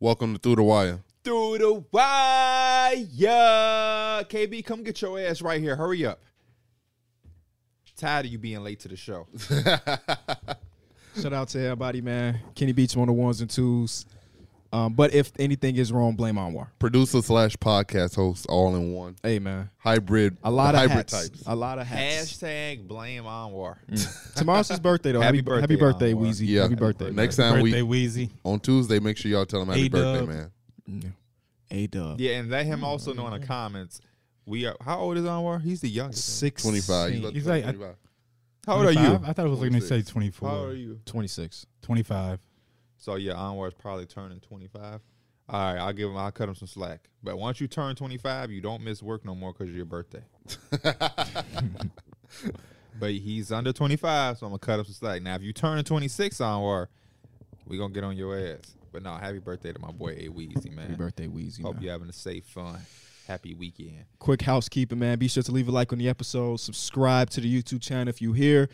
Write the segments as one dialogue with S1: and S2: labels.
S1: Welcome to Through the Wire.
S2: Through the wire. KB, come get your ass right here. Hurry up. Tired of you being late to the show.
S3: Shout out to everybody, man. Kenny Beach on the ones and twos. Um, but if anything is wrong, blame Anwar.
S1: Producer slash podcast host, all in one.
S3: Hey, man.
S1: Hybrid.
S3: A lot
S1: the
S3: of
S1: hybrid
S3: hats.
S1: types.
S3: A lot of hats.
S2: Hashtag blame Anwar.
S3: Tomorrow's his birthday, though.
S2: Happy
S3: happy, happy
S2: birthday,
S3: birthday,
S2: Anwar.
S3: Weezy.
S1: Yeah.
S3: Happy birthday.
S1: Next time
S4: Birthday
S1: we
S4: Wheezy.
S1: on Tuesday, make sure y'all tell him happy
S4: A-Dub.
S1: birthday, man.
S3: A dub.
S2: Yeah, and let him also know in the comments. We are how old is Anwar? He's the youngest.
S3: Six.
S1: Twenty five. You about to
S4: He's
S1: turn
S4: like, I-
S1: 25.
S2: How old are you?
S4: 25? I thought it was going to say
S1: 26.
S2: How
S4: 24.
S2: old are you?
S3: 26.
S4: 25.
S2: So yeah, Anwar's probably turning twenty five. All right, I'll give him. I'll cut him some slack. But once you turn twenty five, you don't miss work no more because of your birthday. but he's under twenty five, so I'm gonna cut him some slack. Now, if you turn twenty six, Anwar, we gonna get on your ass. But no, happy birthday to my boy A Weezy, man.
S3: Happy birthday, Weezy.
S2: Hope
S3: man.
S2: you're having a safe, fun, happy weekend.
S3: quick housekeeping, man. Be sure to leave a like on the episode. Subscribe to the YouTube channel if you hear.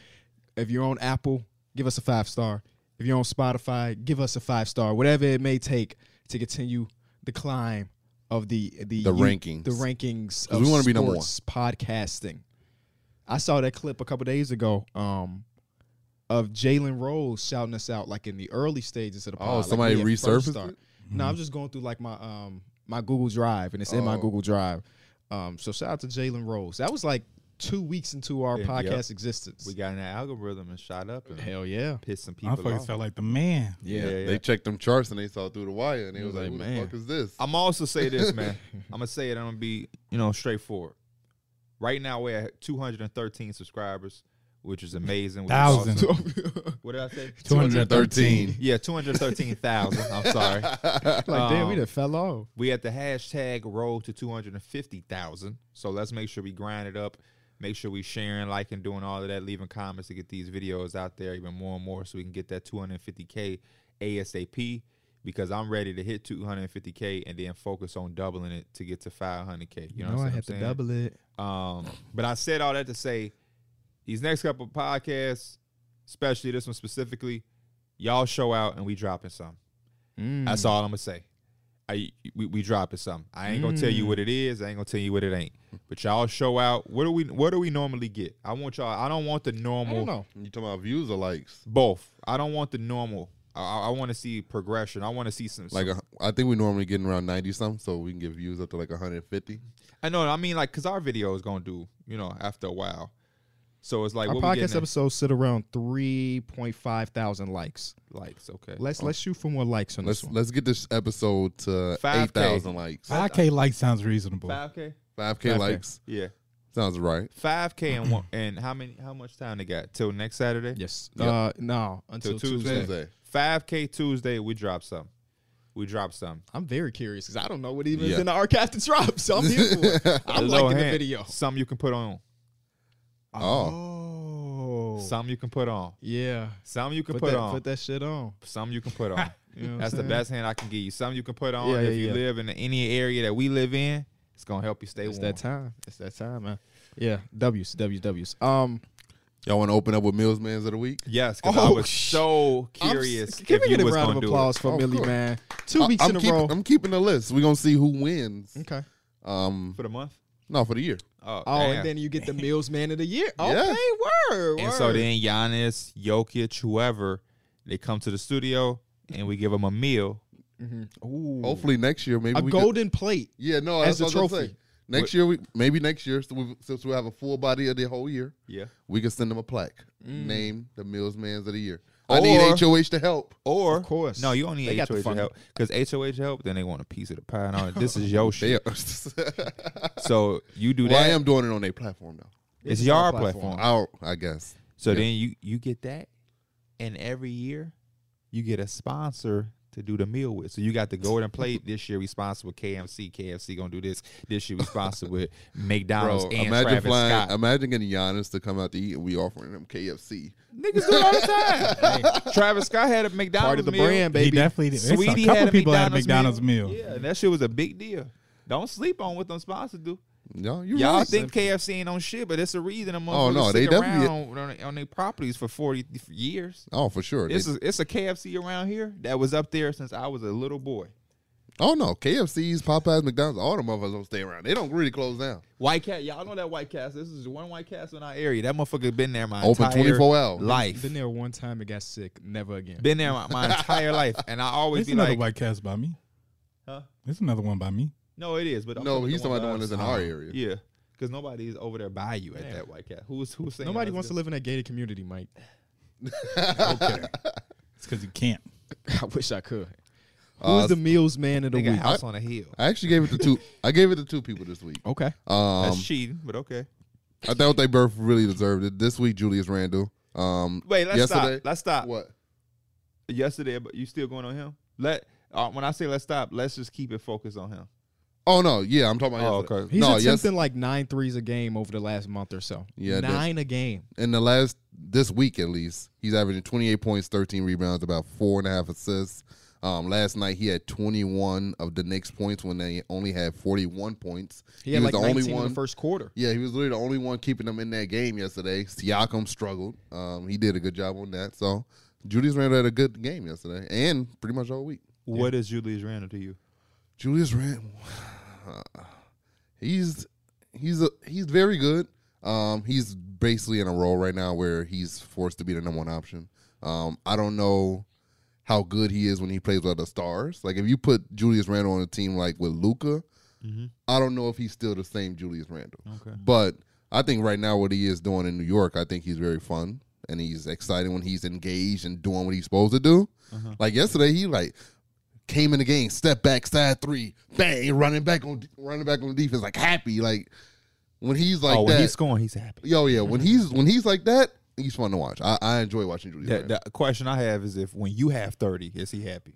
S3: If you're on Apple, give us a five star. If you're on Spotify, give us a five star. Whatever it may take to continue the climb of the the,
S1: The
S3: you-
S1: rankings.
S3: the
S1: 'Cause
S3: rankings. Of
S1: we
S3: we want
S1: wanna
S3: to
S1: be
S3: be
S1: number
S3: number one podcasting. I saw that clip a couple days ago. Um. Of Jalen Rose shouting us out like in the early stages of the
S1: Oh,
S3: pod, like,
S1: somebody
S3: we at first
S1: resurfaced
S3: start.
S1: it?
S3: No, I'm just going through like my um my Google Drive, and it's in my
S1: Oh.
S3: Google Drive. Um, so shout out to Jalen Rose. That was like two weeks into our
S2: Yeah,
S3: podcast
S2: yep.
S3: existence.
S2: We got in that algorithm and shot up and
S3: Hell yeah,
S2: pissed some people
S4: Motherfuckers
S2: off.
S4: felt like the man.
S1: Yeah,
S2: Yeah, yeah.
S1: They checked them charts and they saw through the wire and they
S3: He
S1: was,
S3: was
S1: like,
S3: like,
S1: Who the
S3: "Man."
S1: fuck is this?
S2: I'm also say this, man. I'm gonna say it. I'm gonna be, you know, straightforward. Right now we're at 213 subscribers, which is amazing. which is
S4: Thousand.
S2: awesome. What did I say?
S4: 213.
S2: Yeah, 213,000. I'm sorry.
S3: like damn, we
S2: Um,
S3: done fell off.
S2: We at the hashtag road to 250,000. So let's make sure we grind it up. Make sure we sharing, liking, doing all of that, leaving comments to get these videos out there even more and more so we can get that 250K ASAP because I'm ready to hit 250K and then focus on doubling it to get to 500K. You know,
S3: No,
S2: what
S3: I
S2: I'm
S3: had to
S2: saying?
S3: double it.
S2: Um, but I said all that to say these next couple podcasts, especially this one specifically, y'all show out and we dropping some.
S3: Hmm.
S2: That's all I'm gonna say. I we, we dropping some. I ain't gonna tell you
S3: Hmm.
S2: what it is. I ain't gonna tell you what it ain't. But y'all show out. What do we what do we normally get? I want y'all. I don't want the
S3: I
S2: normal.
S3: don't know.
S1: you talking about views or likes?
S2: Both. I don't want the normal. I, I- I want to see progression. I want to see some.
S1: Like, a, I think we normally getting around 90 something, so we can get views up to like 150.
S2: I know. I mean, like, cause our video is gonna do. You know, after a while. So it's like
S3: Our
S2: what we
S3: podcast
S2: getting at?
S3: episodes sit around three point five thousand likes.
S2: likes. Okay.
S3: Let's let's shoot for more likes on
S1: Let's
S3: this one.
S1: let's get this episode to
S2: 5K.
S1: 8,000 likes.
S4: 5K like sounds reasonable.
S2: Five k.
S1: 5K likes.
S2: Yeah.
S1: Sounds right.
S2: Five k and one and how many? How much time they got till next Saturday?
S3: yes.
S1: Yep.
S3: Uh, no, until
S2: Till
S3: Tuesday.
S2: Tuesday.
S1: Tuesday.
S2: Five k Tuesday. We drop some. We drop some.
S3: I'm very curious because I don't know what even
S1: Yeah.
S3: is in the archive to drop. So I'm here for it. I'm
S2: Low
S3: liking the
S2: hand.
S3: video.
S2: Some you can put on.
S1: Oh.
S3: Oh.
S2: Some you can put on.
S3: Yeah.
S2: Some you can
S3: Put
S2: put,
S3: that,
S2: on.
S3: put that shit on.
S2: Some you can put on.
S3: You know what I'm
S2: That's the
S3: saying?
S2: best hand I can give you. Some you can put on
S3: Yeah,
S2: if
S3: yeah,
S2: you
S3: yeah.
S2: live in any area that we live in. It's gonna help you stay
S3: It's
S2: warm.
S3: that time. It's that time, man. Yeah, W's, W's, W's. Um,
S1: Y'all want to open up with Mills Mans of the Week?
S2: Yes, because I
S3: Oh,
S2: was
S3: sh-
S2: so
S3: I'm s-
S2: curious.
S3: Give
S2: if
S3: me
S2: you
S3: a
S2: was
S3: round
S2: gonna
S3: of
S2: do it.
S3: applause for
S1: Oh, of
S3: Millie,
S1: course.
S3: man. Two
S1: I-
S3: weeks
S1: I'm
S3: in a
S1: keep-
S3: row.
S1: I'm keeping the list. We're gonna see who wins.
S3: okay.
S1: Um,
S2: for the month.
S1: no, for the year.
S2: Oh,
S3: Oh,
S2: damn.
S3: and then you get the Mills Man of the Year. Okay,
S1: Yeah.
S3: word, word.
S2: And so then Giannis, Jokic, whoever, they come to the studio and we give them a meal.
S3: Ooh.
S1: Hopefully next year, maybe
S3: Oh, a
S1: we could-
S3: golden plate.
S1: yeah, no,
S3: as
S1: that's what
S3: a
S1: I was gonna
S3: trophy.
S1: say. Next year, we maybe next year, so we, since we have a full body of the whole year,
S2: Yeah.
S1: we can send them a plaque.
S3: Mm.
S1: Name the Mills Mans of the Year. I need
S2: Or-
S1: HOH to help.
S2: Or
S3: Of course.
S2: No, you don't need
S3: They got the
S2: HOH
S3: funding.
S2: help because HOH help. Then they want a piece of the pie and all that. This is your
S1: They
S2: shit.
S1: are- well,
S2: So you do
S1: I
S2: that.
S1: am doing it on their platform now.
S2: it's
S3: is
S2: your
S3: our
S2: platform.
S3: platform.
S1: Our, I guess.
S2: So
S1: Yeah.
S2: then you you get that, and every year you get a sponsor to do the meal with. So you got the golden plate this year. We sponsored with KMC. KFC gonna do this this year. We sponsored with McDonald's
S1: Bro,
S2: and
S1: imagine
S2: Travis
S1: flying.
S2: Scott.
S1: Imagine getting Giannis to come out to eat, and we offering them KFC.
S2: Niggas do it all the time. Travis Scott had a McDonald's
S3: Part of the
S2: meal.
S3: brand,
S4: He
S3: baby.
S4: definitely did. It's a
S2: Sweetie
S4: couple
S2: had a
S4: people had
S2: McDonald's
S4: McDonald's
S2: meal.
S4: meal.
S2: Yeah, and that shit was a big deal. Don't sleep on what them sponsors do.
S1: No, you
S2: Y'all
S1: right.
S2: think KFC ain't on shit, but it's a reason them
S1: Oh,
S2: motherfuckers
S1: no,
S2: sit
S1: they definitely-
S2: around on, on, their properties for forty years.
S1: Oh, for sure. They-
S2: It's a, it's a KFC around here that was up there since I was a little boy.
S1: Oh no, KFC's, Popeyes, McDonald's, all them motherfuckers don't stay around. They don't really close down.
S2: White Cat, y'all know that White Castle. This is the one White Castle in our area. That motherfucker been there my
S1: Open
S2: entire
S1: 24 hours.
S2: life.
S3: Been there one time and got sick. Never again.
S2: Been there my, my entire life, and I always
S4: There's
S2: be
S4: another
S2: like,
S4: white cast by me.
S2: Huh?
S4: There's another one by me.
S2: "No, it is." But I'm
S1: No,
S2: talking
S1: he's talking about the one
S2: us.
S1: that's in our area.
S2: Yeah, because nobody's over there by you at
S3: Damn.
S2: that White Cat. Who's who's saying
S3: Nobody wants to live in a gated community, Mike.
S4: Okay. it's because you can't.
S3: I wish I could.
S1: Uh,
S3: Who's the meals man of the
S2: They got
S3: week?
S2: a house on a hill.
S1: I actually gave it to two. I gave it to two people this week.
S3: Okay.
S1: Um,
S2: That's cheating, but okay.
S1: I thought they both really deserved it. This week, Julius Randle. Um,
S2: Wait, let's
S1: yesterday-
S2: stop. Let's stop.
S1: what?
S2: Yesterday, but you still going on him? Let uh, when I say let's stop, let's just keep it focused on him.
S1: Oh no, yeah, I'm talking about.
S2: Oh,
S1: yesterday.
S2: okay.
S3: He's
S1: no, yes,
S3: attempting like nine threes a game over the last month or so.
S1: Yeah, that's-
S3: nine a game.
S1: in the last this week at least, he's averaging 28 points, 13 rebounds, about four and a half assists. Um, last night he had 21 of the Knicks points when they only had 41 points.
S3: He had
S1: was
S3: like
S1: the
S3: 19
S1: only
S3: in
S1: one.
S3: the first quarter.
S1: yeah, he was literally the only one keeping them in that game yesterday. Siakam struggled. Um, he did a good job on that. So Julius Randle had a good game yesterday and pretty much all week.
S2: What is Julius Randle to you?
S1: Julius Randle, he's he's a, he's very good. Um, he's basically in a role right now where he's forced to be the number one option. Um, I don't know how good he is when he plays with other stars. Like if you put Julius Randle on a team like with Luca, I don't know if he's still the same Julius Randle.
S2: Okay.
S1: But I think right now what he is doing in New York, I think he's very fun and he's exciting when he's engaged and doing what he's supposed to do.
S2: Uh-huh.
S1: Like yesterday, he like came in the game, step back, side three, bang, running back on running back on defense, like happy. Like when he's like
S2: oh,
S1: that,
S2: when he's Mhm. scoring, he's happy.
S1: yo, yeah. When he's when he's like that, he's fun to watch. I, I enjoy watching Julius.
S2: The,
S1: Randle.
S2: the question I have is if when you have thirty, is he happy?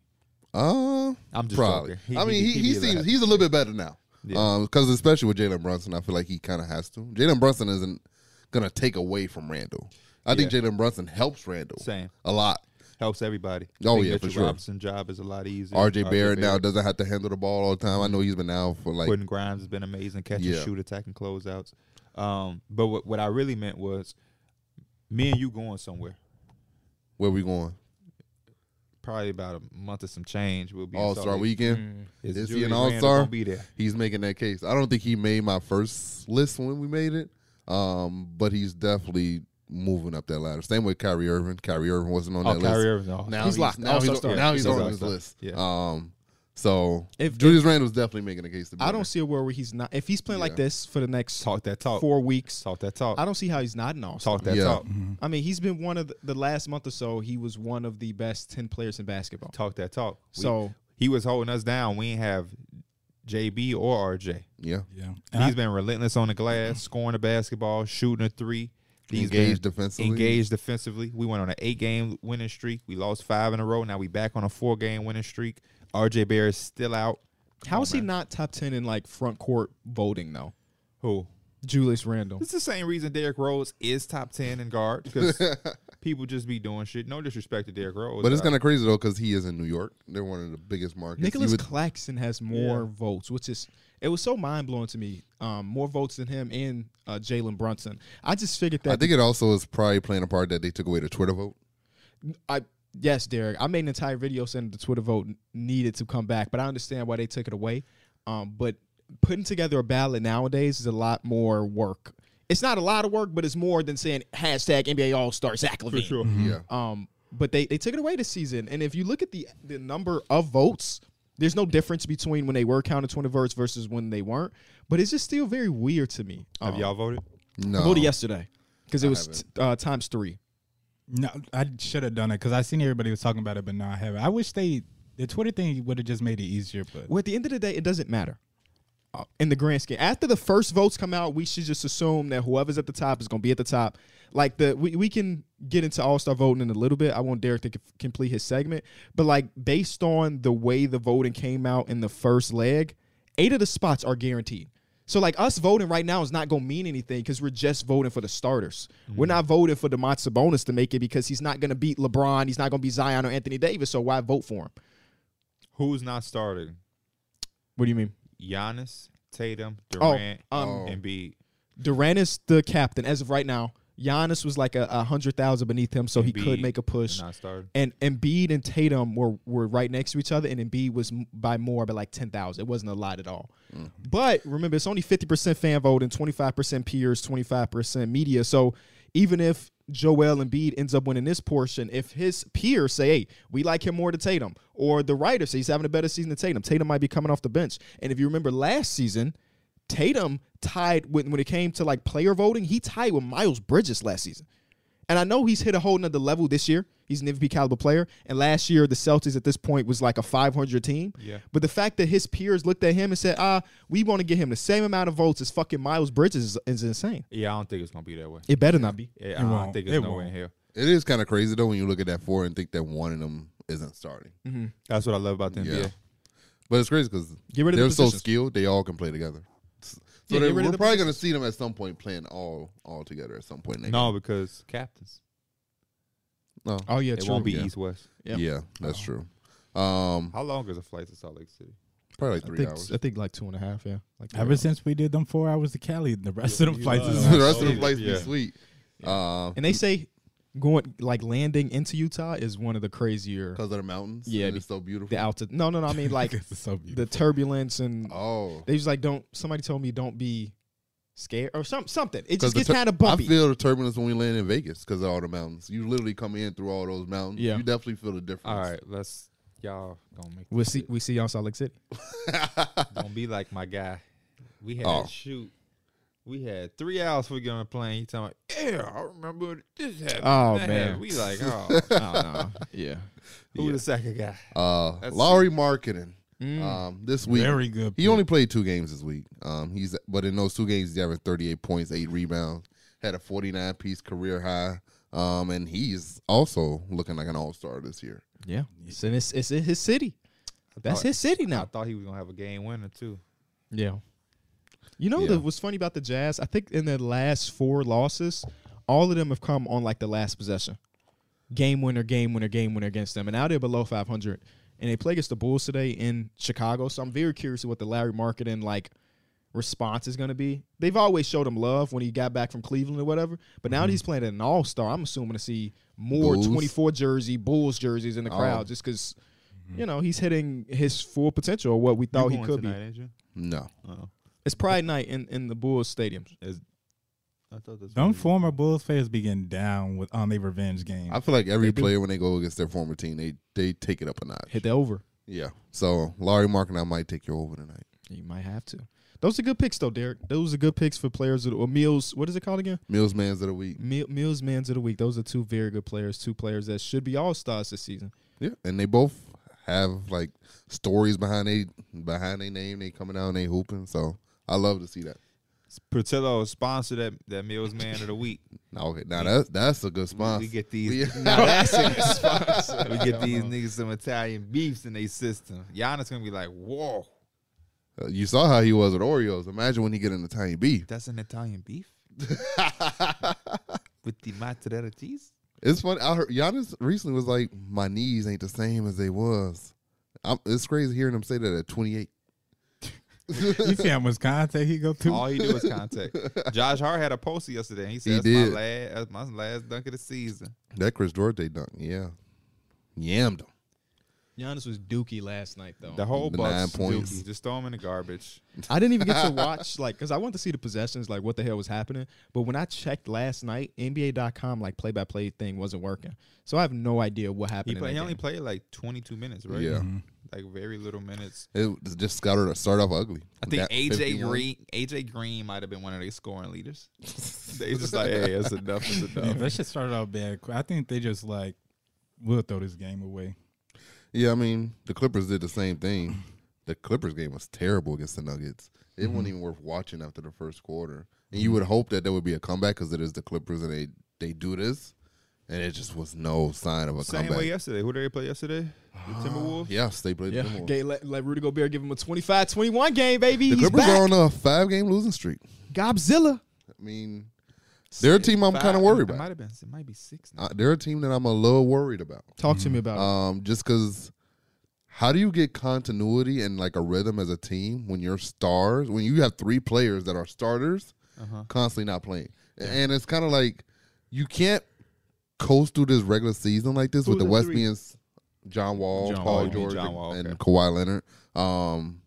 S1: Uh,
S2: I'm just
S1: probably.
S2: joking. He-
S1: I mean,
S2: he-
S1: he, he,
S2: he be a little
S1: seems
S2: happy.
S1: he's a little bit better now.
S2: Yeah.
S1: Um, because especially with Jalen Brunson, I feel like he kind of has to. Jalen Brunson isn't gonna take away from Randall. I think
S2: Yeah.
S1: Jalen Brunson helps Randall
S2: Same
S1: a lot.
S2: helps everybody.
S1: Oh,
S2: Think
S1: yeah,
S2: Mitchell
S1: for sure.
S2: Robinson job is a lot easier.
S1: RJ Barrett now doesn't have to handle the ball all the time. I know he's been out for like
S2: Quentin Grimes has been amazing, catch and
S1: Yeah.
S2: shoot, attacking closeouts. Um, but what, what I really meant was me and you going somewhere.
S1: where we going
S2: Probably about a month or some change. We'll be in
S1: All
S2: Salt
S1: Star
S2: Lake.
S1: Weekend. Is he an
S2: Randle
S1: all-star?
S2: gonna Be there.
S1: He's making that case. I don't think he made my first list when we made it, um, but he's definitely moving up that ladder. Same with Kyrie Irving. Kyrie Irving wasn't on
S2: Oh,
S1: that
S2: Kyrie
S1: list.
S2: Irving's an all-star.
S1: Now
S3: He's locked.
S1: Now he's,
S3: All-star.
S1: now he's
S2: He's
S1: on this
S2: all-star.
S1: list.
S2: Yeah.
S1: Um, so
S3: If-
S1: Julius Randle's definitely making a case to be.
S3: I
S1: in
S3: don't
S1: there.
S3: see a world where he's not. If he's playing like
S1: Yeah.
S3: this for the next
S2: Talk that talk.
S3: four weeks,
S2: Talk that talk.
S3: I don't see how he's not an all
S2: Talk that
S1: Yeah. Mm-hmm.
S2: talk.
S3: I mean, he's been one of the, the last month or so. He was one of the best ten players in basketball.
S2: Talk that talk. We-
S3: So
S2: he was holding us down. We ain't have JB or RJ.
S1: Yeah,
S4: Yeah. And
S2: He's
S4: I,
S2: been relentless on the glass, scoring the basketball, shooting a three. He's
S1: engaged
S2: been
S1: defensively.
S2: engaged defensively. We went on an eight-game winning streak. We lost five in a row. Now we back on a four-game winning streak. RJ Bear is still out.
S3: how is he not top ten in like front court voting though?
S2: Who?
S3: Julius Randle.
S2: It's the same reason Derrick Rose is top ten in guard because people just be doing shit. No disrespect to Derrick Rose,
S1: But it's
S2: uh,
S1: kind of crazy though because he is in New York. They're one of the biggest markets. You
S3: Nicholas
S1: would-
S3: Claxton has more votes, which is it was so mind blowing to me. Um, more votes than him and uh, Jalen Brunson. I just figured that
S1: I think it also is probably playing a part that they took away the Twitter vote.
S3: I yes, Derek. I made an entire video saying the Twitter vote needed to come back, but I understand why they took it away. Um, but putting together a ballot nowadays is a lot more work. It's not a lot of work, but it's more than saying hashtag NBA All Star Zach Levine.
S1: Yeah,
S3: Um, but they they took it away this season, and if you look at the the number of votes, there's no difference between when they were counted twenty votes versus when they weren't. But it's just still very weird to me. Um,
S2: Have y'all voted?
S1: no.
S3: I voted yesterday because it
S1: I
S3: was t- uh, times three.
S4: no, I should have done it because I seen everybody was talking about it, but no, I haven't. I wish they the Twitter thing would have just made it easier, but
S3: Well, at the end of the day, it doesn't matter. Uh, in the grand scheme, after the first votes come out, we should just assume that whoever's at the top is going to be at the top. Like the we, we can get into All Star voting in a little bit. I want Derek to c- complete his segment, but like based on the way the voting came out in the first leg, eight of the spots are guaranteed. So like us voting right now is not going to mean anything because we're just voting for the starters. We're not voting for Demont Sabonis to make it because he's not going to beat LeBron. He's not going to be Zion or Anthony Davis. So why vote for him?
S2: Who's not starting?
S3: What do you mean?
S2: Giannis, Tatum,
S3: Oh,
S2: Durant,
S3: um,
S1: Oh.
S2: and B.
S3: Durant is the captain as of right now. Giannis was like a, a hundred thousand beneath him, so he could
S2: Embiid,
S3: make a push.
S2: Not started.
S3: And Embiid and Tatum were were right next to each other, and Embiid was m- by more, but like ten thousand. It wasn't a lot at all. But remember, it's only fifty percent fan vote and twenty five percent peers, twenty five percent media. So even if Joel Embiid ends up winning this portion, if his peers say, "Hey, we like him more than Tatum," or the writer says he's having a better season than Tatum, Tatum might be coming off the bench. And if you remember last season, Tatum tied when when it came to like player voting, he tied with Miles Bridges last season. And I know he's hit a whole nother level this year. He's an MVP caliber player. And last year, the Celtics at this point was like a 500 team.
S2: Yeah.
S3: But the fact that his peers looked at him and said, ah, we want to get him the same amount of votes as fucking Miles Bridges is, is insane.
S2: Yeah, I don't think it's gonna be that way.
S3: It better not be.
S2: Yeah, I
S4: It
S2: don't
S4: won't.
S2: think it's
S4: It
S2: nowhere
S4: won't.
S2: in here.
S1: It is kind of crazy though when you look at that four and think that one of them isn't starting.
S2: That's what I love about the
S1: Yeah.
S2: NBA.
S1: But it's crazy because
S3: Mm-hmm. Get rid of the
S1: they're so
S3: positions.
S1: skilled; they all can play together. So
S3: Yeah, get
S1: they-
S3: rid of
S1: we're
S3: the
S1: probably going to see them at some point playing all all together at some point. Next
S2: No, because captains.
S1: no,
S3: Oh, yeah,
S2: it
S3: true.
S2: won't be
S1: yeah.
S2: East West.
S3: yeah.
S1: yeah, that's true. Um,
S2: How long is a flight to Salt Lake City?
S1: probably like
S3: I
S1: three
S3: think,
S1: hours.
S3: I think like two and a half, yeah. Like three
S4: Ever
S3: hours.
S4: since we did them four hours to Cali, the rest of them flights is
S1: the rest of
S2: Absolutely.
S1: the flights
S2: Yeah.
S1: be sweet. Uh,
S3: And they say going, like landing into Utah is one of the crazier,
S1: because of the mountains.
S3: Yeah,
S1: and it's so beautiful.
S3: the altitude. No, no, no. I mean, like
S4: This is so beautiful.
S3: the turbulence and
S1: oh,
S3: They was like, don't. Somebody told me don't be scared or some something. It
S1: 'Cause
S3: just
S1: the
S3: gets
S1: tur-
S3: kind of
S1: I
S3: bumpy.
S1: feel the turbulence when we land in Vegas because of all the mountains. You literally come in through all those mountains.
S3: Yeah.
S1: you definitely feel the difference.
S2: All right, let's y'all gonna make.
S3: we'll
S2: this
S3: see.
S2: shit.
S3: We see y'all in Salt Lake City.
S2: Don't be like my guy. We had
S1: Oh.
S2: shoot. We had three hours for getting on the plane. He talking about, yeah, I remember when this happened.
S3: Oh,
S2: that
S3: man.
S2: happened." we like, oh,
S3: yeah.
S2: who the second guy?
S1: Uh,
S2: That's-
S1: Lowry marketing.
S3: Mm.
S1: Um, this week
S4: Very good.
S1: He only played two games this week. Um, he's but in those two games, he averaged 38 points, eight rebounds, had a 49 piece career high. Um, and he's also looking like an all star this year.
S3: Yeah. It's in his, it's in his city. That's
S2: thought-
S3: his city
S2: I
S3: now.
S2: thought he was gonna have a game winner too.
S3: Yeah. You know
S1: Yeah.
S3: the, what's funny about the Jazz? I think in their last four losses, all of them have come on like the last possession. Game winner, game winner, game winner against them. And now they're below 500. And they play against the Bulls today in Chicago. So I'm very curious what the Larry Marketing like response is going to be. They've always showed him love when he got back from Cleveland or whatever. But now that he's playing at an All Star, I'm assuming to see more
S1: Mm-hmm. Bulls. Oh.
S3: 24 jersey Bulls jerseys in the crowd just because
S1: Mm-hmm.
S3: you know he's hitting his full potential or what we thought he could be.
S1: No,
S2: Oh,
S3: It's Pride Night in, in the Bulls stadiums.
S2: I thought this.
S4: Them former Bulls fans be getting down with on their revenge game.
S1: I feel like every
S3: They do.
S1: player when they go against their former team, they they take it up a notch.
S3: Hit the over.
S1: Yeah. So Larry Markin, I might take you over tonight.
S3: You might have to. Those are good picks though, Derek. Those are good picks for players of the, or meals. What is it called again?
S1: Mills man's of the week.
S3: Meal, meals mans of the week. Those are two very good players. Two players that should be all stars this season.
S1: Yeah. And they both have like stories behind they behind their name. They coming out and they hooping. So I love to see that.
S2: Portillo sponsored that that Mills Man of the Week.
S1: Now, okay, now that's that's a good sponsor.
S2: We get these.
S1: Yeah.
S2: Now that's a sponsor. We get these niggas some Italian beefs in their system. Giannis gonna be like, whoa,
S1: Uh, You saw how he was with Oreos. Imagine when he get an Italian beef.
S2: that's an Italian beef with the mozzarella cheese.
S1: It's funny. I heard Giannis recently was like, "My knees ain't the same as they was." I'm, it's crazy hearing him say that at 28.
S4: you see how much contact he go through?
S2: All he do is contact. Josh Hart had a post yesterday. And he said,
S1: He did.
S2: that's, My last, that's my last dunk of the season.
S1: That Chris Duarte dunk, yeah, yammed him.
S3: Giannis was dookie last night though.
S2: The whole
S1: Oh, The
S2: Bucks,
S1: nine points.
S2: dookie. just throw him in the garbage.
S3: I didn't even get to watch like because I wanted to see the possessions, like what the hell was happening. But when I checked last night, NBA.com like play by play thing wasn't working, so I have no idea what
S2: He,
S3: happened. in
S2: play,
S3: that
S2: he only
S3: game.
S2: played like 22 minutes, right? Mm-hmm.
S1: Yeah,
S2: Like very little minutes.
S1: it just started start off ugly.
S2: I think
S1: That
S2: AJ
S1: 51.
S2: Green, AJ Green might have been one of their scoring leaders. they just like, hey, that's enough, that's
S4: Yeah,
S2: enough.
S4: Oh, that shit started out bad. I think they just like we'll throw this game away.
S1: Yeah, I mean the Clippers did the same thing. The Clippers game was terrible against the Nuggets. It
S2: Mm-hmm.
S1: wasn't even worth watching after the first quarter. And you would hope that there would be a comeback because it is the Clippers and they they do this, and it just was no sign of a
S2: Same
S1: comeback.
S2: way yesterday. Who did they play yesterday? The Timberwolves.
S1: Yes, they played.
S3: Yeah,
S1: them all.
S3: Gay, let, let Rudy Gobert give him a 25-21 game, baby.
S1: The
S3: He's
S1: Clippers
S3: back.
S1: are on a five game losing streak.
S3: Gobzilla.
S1: I mean, they're a team I'm
S2: Five-
S1: kind of worried
S2: It might
S1: about.
S2: have been. It might be six. Now.
S1: Uh, they're a team that I'm a little worried about.
S3: Talk to me about it.
S1: Um, just because, how do you get continuity and like a rhythm as a team when your stars, when you have three players that are starters,
S2: Uh-huh.
S1: constantly not playing, and it's kind of like you can't coast through this regular season like this
S3: Who
S1: with
S3: was
S1: the
S3: the
S1: West
S3: three?
S1: being s- John Wall,
S3: John Wall,
S1: Paul
S2: you mean
S1: George,
S2: John Wall,
S1: and
S2: okay.
S1: Kawhi Leonard. Um,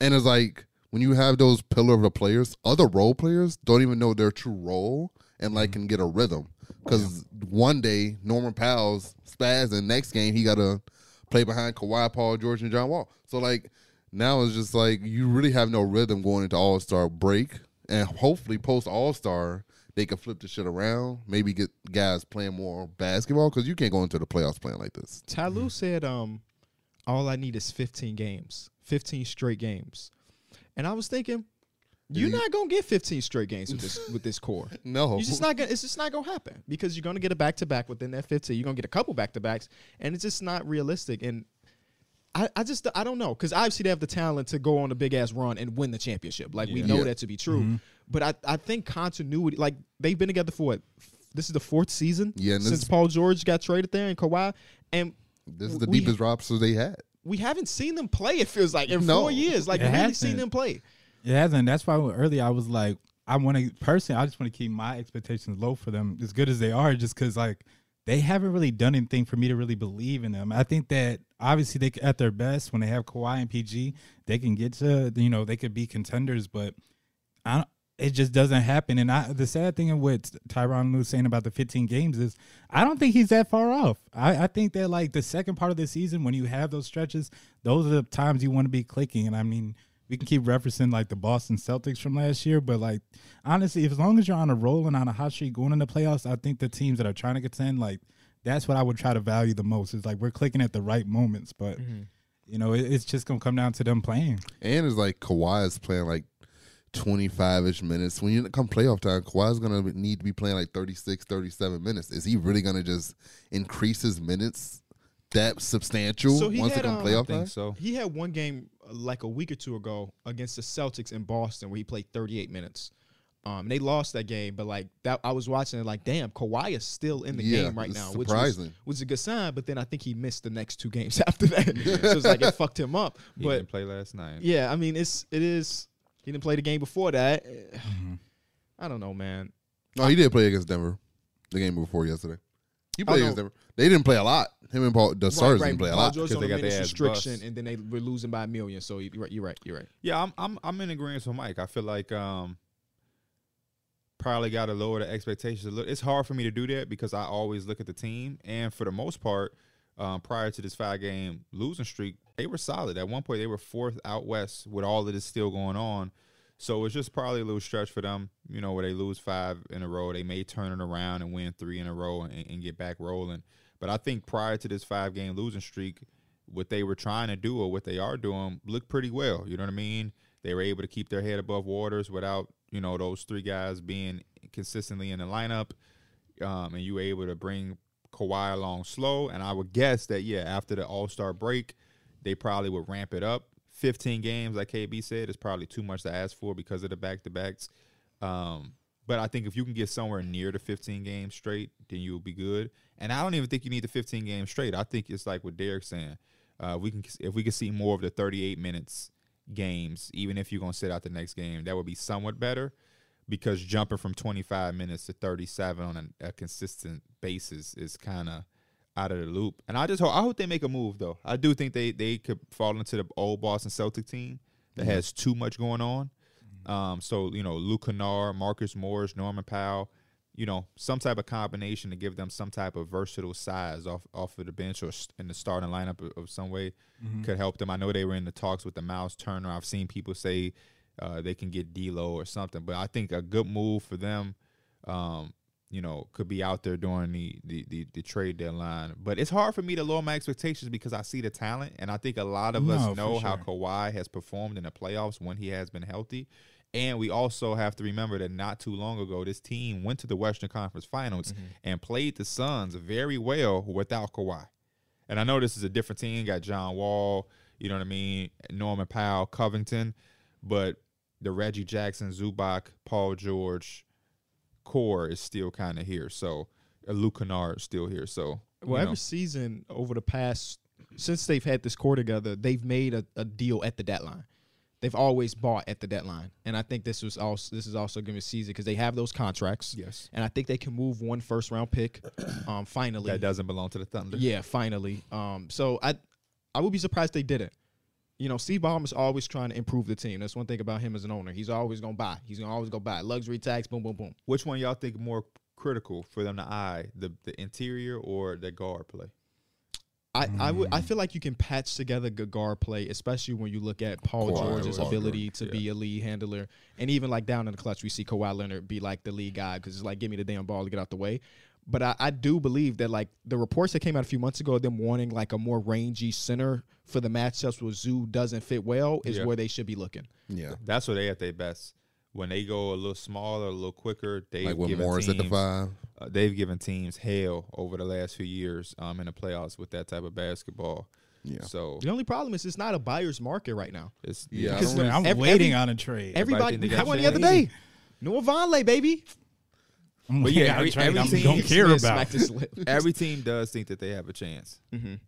S1: and it's like when you have those pillar of the players, other role players don't even know their true role and like can get a rhythm. Because one day Norman Powell's spaz, and next game he got to play behind Kawhi, Paul George, and John Wall. So like now it's just like you really have no rhythm going into All Star break, and hopefully post All Star they can flip the shit around. Maybe get guys playing more basketball because you can't go into the playoffs playing like this.
S3: Tyloo said, um, all I need is 15 games, 15 straight games. And I was thinking, you're
S1: you-
S3: not gonna get 15 straight games with this with this core.
S1: No,
S3: You're just
S1: Oh.
S3: not gonna it's just not gonna happen because you're gonna get a back to back within that 15. You're gonna get a couple back to backs, and it's just not realistic. And I, I just I don't know. Cause obviously they have the talent to go on a big ass run and win the championship. Like we
S2: Yeah.
S3: know
S1: Yeah. Mm-hmm.
S3: that to be true. But I, I think continuity like they've been together for what this is the fourth season
S1: Yeah, and this
S3: since
S1: is-
S3: Paul George got traded there and Kawhi. And
S1: This is the
S3: we-
S1: deepest roster they had.
S3: we haven't seen them play, it feels like, in
S1: No.
S3: four years. Like
S4: It
S3: we really
S4: hasn't.
S3: seen them play.
S4: It hasn't. That's why earlier I was like, I want to personally, I just want to keep my expectations low for them, as good as they are, just because like they haven't really done anything for me to really believe in them. I think that obviously they c- at their best when they have Kawhi and PG, they can get to you know they could be contenders, but I don't. It just doesn't happen, and I, the sad thing of what Tyron Lue saying about the 15 games is, I don't think he's that far off. I, I think that like the second part of the season, when you have those stretches, those are the times you want to be clicking. And I mean, we can keep referencing like the Boston Celtics from last year, but like honestly, if, as long as you're on a roll and on a hot streak going into playoffs, I think the teams that are trying to contend, like that's what I would try to value the most. Is like we're clicking at the right moments, but
S3: Mm-hmm.
S4: you know, it, it's just gonna come down to them playing.
S1: And it's like Kawhi is playing like 25 ish minutes. When you come playoff time, Kawhi's going to need to be playing like 36, 37 minutes. Is he really going to just increase his minutes that substantial
S3: So he
S1: once
S3: had,
S1: it come
S3: um, I
S1: playoff
S2: I think
S1: time?
S2: so.
S3: He had one game uh, like a week or two ago against the Celtics in Boston where he played 38 minutes. Um, and they lost that game, but like that, I was watching it like, damn, Kawhi is still in the
S1: Yeah,
S3: game right
S1: it's
S3: now, which
S1: surprising.
S3: was, was a good sign. But then I think he missed the next two games after that, so it's like it fucked him up.
S2: He
S3: but
S2: didn't play last night.
S3: yeah, I mean, it's it is. He didn't play the game before that.
S2: Mm-hmm.
S3: I don't know, man.
S1: No, he did play against Denver the game before yesterday. He
S3: Oh,
S1: played
S3: no.
S1: against Denver. They didn't play a lot. Him and Paul, the stars didn't play a
S3: Paul
S1: lot.
S3: George
S2: 'cause
S3: on
S2: they
S3: the
S2: got
S3: minutes
S2: their ass
S3: restriction,
S2: bust.
S3: and then they were losing by a million. So you're right. You're right. You're right.
S2: Yeah, I'm I'm I'm in agreement with Mike. I feel like um probably got to lower the expectations a little. It's hard for me to do that because I always look at the team, and for the most part, um, prior to this five game losing streak, they were solid. At one point, they were fourth out west with all of this still going on. So it's just probably a little stretch for them, you know, where they lose five in a row. They may turn it around and win three in a row and, and get back rolling. But I think prior to this five game losing streak, what they were trying to do or what they are doing looked pretty well. You know what I mean? They were able to keep their head above waters without, you know, those three guys being consistently in the lineup. Um, and you were able to bring Kawhi along slow. And I would guess that, yeah, after the All Star break, they probably would ramp it up. 15 games, like KB said, is probably too much to ask for because of the back to backs. Um, but I think if you can get somewhere near the 15 games straight, then you'll be good. And I don't even think you need the 15 games straight. I think it's like what Derek's saying. Uh, we can if we can see more of the 38 minutes games, even if you're gonna sit out the next game, that would be somewhat better. Because jumping from 25 minutes to 37 on a, a consistent basis is kind of out of the loop. And I just hope I hope they make a move though. I do think they they could fall into the old Boston Celtic team that has too much going on. Um, so you know, Luke Kennard, Marcus Morris, Norman Powell, you know, some type of combination to give them some type of versatile size off off of the bench or s- in the starting lineup of, of some way could help them. I know they were in the talks with the Miles Turner. I've seen people say uh, they can get D'Lo or something, but I think a good move for them, um, you know, could be out there during the the, the the trade deadline. But it's hard for me to lower my expectations because I see the talent, and I think a lot of
S4: No, for
S2: us know how
S4: sure.
S2: Kawhi has performed in the playoffs when he has been healthy. And we also have to remember that not too long ago, this team went to the Western Conference Finals
S4: Mm-hmm.
S2: and played the Suns very well without Kawhi. And I know this is a different team. Got John Wall, you know what I mean, Norman Powell, Covington, but the Reggie Jackson, Zubac, Paul George core is still kind of here. So uh, Luke Kennard is still here. So you
S3: Well,
S2: know.
S3: every season over the past since they've had this core together, they've made a, a deal at the deadline. they've always bought at the deadline, and I think this was also this is also going to season because they have those contracts.
S2: Yes.
S3: and I think they can move one first round pick. Um, finally,
S2: That doesn't belong to the Thunder.
S3: yeah, finally. Um, so I, I would be surprised they didn't. You know, Steve Ballmer is always trying to improve the team. That's one thing about him as an owner. He's always gonna buy. He's gonna always go buy luxury tax. Boom, boom, boom.
S2: Which one y'all think more critical for them to eye the the interior or the guard play?
S3: I, I would I feel like you can patch together good guard play, especially when you look at Paul
S1: Kawhi
S3: George's
S1: Leonard.
S3: ability to be a lead handler, and even like down in the clutch, we see Kawhi Leonard be like the lead guy because it's like give me the damn ball to get out the way. But I, I do believe that like the reports that came out a few months ago, of them wanting like a more rangy center for the matchups where Zoo doesn't fit well is
S2: Yeah.
S3: where they should be looking.
S1: Yeah,
S2: That's where they at their best. When they go a little smaller, a little quicker, they've
S1: like with
S2: given
S1: Morris at the
S2: teams-
S1: five.
S2: uh, they've given teams hell over the last few years um, in the playoffs with that type of basketball.
S1: Yeah.
S2: So
S3: The only problem is it's not a buyer's market right now.
S2: it's
S1: Yeah, I
S4: Because
S1: don't really-
S4: I'm
S3: Every-
S4: waiting
S3: every-
S4: on a trade.
S3: Everybody,
S2: think they
S3: I
S2: got
S3: won the other
S2: Shane.
S3: day. Noah Vonleh, baby.
S4: I'm
S2: But
S4: waiting
S2: yeah,
S4: on a
S2: every-
S4: trade.
S2: every
S4: I
S2: team-
S4: don't care
S3: Smith
S4: about.
S3: smacked his lip.
S2: every team does think that they have a chance.
S3: Mhm.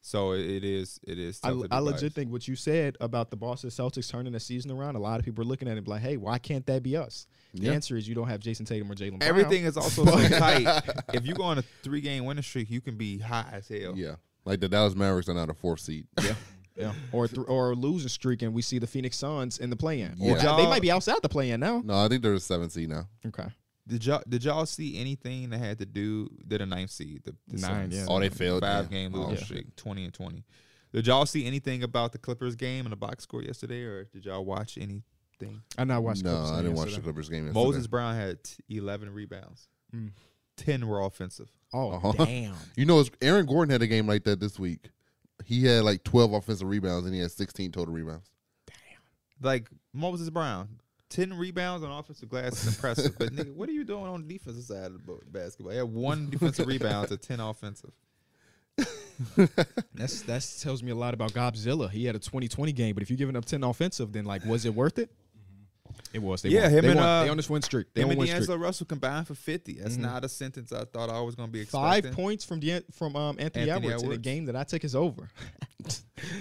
S2: So it, it is it is.
S3: I,
S2: tough to be
S3: I legit
S2: biased.
S3: think what you said about the Boston Celtics turning the season around, a lot of people are looking at it and be like, hey, why can't that be us? The
S1: Yeah.
S3: answer is you don't have Jason Tatum or Jalen Brown.
S2: everything is also so tight. If you go on a three game winning streak, you can be hot as hell.
S1: Yeah, like the Dallas Mavericks are now the fourth seed. Yeah,
S3: Yeah. Or th- or a losing streak, and we see the Phoenix Suns in the play in.
S1: Yeah.
S3: Or they might be outside the play in now.
S1: no, I think they're the seventh seed now.
S3: Okay.
S2: Did y'all did y'all see anything that had to do did a ninth seed the, the
S3: Nine,
S2: Suns,
S3: yeah.
S1: Oh, they failed,
S2: five
S1: yeah.
S2: game
S1: Oh,
S2: losing
S1: yeah.
S2: streak twenty and twenty. Did y'all see anything about the Clippers game and the box score yesterday, or did y'all watch anything?
S3: I not watched.
S1: no,
S3: Clippers
S1: I
S3: game
S1: didn't watch the
S3: yesterday.
S1: Clippers game. Yesterday.
S2: Moses Brown had t- eleven rebounds,
S3: Mm.
S2: ten were offensive.
S3: Oh
S1: Uh-huh.
S3: damn!
S1: You know, it's- Aaron Gordon had a game like that this week. He had like 12 offensive rebounds and he had 16 total rebounds.
S2: Like Moses Brown, ten rebounds on offensive glass is impressive, but nigga, what are you doing on the defensive side of the bo- basketball? He had one defensive rebound to ten offensive.
S3: That's that tells me a lot about Godzilla. He had a 2020 game, but if you're giving up 10 offensive, then like, was it worth it?
S1: Mm-hmm.
S3: It was. They
S2: Yeah,
S3: won.
S2: him
S3: they
S2: and,
S3: won.
S2: uh,
S3: they on this win streak. They
S2: Him
S3: on
S2: and
S3: win streak.
S2: D'Angelo Russell combined for fifty. That's
S1: Mm-hmm.
S2: not a sentence I thought I was going to be expecting.
S3: Five points from De- from um, Anthony,
S2: Anthony
S3: Edwards, in a
S2: Edwards.
S3: game that I took as over.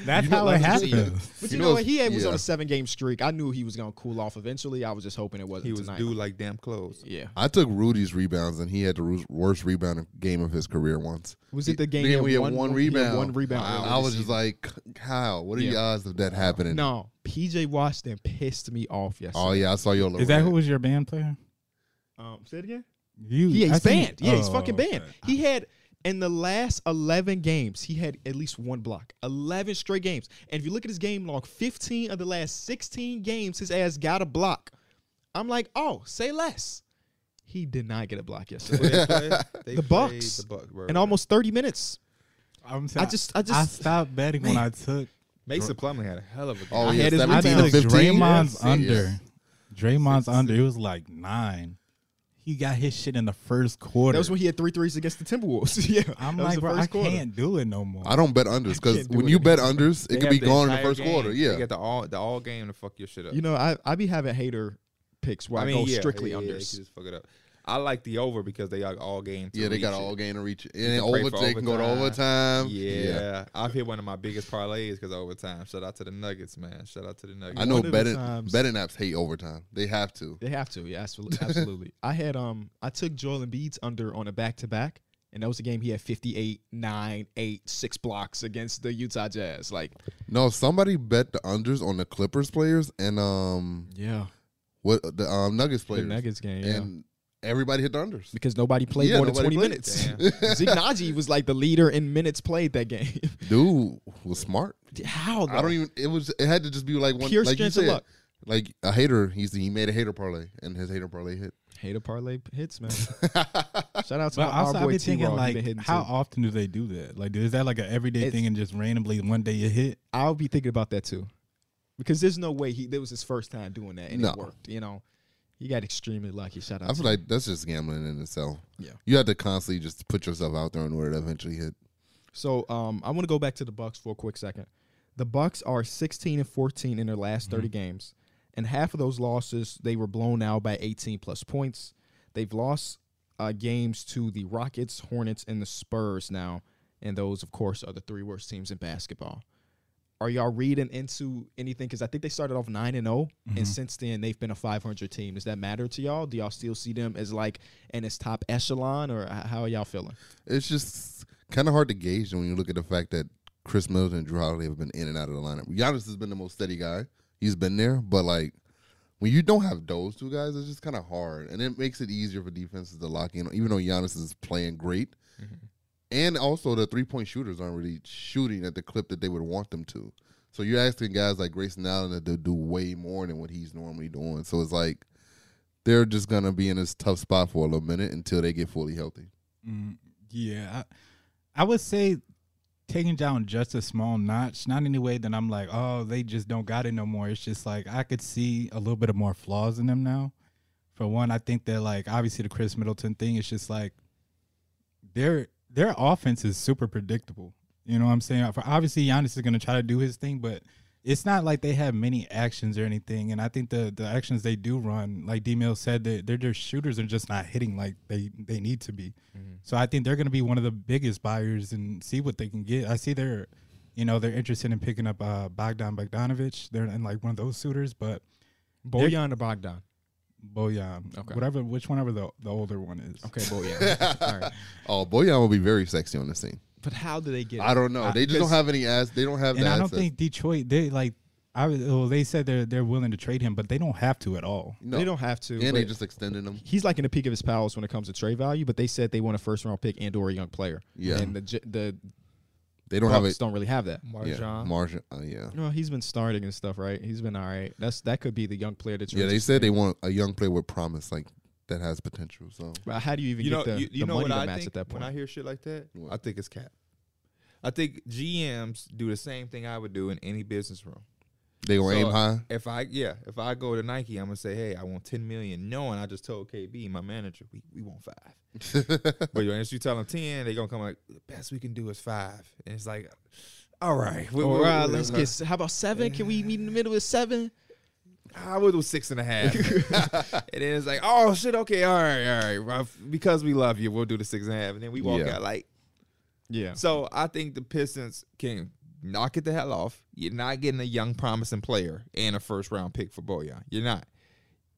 S4: That's
S1: You know
S4: how
S1: what
S4: it
S1: I'm saying?
S4: happens.
S3: But
S1: You
S3: you
S1: know
S3: know, what?
S1: it's-
S3: He had, was
S1: yeah.
S3: on a seven game streak. I knew he was gonna cool off eventually. I was just hoping it wasn't
S2: He was
S3: tonight.
S2: due like damn close.
S3: Yeah.
S1: I took Rudy's rebounds and he had the ru- worst rebound game of his career once.
S3: Was it the game?
S1: Then
S3: he had
S1: we had
S3: one-
S1: one,
S3: he had
S1: rebound.
S3: one rebound
S1: Wow.
S3: early
S1: I
S3: this
S1: was just like, Kyle, what are
S3: Yeah.
S1: the odds of that happening?
S3: No, PJ Washington pissed me off yesterday.
S1: Oh, yeah, I saw your little
S4: Is that
S1: red.
S4: who was your band player?
S3: Um, say it again.
S4: You?
S3: Yeah,
S4: I
S3: he's
S4: think-
S3: banned. Yeah, he's
S4: oh,
S3: fucking
S4: okay.
S3: banned. He had in the last eleven games, he had at least one block. Eleven straight games. And if you look at his game log, fifteen of the last sixteen games, his ass got a block. I'm like, oh, say less. He did not get a block yesterday.
S2: They played- they
S3: The
S2: played
S3: Bucks.
S2: The Bucks bro.
S3: in almost thirty minutes.
S4: I'm
S3: I
S4: sorry.
S3: just, I just,
S4: I stopped betting when I took
S2: Mason Plumlee had a hell of a game.
S1: Oh,
S3: I
S1: yeah,
S3: had his
S1: 17
S4: I
S3: Routine
S1: to
S4: took
S1: 15.
S4: Draymond's
S1: Yes,
S4: under.
S1: yes.
S4: Draymond's under. It was like nine. He got his shit in the first
S3: that
S4: quarter.
S3: was when he had three threes against the Timberwolves. yeah,
S4: I'm
S3: that was
S4: like,
S3: the
S4: bro, I
S3: first quarter.
S4: can't do it no more.
S1: I don't bet unders because
S3: can't do
S1: when
S3: it
S1: you bet unders,
S2: They
S1: it could
S2: have
S1: be gone in the
S2: entire
S1: first
S2: game.
S1: quarter. Yeah.
S2: they got the all the all game to fuck your shit up.
S3: You know, I I be having hater picks where I, go
S2: yeah,
S3: strictly
S2: yeah, yeah, they
S3: unders.
S2: could just fuck it up. I like the over because they got all game. To
S1: yeah, they
S2: reach
S1: got
S2: it.
S1: all game to reach. it. And
S2: can pray
S1: over,
S2: for
S1: they can go to
S2: overtime.
S1: overtime.
S2: Yeah. I've hit one of my biggest parlays because overtime. Shout out to the Nuggets, man. Shout out to the Nuggets.
S1: I know
S3: One of the
S1: betting
S3: times-
S1: betting apps hate overtime. They have to.
S3: They have to, yeah, absolutely. absolutely. I had um I took Joel Embiid's under on a back to back, and that was a game he had 58, 9, 8, 6 blocks against the Utah Jazz. Like,
S1: No, somebody bet the unders on the Clippers players and um
S3: yeah,
S1: what the um, Nuggets
S3: the
S1: players.
S3: Nuggets game, yeah.
S1: and everybody hit the unders.
S3: because nobody played
S1: Yeah,
S3: more than
S1: nobody
S3: 20
S1: played.
S3: minutes. Zeke Naji was like the leader in minutes played that game.
S1: Dude was smart.
S3: How though?
S1: I don't even. It was. It had to just be like one.
S3: Pure
S1: like you
S3: strength of
S1: said,
S3: luck.
S1: Like a hater. He's he made a hater parlay and his hater parlay hit.
S3: Hater parlay hits, man. Shout out to
S4: But
S3: my,
S4: also,
S3: our
S4: I've
S3: boy
S4: been
S3: T.
S4: thinking like,
S3: hitting
S4: how
S3: too.
S4: often do they do that? Like, is that like an everyday
S3: It's-
S4: thing and just randomly one day it hit?
S3: I'll be thinking about that too, because there's no way he. That was his first time doing that, and
S1: No.
S3: it worked. You know, he got extremely lucky. Shout out.
S1: I
S3: to
S1: feel like that's just gambling in itself.
S3: Yeah.
S1: You have to constantly just put yourself out there in order to eventually hit.
S3: So um, I want to go back to the Bucks for a quick second. The Bucks are 16 and 14 in their last 30 games, and half of those losses they were blown out by 18 plus points. They've lost uh, games to the Rockets, Hornets, and the Spurs now, and those, of course, are the three worst teams in basketball. are y'all reading into anything? Because I think they started off nine and 0
S4: Mhm.
S3: and since then they've been a five hundred team. Does that matter to y'all? Do y'all still see them as like in its top echelon, or h- how are y'all feeling?
S1: It's just kind of hard to gauge when you look at the fact that Chris Middleton and Drew Holiday have been in and out of the lineup. Giannis has been the most steady guy. He's been there, but like when you don't have those two guys, it's just kind of hard, and it makes it easier for defenses to lock in. Even though Giannis is playing great, and also the three point shooters aren't really shooting at the clip that they would want them to. So you're asking guys like Grayson Allen to do way more than what he's normally doing. So it's like they're just gonna be in this tough spot for a little minute until they get fully healthy.
S4: Mm, yeah, I, I would say taking down just a small notch, not in a way that I'm like, oh, they just don't got it no more. It's just like I could see a little bit of more flaws in them now. For one, I think that like obviously the Chris Middleton thing is just like their their offense is super predictable. You know what I'm saying? For obviously Giannis is gonna try to do his thing, but it's not like they have many actions or anything. And I think the the actions they do run, like D Mill said, that they're just shooters are just not hitting like they they need to be. So I think they're going to be one of the biggest buyers and see what they can get. I see they're, you know, they're interested in picking up uh, Bogdan Bogdanovich. They're in like one of those suitors, but
S3: Bojan or Bogdan?
S4: Bojan,
S3: Okay.
S4: whatever, which one ever the, the older one is.
S3: Okay, Bojan. All right.
S1: Oh, Boyan will be very sexy on this scene.
S3: But how do they get?
S1: I don't know. They just don't have any ass. They don't have
S4: And
S1: the
S4: I don't
S1: assets.
S4: think Detroit. They like, I was- well, they said they're they're willing to trade him, but they don't have to at all.
S1: no.
S3: They don't have to.
S1: And they
S3: but
S1: just extended them.
S3: he's like in the peak of his powers when it comes to trade value. But they said they want a first round pick and or a young player.
S1: Yeah.
S3: and the J- the
S1: They don't have
S3: Bucks
S1: it.
S3: don't really have that.
S1: Yeah,
S2: Marjan.
S1: Marjan. Uh, yeah.
S3: No, he's been starting and stuff, right? He's been all right. That's that could be the young player that you're.
S1: Yeah. They
S3: interested
S1: said they
S3: in.
S1: want a young player with promise, like that has potential. So
S3: But how do you even
S2: you know,
S3: get the,
S2: you, you
S3: the
S2: know
S3: money
S2: what
S3: to
S2: I
S3: match
S2: think
S3: at that point?
S2: when I hear shit like that?
S1: What?
S2: I think it's cap. I think GMs do the same thing I would do in any business room.
S1: they gonna
S2: So,
S1: aim high.
S2: If I yeah, if I go to Nike, I'm gonna say, hey, I want 10 million, knowing I just told KB, my manager, we, we want five. but once you tell them 10, they gonna come like, the best we can do is five, and it's like, all right, we-
S3: All
S2: we-
S3: right,
S2: we-
S3: uh, let's
S2: we-
S3: get. s- How about seven? Can we meet in the middle at seven?
S2: I would do six and a half, and then it's like, oh shit, okay, all right, all right, Well, because we love you, we'll do the six and a half, and then we walk
S1: Yeah.
S2: out like.
S3: Yeah.
S2: So I think the Pistons can knock it the hell off. You're not getting a young, promising player and a first round pick for Boyan. You're not.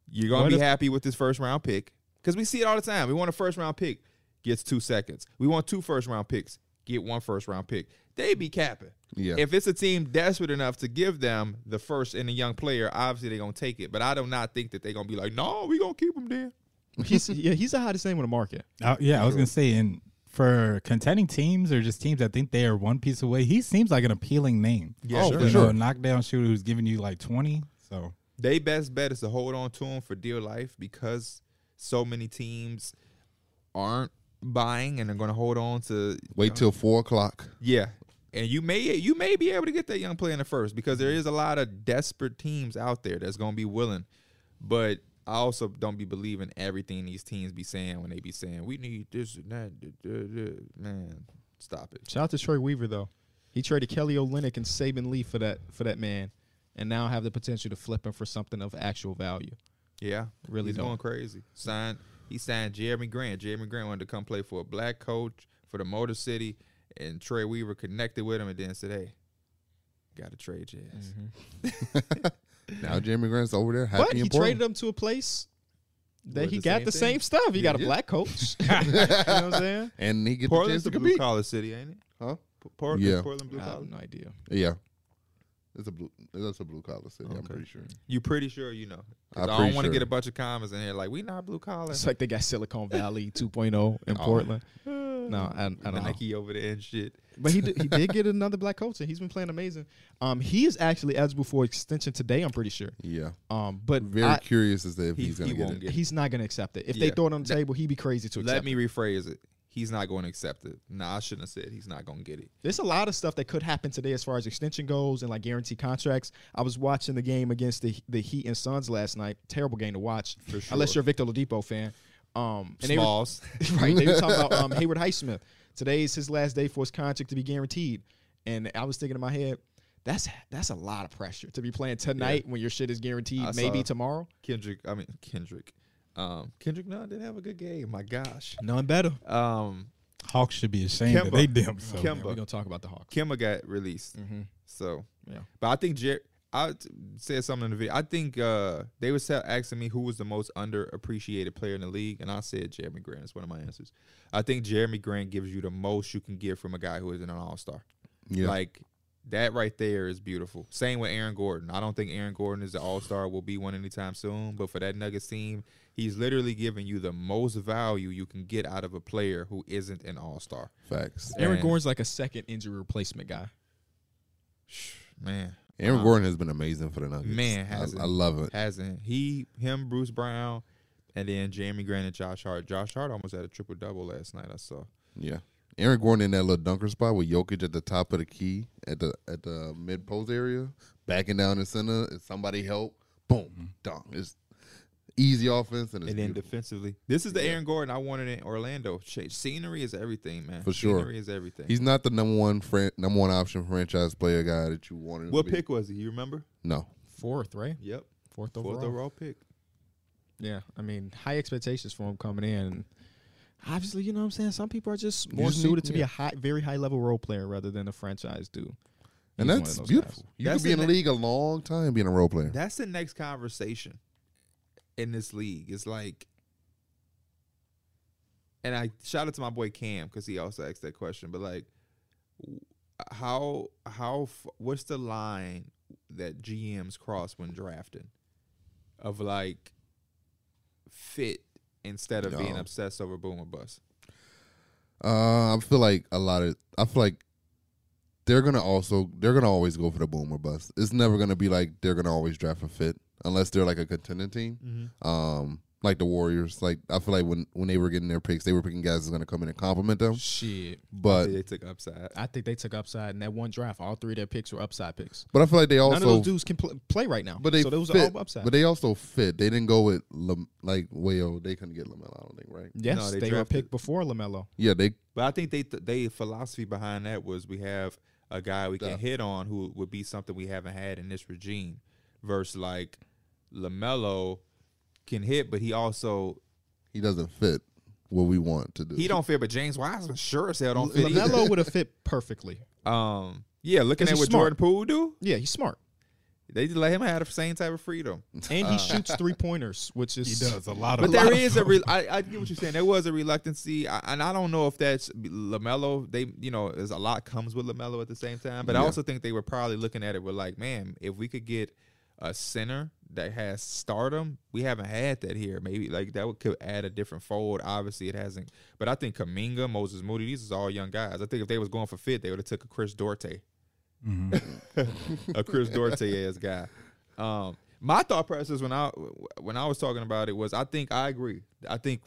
S2: You're gonna
S4: What
S2: be
S4: if-
S2: happy with this first round pick because we see it all the time. We want a first round pick, gets two seconds. We want two first round picks, get one first round pick. They be capping.
S1: Yeah.
S2: If it's a team desperate enough to give them the first and a young player, obviously they're gonna take it. But I do not think that they're gonna be like, no, we gonna keep him there.
S3: he's yeah he's the hottest name on the market.
S4: Uh, yeah, I was gonna say, and for contending teams or just teams that think they are one piece away, he seems like an appealing name.
S2: Yeah,
S3: Oh,
S2: sure.
S4: You
S2: Sure.
S4: know, a knockdown shooter who's giving you like twenty. So
S2: they best bet is to hold on to him for dear life because so many teams aren't buying and are going to hold on to
S1: Wait till four o'clock.
S2: yeah. And you may you may be able to get that young player in the first because there is a lot of desperate teams out there that's going to be willing, but I also don't be believing everything these teams be saying when they be saying we need this and that. duh, duh, duh." Man, stop it.
S3: Shout out to Troy Weaver though. He traded Kelly Olynyk and Saban Lee for that for that man, and now have the potential to flip him for something of actual value.
S2: Yeah,
S3: Really
S2: he's
S3: don't.
S2: going crazy. Signed, he signed Jeremy Grant. Jeremy Grant wanted to come play for a black coach for the Motor City, and Trey Weaver connected with him and then said, "Hey, got to trade your
S3: Mm-hmm.
S2: ass."
S1: Now Jeremy Grant's over there happy
S3: but he
S1: and poor.
S3: traded him to a place that
S2: With
S3: he
S2: the
S3: got
S2: same
S3: the
S2: thing.
S3: same stuff. He got a
S2: Yeah.
S3: black coach. you know what I'm saying?
S1: and he gets the chance
S2: Portland's
S1: to
S2: a blue
S1: compete.
S2: collar city, ain't it?
S1: Huh?
S2: P- Portland,
S1: Yeah.
S2: Portland blue
S3: I
S2: collar.
S3: have no idea.
S1: Yeah. It's a blue. That's a blue collar city. I'm pretty sure.
S2: You pretty sure you know?
S1: I'm
S2: 'Cause I
S1: pretty
S2: don't want to
S1: sure.
S2: get a bunch of comments in here like we not blue collar.
S3: It's like they got Silicon Valley 2.0 in Portland. No, I, I don't know.
S2: Oh. Nike over there and shit.
S3: But he did, he did get another black coach, and he's been playing amazing. Um, he is actually eligible for extension today. I'm pretty sure.
S1: Yeah.
S3: Um, but
S1: Very
S3: I-
S1: curious as to if
S2: He-
S1: he's gonna
S2: he
S1: get
S2: won't
S1: it.
S2: get
S3: he's not gonna accept it. If they
S2: Yeah.
S3: throw it on the
S2: Let-
S3: table, he'd be crazy to accept.
S2: Let me
S3: it.
S2: rephrase it. He's not going to accept it. No, I shouldn't have said he's not going to get it.
S3: There's a lot of stuff that could happen today as far as extension goes and like guarantee contracts. I was watching the game against the the Heat and Suns last night. Terrible game to watch,
S2: For
S3: unless
S2: sure.
S3: you're a Victor Oladipo fan. Um, and they were,
S2: Smalls.
S3: right, they were talking about um, Hayward Highsmith. Today is his last day for his contract to be guaranteed, and I was thinking in my head, that's that's a lot of pressure to be playing tonight when your shit is guaranteed.
S2: I
S3: maybe
S2: saw-
S3: tomorrow,
S2: Kendrick, I mean Kendrick. Um, Kendrick Nunn did have a good game. My gosh.
S3: none better.
S2: Um,
S4: Hawks should be ashamed that
S2: Kemba.
S4: they did so.
S2: Kemba.
S3: We're gonna talk about the Hawks.
S2: Kimba got released.
S3: Mm-hmm.
S2: So
S3: Yeah.
S2: but I think Jer- I t- said something in the video. I think uh, they were sa- asking me who was the most underappreciated player in the league, and I said Jeremy Grant is one of my answers. I think Jeremy Grant gives you the most you can give from a guy who isn't an All Star.
S1: Yeah.
S2: Like that right there is beautiful. Same with Aaron Gordon. I don't think Aaron Gordon is an all star, will be one anytime soon. But for that Nuggets team, he's literally giving you the most value you can get out of a player who isn't an all star.
S1: Facts.
S3: Aaron
S2: And-
S3: Gordon's like a second injury replacement guy.
S2: Man,
S1: Aaron
S2: Wow.
S1: Gordon has been amazing for the Nuggets.
S2: Man,
S1: I,
S2: has he.
S1: I love it.
S2: hasn't he? Him, Bruce Brown, and then Jeremy Grant and Josh Hart. Josh Hart almost had a triple double last night. I saw.
S1: Yeah. Aaron Gordon in that little dunker spot with Jokic at the top of the key at the at the mid post area, backing down the center. If somebody help, boom, dunk. It's easy offense and it's
S2: and then
S1: beautiful.
S2: defensively, this is the
S1: Yeah.
S2: Aaron Gordon I wanted in Orlando. Sh- Scenery is everything, man.
S1: For sure.
S2: scenery is everything.
S1: He's not the number one fran- number one option franchise player guy that you wanted. him
S2: what
S1: to be.
S2: pick was he? You remember?
S1: No,
S3: Fourth, right?
S2: Yep,
S3: Fourth overall.
S2: fourth overall pick.
S3: Yeah, I mean, high expectations for him coming in. Obviously, you know what I'm saying. Some people are just
S1: You
S3: more
S1: just need-
S3: suited to be
S1: yeah.
S3: a high, very high level role player rather than a franchise dude.
S1: and
S3: He's one
S1: that's
S3: of those
S1: beautiful.
S3: guys.
S1: You
S2: That's
S1: could be in
S2: the
S1: the
S2: ne-
S1: league a long time being a role player.
S2: That's the next conversation in this league. It's like, and I shout out to my boy Cam because he also asked that question. But like, w- how how f- what's the line that GMs cross when drafting of like fit instead of being
S1: No.
S2: obsessed over boom or bust?
S1: Uh, I feel like a lot of I feel like they're gonna also they're gonna always go for the boom or bust. It's never gonna be like they're gonna always draft a fit unless they're like a contending team.
S3: Mm-hmm.
S1: Um, like the Warriors. Like I feel like when when they were getting their picks, they were picking guys that's gonna come in and compliment them.
S3: Shit,
S1: But
S2: they took upside.
S3: I think they took upside in that one draft. All three of their picks were upside picks.
S1: but I feel like they
S3: None of those
S1: also
S3: dudes can pl- play right now.
S1: but they
S3: so those
S1: fit,
S3: are all upside.
S1: But they also fit. They didn't go with Lam, like well they couldn't get Lamelo. I don't think right.
S3: yes,
S2: No,
S3: they,
S2: they
S3: were
S2: drafted-
S3: picked before Lamelo.
S1: Yeah, they
S2: But I think they th- they philosophy behind that was we have a guy we can
S1: Yeah.
S2: hit on who would be something we haven't had in this regime, versus like Lamelo can hit, but he also
S1: he doesn't fit what we want to do.
S2: he don't fit. But James Wiseman sure as hell don't fit. either.
S3: Lamelo would have fit perfectly.
S2: Um, yeah, looking
S3: 'Cause
S2: at
S3: he's
S2: what
S3: smart.
S2: Jordan Poole do,
S3: Yeah, he's smart,
S2: they just let him have the same type of freedom.
S3: and he shoots three pointers, which is
S4: He does a lot
S2: But
S4: of.
S2: there is a re- I, I get what you're saying. There was a reluctancy, I, and I don't know if that's Lamelo. They, you know, there's a lot comes with Lamelo at the same time. But I
S1: Yeah.
S2: also think they were probably looking at it with like, man, if we could get a center that has stardom, we haven't had that here. Maybe like that would, could add a different fold. Obviously, it hasn't. But I think Kaminga, Moses Moody, these is all young guys. I think if they was going for fit, they would have took a Chris Dorte
S4: Mhm.
S2: a Chris Dorte ass guy. Um, my thought process when I when I was talking about it was I think I agree. I think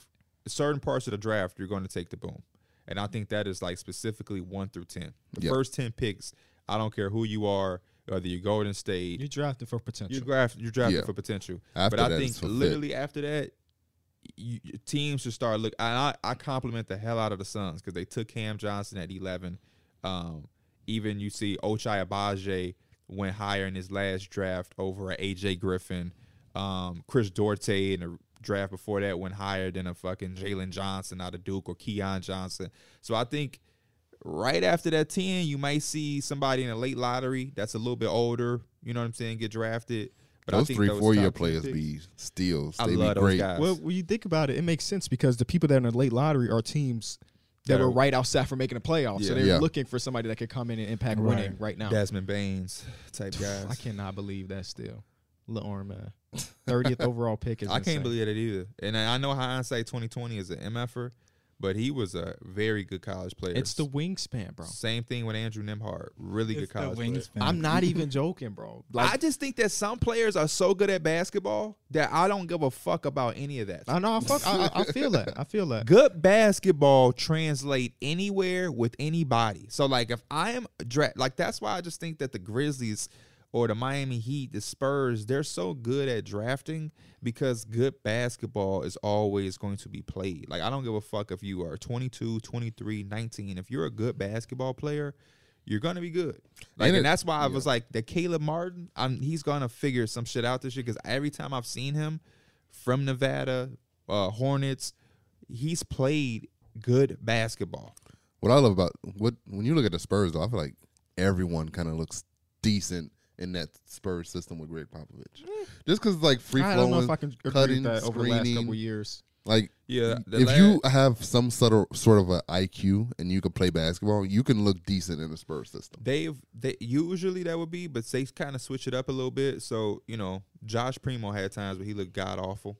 S2: certain parts of the draft you're going to take the boom, and I think that is like specifically one through ten. The
S1: Yep.
S2: first ten picks, I don't care who you are, whether you're Golden State,
S3: you drafted for
S2: you
S3: potential.
S2: draft you drafted
S1: Yeah.
S2: for potential.
S1: After
S2: but I
S1: that,
S2: think
S1: it's for fit.
S2: literally after that, you, your teams should start look. And I, I compliment the hell out of the Suns because they took Cam Johnson at eleven. Um, even you see Ochai Abaje went higher in his last draft over a AJ Griffin. Um, Chris Dorte in the draft before that went higher than a fucking Jalen Johnson out of Duke or Keon Johnson. So I think right after that 10, you might see somebody in a late lottery that's a little bit older, you know what I'm saying, get drafted. But I
S1: those
S2: think
S1: three
S2: those
S1: four year
S2: top ten
S1: players
S2: picks-
S1: be steals.
S2: I
S1: They
S2: love
S1: be
S2: those
S1: great.
S2: guys.
S3: Well, when you think about it, it makes sense because the people that are in the late lottery are teams that
S2: Yeah.
S3: were right outside for making a playoff. So
S2: Yeah.
S3: they're
S1: Yeah.
S3: looking for somebody that could come in and impact
S4: Right.
S3: winning right now.
S2: Desmond Baines type guys.
S3: I cannot believe that still. Le'Orn, man. 30th overall pick is
S2: I can't
S3: insane.
S2: believe that either. And I I know hindsight 2020 is an MFer, but he was a very good college player.
S3: It's the wingspan, bro.
S2: same thing with Andrew Nimhard. Really
S4: It's
S2: good
S4: the
S2: college player.
S4: wingspan.
S3: I'm not even joking, bro. Like
S2: I just think that some players are so good at basketball that I don't give a fuck about any of that.
S3: I know I fuck I, I- I feel that. I feel that.
S2: Good basketball translate anywhere with anybody. So like if I am dra- like that's why I just think that the Grizzlies or the Miami Heat, the Spurs, they're so good at drafting because good basketball is always going to be played. Like I don't give a fuck if you are 22, 23, 19. If you're a good basketball player, you're gonna be good.
S1: And
S2: Like, and,
S1: it-
S2: that's why I was like, the Caleb Martin, I'm, he's gonna figure some shit out this year because every time I've seen him from Nevada, uh, Hornets, he's played good basketball.
S1: what I love about what when you look at the Spurs, though, I feel like everyone kind of looks decent in that Spurs system with Greg Popovich, just because like free
S3: I don't know
S1: flowing,
S3: if I can agree
S1: cutting,
S3: with that over the last couple
S1: screening.
S3: years.
S1: like
S2: Yeah. the
S1: if
S2: la-
S1: you have some subtle sort of an IQ and you can play basketball, you can look decent in the Spurs system.
S2: they've they usually that would be, but they kind of switch it up a little bit. So you know, Josh Primo had times where he looked god awful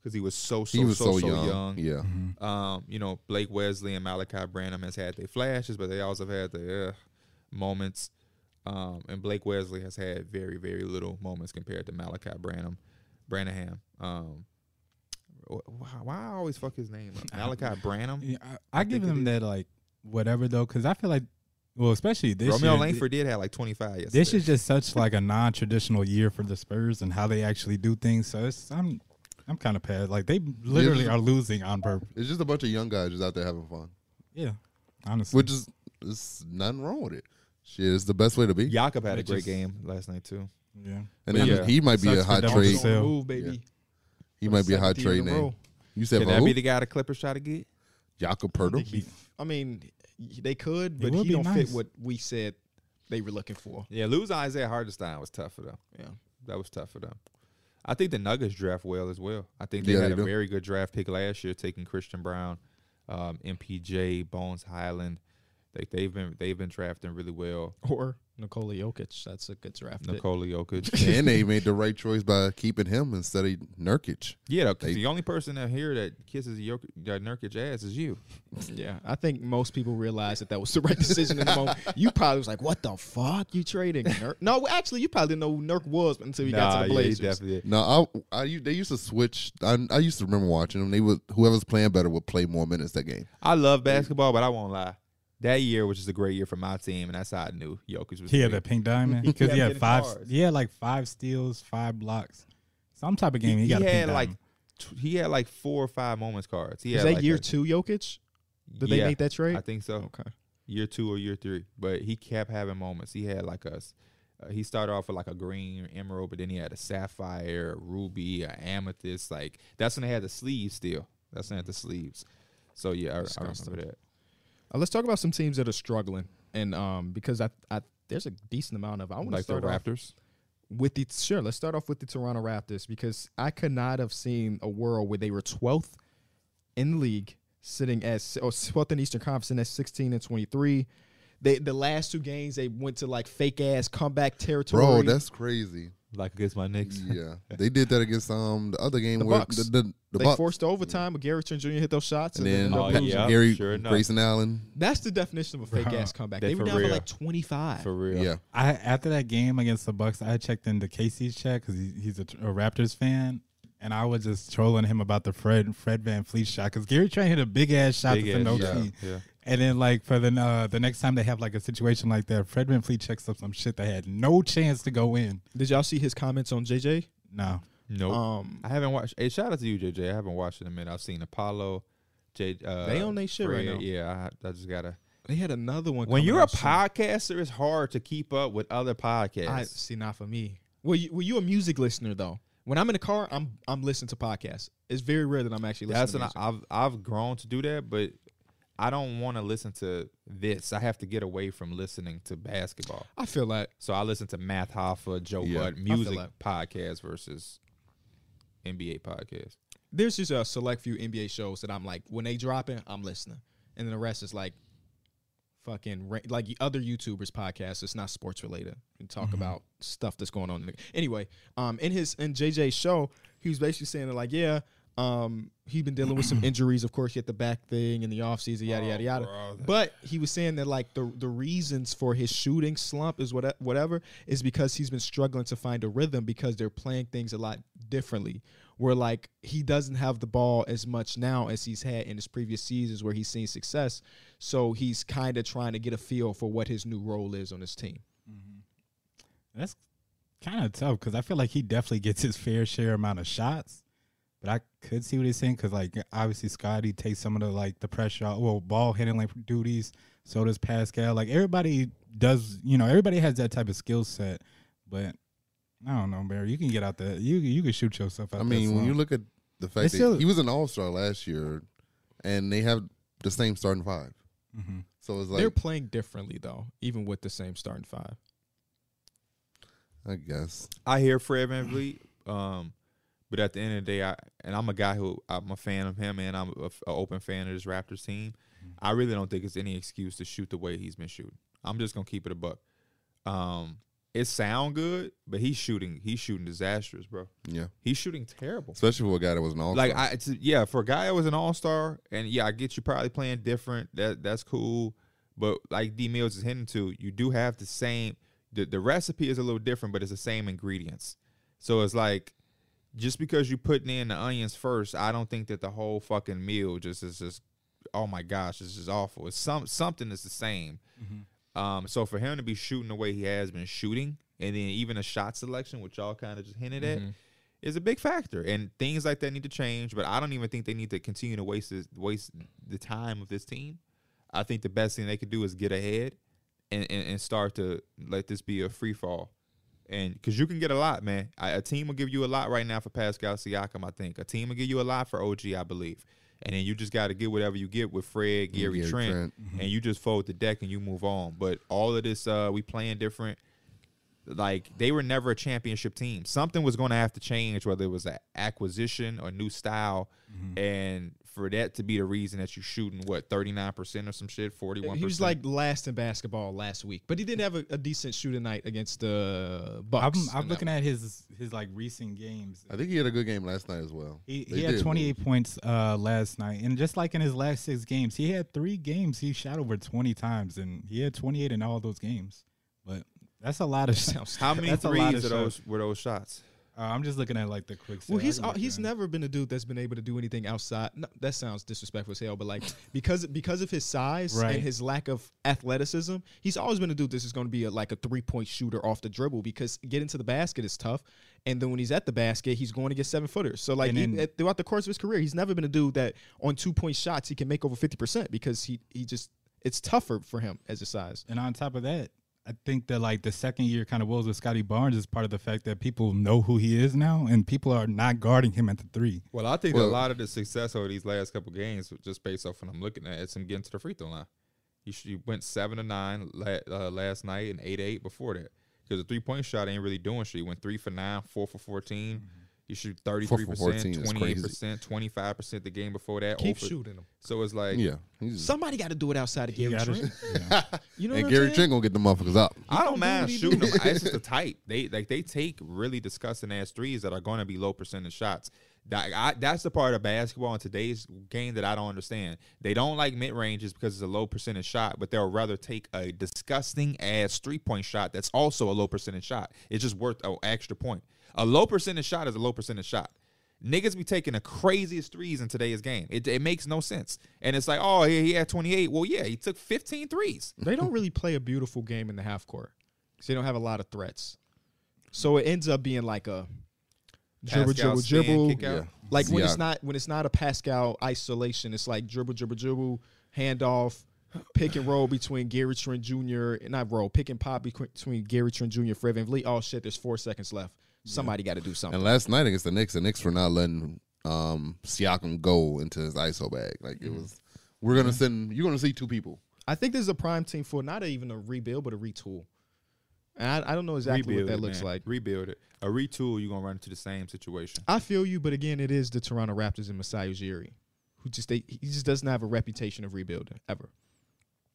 S2: because he was so so
S1: he was
S2: so,
S1: so,
S2: so young.
S1: young. yeah.
S2: Um, you know, Blake Wesley and Malachi Branham has had their flashes, but they also have had their uh, moments. Um, and Blake Wesley has had very, very little moments compared to Malachi Branham, Branham. Um, wh- wh- why I always fuck his name up? Malachi Branham.
S4: Yeah, I, I give
S2: e- think it
S4: them that like whatever though, because I feel like, well, especially this
S2: Romeo
S4: year,
S2: Langford did have like 25 yesterday.
S4: This is just such like a non-traditional year for the Spurs and how they actually do things. So it's I'm I'm kind of past. Like they literally
S1: Yeah.
S4: are losing on purpose.
S1: It's just a bunch of young guys just out there having fun,
S4: Yeah, honestly.
S1: which is there's nothing wrong with it. Shit, it's the best way to be.
S2: Jakob had a
S4: Which
S2: great
S4: is-
S2: game last night too.
S4: yeah.
S1: and then
S2: yeah.
S1: he might be a
S4: Sucks for
S1: hot
S4: them.
S1: trade.
S4: Also- Sell.
S3: Move, baby.
S1: Yeah. He might be a hot
S3: 17 in
S1: trade
S3: a
S1: name.
S3: row.
S1: You said
S2: Could
S1: for
S2: that be
S1: who?
S2: the guy the Clippers try to get?
S1: Jakob Purtle.
S4: He-
S3: I mean, y- they could,
S4: It
S3: but
S4: would
S3: he
S4: be
S3: don't fit
S4: nice.
S3: what we said they were looking for.
S2: Yeah, losing Isaiah Hardenstein was tough for them.
S3: Yeah.
S2: that was tough for them. I think the Nuggets draft well as well. I think they
S1: Yeah,
S2: had
S1: they
S2: a
S1: do.
S2: very good draft pick last year, taking Christian Brown, um, MPJ, Bones Highland. They, they've been they've been drafting really well.
S3: Or Nikola Jokic. That's a good draft. pick.
S2: Nikola Jokic.
S1: and they made the right choice by keeping him instead of Nurkic.
S2: yeah, though, 'cause
S1: They-
S2: the only person out here that kisses Jokic, that Nurkic ass is you.
S3: Yeah, I think most people realize that that was the right decision in the moment. You probably was like, "What the fuck, you trading?" Nurk? No, actually, you probably didn't know who Nurk was until he got to the Blazers.
S1: No, I, I, u- they used to switch. I, I used to remember watching them. They would whoever's playing better would play more minutes that game.
S2: I love basketball, but I won't lie. That year, which is a great year for my team, and that's how I knew Jokic was.
S4: He had
S2: great.
S4: that pink diamond because
S2: kept
S4: he had
S2: getting
S4: five.
S2: cards.
S4: He had like five steals, five blocks, some type of game. He,
S2: He,
S4: got a
S2: had
S4: pink
S2: like
S4: diamond.
S2: tw- he had like four or five moments cards. He
S3: Is
S2: had
S3: that
S2: like
S3: year
S2: a-
S3: two Jokic? Did
S2: yeah,
S3: they make that trade?
S2: I think so.
S3: okay.
S2: year two or year three, but he kept having moments. He had like us. Uh, he started off with like a green emerald, but then he had a sapphire, a ruby, a amethyst. Like that's when they had the sleeves still. That's when they had the
S3: Mm-hmm.
S2: sleeves. So yeah, I, I
S3: Disgusting.
S2: remember that.
S3: Uh, let's talk about some teams that are struggling, and um, because I, I there's a decent amount of I want to
S2: Like the
S3: start off
S2: Raptors.
S3: with the sure. Let's start off with the Toronto Raptors because I could not have seen a world where they were 12th in the league, sitting as or 12th in the Eastern Conference, and at 16 and 23. They, the last two games they went to like fake ass comeback territory.
S1: Bro, that's crazy.
S2: Like against my Knicks.
S1: Yeah, they did that against um the other game
S3: The
S1: where
S3: Bucks.
S1: the the, the
S3: they
S1: Bucks
S3: forced overtime, but Gary Trent Jr. hit those shots,
S1: and
S3: and, then
S1: then
S2: Oh,
S1: Pat-
S2: yeah,
S1: Gary
S2: sure enough.
S1: Grayson Allen.
S3: that's the definition of a fake
S4: Bruh,
S3: ass comeback.
S2: they
S3: They were
S2: for
S3: down for
S2: real.
S3: like 25.
S2: For real.
S1: Yeah,
S4: I after that game against the Bucks, I checked into Casey's chat because he, he's a, a Raptors fan, and I was just trolling him about the Fred Fred Van Fleet shot because Gary Trent hit a big ass shot
S2: Big
S4: that's an
S2: ass
S4: OT.
S2: shot, yeah.
S4: And then like for the uh, the next time they have like a situation like that, Fred Van Fleet checks up some shit that had no chance to go in.
S3: Did y'all see his comments on JJ?
S4: No,
S2: Nope.
S3: Um,
S2: I haven't watched. Hey, shout out to you, JJ. I haven't watched in a minute. I've seen Apollo. J, uh,
S3: They on they shit right
S2: Fred.
S3: now.
S2: Yeah, I, I just gotta.
S3: they had another one.
S2: When
S3: coming
S2: you're a
S3: out soon.
S2: podcaster, it's hard to keep up with other podcasts.
S3: I see not for me. Well, you, well, you a music listener though. When I'm in the car, I'm I'm listening to podcasts. It's very rare that I'm actually listening.
S2: That's
S3: to
S2: an
S3: music.
S2: I've I've grown to do that, but I don't want to listen to this. I have to get away from listening to basketball.
S3: I feel like
S2: So I listen to Math Hoffa, Joe
S1: Yeah.
S2: Budd, music
S3: that.
S2: podcast versus NBA podcast.
S3: there's just a select few NBA shows that I'm like when they dropping, I'm listening, and then the rest is like fucking ra- like other YouTubers' podcasts. It's not sports related and talk about stuff that's going on. in the- Anyway, um, in his in JJ's show, he was basically saying that like, yeah, um, he'd been dealing with some injuries. Of course, he had the back thing in the offseason, yada yada yada. But he was saying that like the the reasons for his shooting slump is what whatever is because he's been struggling to find a rhythm because they're playing things a lot differently. Where like he doesn't have the ball as much now as he's had in his previous seasons where he's seen success. So he's kind of trying to get a feel for what his new role is on his team.
S4: that's kind of tough because I feel like he definitely gets his fair share amount of shots. But I could see what he's saying because, like, obviously Scotty takes some of the like the pressure off. Well, ball handling duties. So does Pascal. Like everybody does. You know, everybody has that type of skill set. But I don't know, Barry. You can get out the. You you can shoot yourself. Out
S1: I mean when you look at the fact
S4: It's
S1: that
S4: still-
S1: he was an All Star last year, and they have the same starting five.
S4: mm-hmm.
S1: So it's
S3: They're
S1: like
S3: playing differently though, even with the same starting five.
S1: I guess
S2: I hear Fred Van Vliet, um, but at the end of the day, I and I'm a guy who I'm a fan of him, and I'm a, f- a open fan of this Raptors team. I really don't think it's any excuse to shoot the way he's been shooting. I'm just gonna keep it a buck. Um, it sound good, but he's shooting. He's shooting disastrous, bro.
S1: yeah,
S2: He's shooting terrible.
S1: especially for a guy that was an all
S2: Like I, it's, yeah, for a guy that was an all star, and yeah, I get you probably playing different. That that's cool, but like D Mills is hinting to, you do have the same. The, the recipe is a little different, but it's the same ingredients. So it's like, just because you putting in the onions first, I don't think that the whole fucking meal just is just, oh my gosh, it's just awful. It's some something that's the same. Um, so for him to be shooting the way he has been shooting, and then even a shot selection, which y'all kind of just hinted at, is a big factor. And things like that need to change. But I don't even think they need to continue to waste this, waste the time of this team. I think the best thing they could do is get ahead and, and, and start to let this be a free fall. And because you can get a lot, man. I, a team will give you a lot right now for Pascal Siakam. I think a team will give you a lot for OG. I believe. And then you just got to get whatever you get with Fred, Gary,
S1: Gary
S2: Trent,
S1: Trent.
S2: and you just fold the deck and you move on. But all of this, uh, we playing different like they were never a championship team. Something was going to have to change, whether it was an acquisition or new style, and for that to be the reason that you shooting what thirty nine percent or some shit, forty one.
S3: He was like last in basketball last week, but he didn't have a, a decent shooting night against the
S4: I'm,
S3: Bucks.
S4: I'm looking at his his like recent games.
S1: I think he had a good game last night as well.
S4: He,
S1: They
S4: he had
S1: did.
S4: 28 points uh, last night, and just like in his last six games, he had three games he shot over 20 times, and he had 28 in all those games. But that's a lot of shots.
S2: how many
S4: that's a lot
S2: threes
S4: of
S2: of those were those shots?
S4: Uh, I'm just looking at like the quick.
S3: Well,
S4: stats.
S3: he's
S4: I can
S3: uh,
S4: look
S3: he's
S4: it up.
S3: never been a dude that's been able to do anything outside. No, that sounds disrespectful as hell, but like because because of his size
S4: Right.
S3: and his lack of athleticism, he's always been a dude that's just going to be a, like a three point shooter off the dribble because getting to the basket is tough, and then when he's at the basket, he's going to get seven footers. So like
S4: And
S3: even
S4: then-
S3: at- throughout the course of his career, he's never been a dude that on two point shots he can make over fifty percent because he he just it's tougher for him as his size.
S4: And on top of that, I think that like the second year kind of woes with Scotty Barnes is part of the fact that people know who he is now, and people are not guarding him at the three.
S2: Well, I think
S1: that a
S2: a
S1: Well-
S2: lot of the success over these last couple games, just based off what I'm looking at, is him getting to the free throw line. He, sh- he went seven to nine la- uh, last night and eight to eight before that. Because the three point shot ain't really doing shit. He went three for nine, four for fourteen.
S1: Mm-hmm.
S2: You shoot thirty three
S1: 14
S2: percent,
S1: is
S2: twenty eight percent, twenty five percent the game before that.
S3: Keep
S2: Over-
S3: shooting him.
S2: So it's like
S1: Yeah, he's just-
S3: Somebody got to do it outside of Gary
S4: You gotta-
S3: Trent.
S4: yeah.
S3: You know
S1: and
S3: what I'm
S1: Gary
S3: saying?
S1: Trent gonna get the motherfuckers up.
S2: I
S3: don't
S2: don't
S3: do
S2: mind
S3: what he
S2: shooting
S3: do.
S2: them. It's just the type they like. They take really disgusting ass threes that are going to be low percentage shots. That, I, that's the part of basketball in today's game that I don't understand. They don't like mid ranges because it's a low percentage shot, but they'll rather take a disgusting ass three point shot that's also a low percentage shot. It's just worth an extra point. A low percentage shot is a low percentage shot. Niggas be taking the craziest threes in today's game. It, it makes no sense. And it's like, oh, he, he had 28. Well, yeah, he took 15 threes.
S3: they don't really play a beautiful game in the half court because they don't have a lot of threats. So it ends up being like a dribble,
S2: Pascal
S3: dribble,
S2: spin,
S3: dribble.
S2: kick out.
S1: Yeah,
S3: Like when
S1: Siak-
S3: it's not when it's not a Pascal isolation, it's like dribble, dribble, dribble, handoff, pick and roll between Gary Trent Jr. and not roll, pick and pop bequ- between Gary Trent Jr. and Fred VanVleet. Oh shit, there's four seconds left. Somebody got to do something.
S1: And last night against the Knicks, the Knicks were not letting um, Siakam go into his ISO bag. Like
S3: Mm.
S1: it was, we're gonna send. You're gonna see two people.
S3: I think this is a prime team for not even a rebuild, but a retool. And I, I don't know exactly
S2: rebuild
S3: what that
S2: it,
S3: looks
S2: man.
S3: like.
S2: Rebuild it. A retool, you're gonna run into the same situation.
S3: I feel you, but again, it is the Toronto Raptors and Masai Ujiri, who just they he just doesn't have a reputation of rebuilding ever.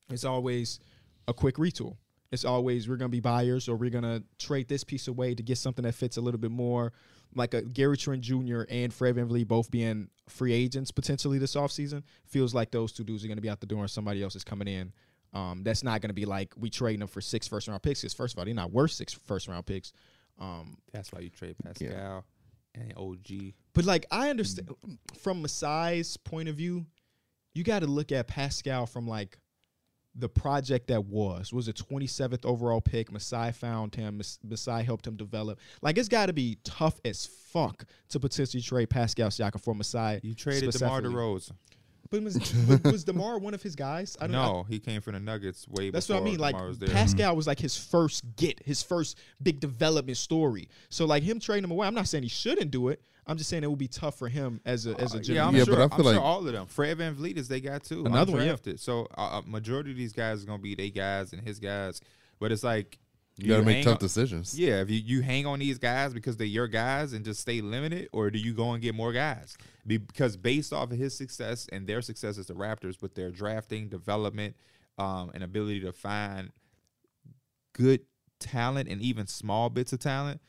S3: It's always a quick retool. It's always we're gonna be buyers or we're gonna trade this piece away to get something that fits a little bit more, like a Gary Trent Jr. and Fred VanVleet both being free agents potentially this offseason. Feels like those two dudes are gonna be out the door and somebody else is coming in. Um, that's not gonna be like we trading them for six first round picks. Because first of all, they're not worth six first round picks. Um,
S2: That's why you trade Pascal and OG.
S3: but like I understand
S2: Mm.
S3: from Masai's point of view, you got to look at Pascal from like the project that was was a 27th overall pick. Masai found him. Mas- Masai helped him develop. Like it's got to be tough as fuck to potentially trade Pascal Siakam for Masai.
S2: You traded DeMar
S3: specifically.
S2: DeRozan.
S3: But was, but was Demar one of his guys? I don't know.
S2: No, he came from the Nuggets way
S3: That's what
S2: before
S3: I mean. Like
S2: DeMar was there. Mm-hmm.
S3: Pascal was like his first get, his first big development story. So like him trading him away, I'm not saying he shouldn't do it. I'm just saying it will be tough for him as a as a
S2: Uh, yeah,
S3: general.
S2: I'm
S1: Yeah,
S2: sure.
S1: but I
S2: I
S1: feel like-
S2: all of them. Fred Van Vliet is they got too.
S3: Another one, yeah.
S2: undrafted. So uh, a majority of these guys are gonna be they guys and his guys. But it's like
S1: You got to make
S2: hang
S3: uh,
S1: tough
S2: on-
S1: decisions.
S2: Yeah, if you, you hang on these guys because they're your guys and just stay limited, or do you go and get more guys? Be- Because based off of his success and their success as the Raptors with their drafting, development, um, and ability to find good talent and even small bits of talent,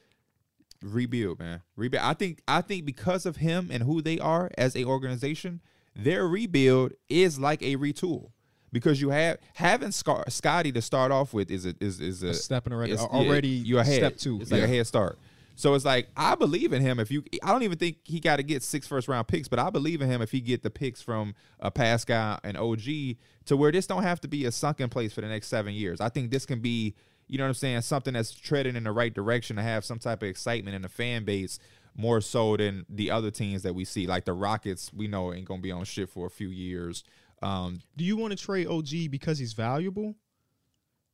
S2: rebuild, man, rebuild. I think I think because of him and who they are as a organization, their rebuild is like a retool. Because you have having Scar- Scotty to start off with is a, is is a,
S3: A step in the right-
S2: it's-
S3: already
S2: yeah, you're ahead.
S3: step two.
S2: It's like
S3: Yeah.
S2: a head start. So it's like I believe in him. If you, I don't even think he got to get six first round picks, but I believe in him if he get the picks from a Pascal and OG to where this don't have to be a sunken place for the next seven years. I think this can be, you know what I'm saying, something that's treading in the right direction to have some type of excitement in the fan base more so than the other teams that we see. Like the Rockets, we know ain't gonna be on shit for a few years. Um,
S3: Do you want to trade OG because he's valuable?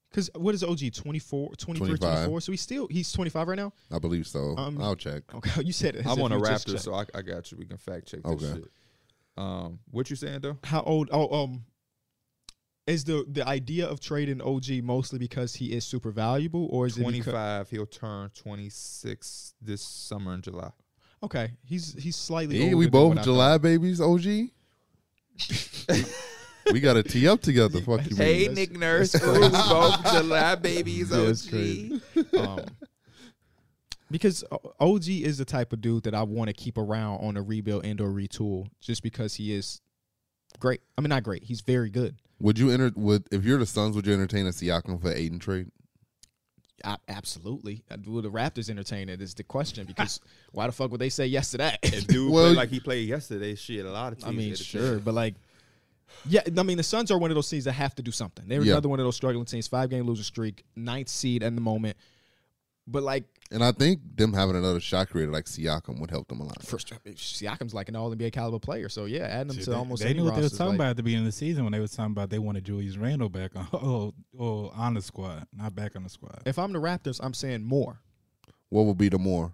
S3: Because what is OG 24, 23,
S1: 25.
S3: 24? So he's still he's 25 right now.
S1: I believe so.
S3: Um,
S1: I'll check.
S3: Okay, you said it. as
S2: I'm
S3: if
S2: on a
S3: you just
S2: Raptor,
S3: checked.
S2: so I, I got you. We can fact check this
S1: Okay.
S2: shit. Um, what you saying though?
S3: how old? Oh, um, is the the idea of trading OG mostly because he is super valuable, or is it because,
S2: 25. He'll turn 26 this summer in July.
S3: okay? He's he's slightly.
S1: Yeah,
S3: older
S1: we
S3: than what
S1: both
S3: I
S1: July babies, OG. we got to tee up together. Fuck you,
S3: Hey,
S1: man.
S3: Nick
S2: Nurse, who's both July babies.
S3: That's crazy. um, because O- OG is the type of dude that I want to keep around on a rebuild and or retool, just because he is great. I mean, not great. He's very good.
S1: Would you enter? Would if you're the Suns, would you entertain a Siakam for Aiden trade?
S3: I, absolutely. Uh, Will the Raptors entertain it? Is the question because why the fuck would they say yes to that?
S2: If dude
S1: Well-
S2: played like he played yesterday, shit, a lot of teams.
S3: I mean,
S2: did it.
S3: sure, but like, yeah, I mean, the Suns are one of those teams that have to do something. They're
S1: Yeah.
S3: another one of those struggling teams, five game losing streak, ninth seed at the moment. But like,
S1: And I think them having another shot creator like Siakam would help them a lot.
S3: first, Siakam's like an All NBA caliber player, so yeah, adding him
S4: Shit,
S3: to
S4: they,
S3: almost
S4: they
S3: any
S4: knew what they were
S3: roster.
S4: talking
S3: like,
S4: about at the beginning of the season when they were talking about they wanted Julius Randle back on oh, oh on the squad, not back on the squad.
S3: If I'm the Raptors, I'm saying more.
S1: What would be the more?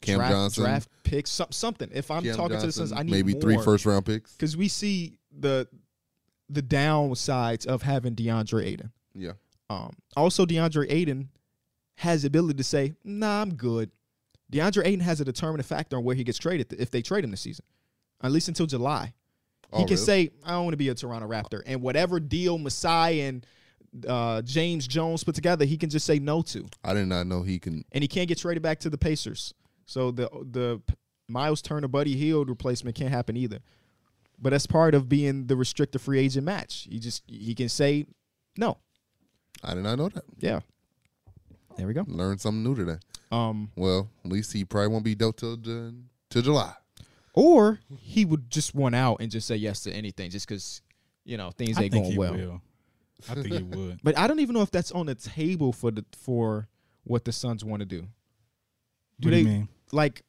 S1: Cam
S3: draft,
S1: Johnson,
S3: draft picks, some, something. If I'm
S1: Cam
S3: talking to the
S1: Johnson,
S3: Suns, I need
S1: maybe
S3: more.
S1: three first round picks.
S3: because we see the the downsides of having DeAndre Aiden.
S1: Yeah,
S3: Um, also, DeAndre Aiden has the ability to say, "Nah, I'm good." DeAndre Aiden has a determinant factor on where he gets traded th- if they trade him this season, at least until July.
S1: Oh,
S3: he can
S1: really?
S3: say, "I don't want to be a Toronto Raptor," and whatever deal Masai and uh, James Jones put together, he can just say no to,
S1: I did not know he can.
S3: and he can't get traded back to the Pacers. So the the P- Miles Turner, Buddy Hield replacement can't happen either. But that's part of being the restricted free agent match. He just he can say no.
S1: I did not know that.
S3: Yeah. There we go.
S1: Learned something new today.
S3: Um,
S1: Well, at least he probably won't be dealt till the, till July.
S3: or he would just want out and just say yes to anything, just because you know things
S4: I
S3: ain't
S4: think
S3: going
S4: he
S3: well.
S4: will. I think he would.
S3: But I don't even know if that's on the table for the for what the Suns want to do.
S4: Do
S3: they
S4: you mean?
S3: like?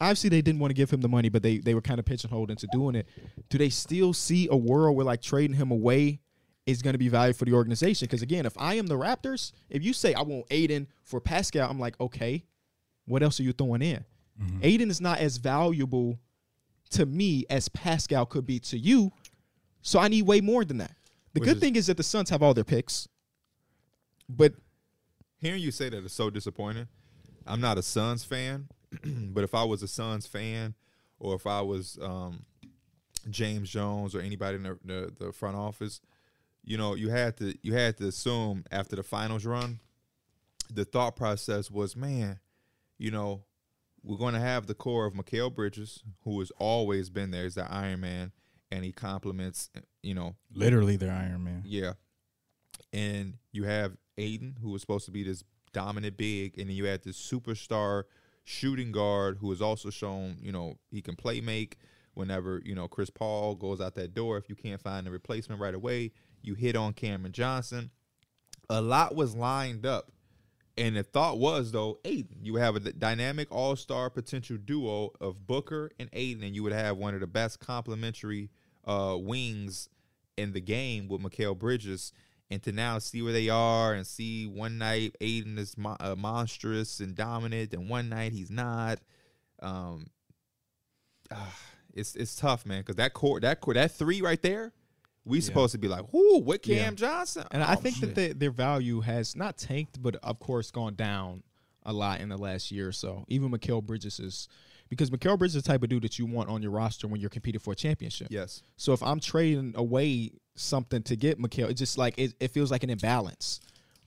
S3: Obviously, they didn't want to give him the money, but they they were kind of pigeonholed into doing it. Do they still see a world where like trading him away is going to be valuable for the organization? Because again, if I am the Raptors, if you say I want Aiden for Pascal, I'm like, okay, what else are you throwing in?
S2: Mm-hmm.
S3: Aiden is not as valuable to me as Pascal could be to you. So I need way more than that. The
S2: Which
S3: good
S2: is-
S3: thing is that the Suns have all their picks. But
S2: Hearing you say that is so disappointing. I'm not a Suns fan, but if I was a Suns fan, or if I was um, James Jones or anybody in the, the, the front office, you know, you had to you had to assume after the finals run, the thought process was, man, you know, we're going to have the core of Mikael Bridges, who has always been there. He's the Iron Man, and he complements, you know,
S4: Literally, they're Iron Man.
S2: yeah. And you have Aiden, who was supposed to be this dominant big, and then you had this superstar shooting guard who has also shown, you know, he can play make whenever, you know, Chris Paul goes out that door. If you can't find a replacement right away, you hit on Cameron Johnson. A lot was lined up. And the thought was though, Aiden, you would have a d- dynamic all-star potential duo of Booker and Aiden, and you would have one of the best complementary uh, wings in the game with Mikael Bridges. And to now see where they are and see one night Aiden is mo- uh, monstrous and dominant, and one night he's not. Um, ah, it's it's tough, man, because that core that core that three right there, we supposed to be like, whoo, what Cam
S3: Yeah.
S2: Johnson?
S3: And I
S2: Oh,
S3: think that
S2: shit.
S3: they, their value has not tanked, but of course gone down a lot in the last year or so. Even Mikael Bridges is because Mikael Bridges is the type of dude that you want on your roster when you're competing for a championship.
S2: yes,
S3: So if I'm trading away something to get Mikael, it's just like it, it feels like an imbalance.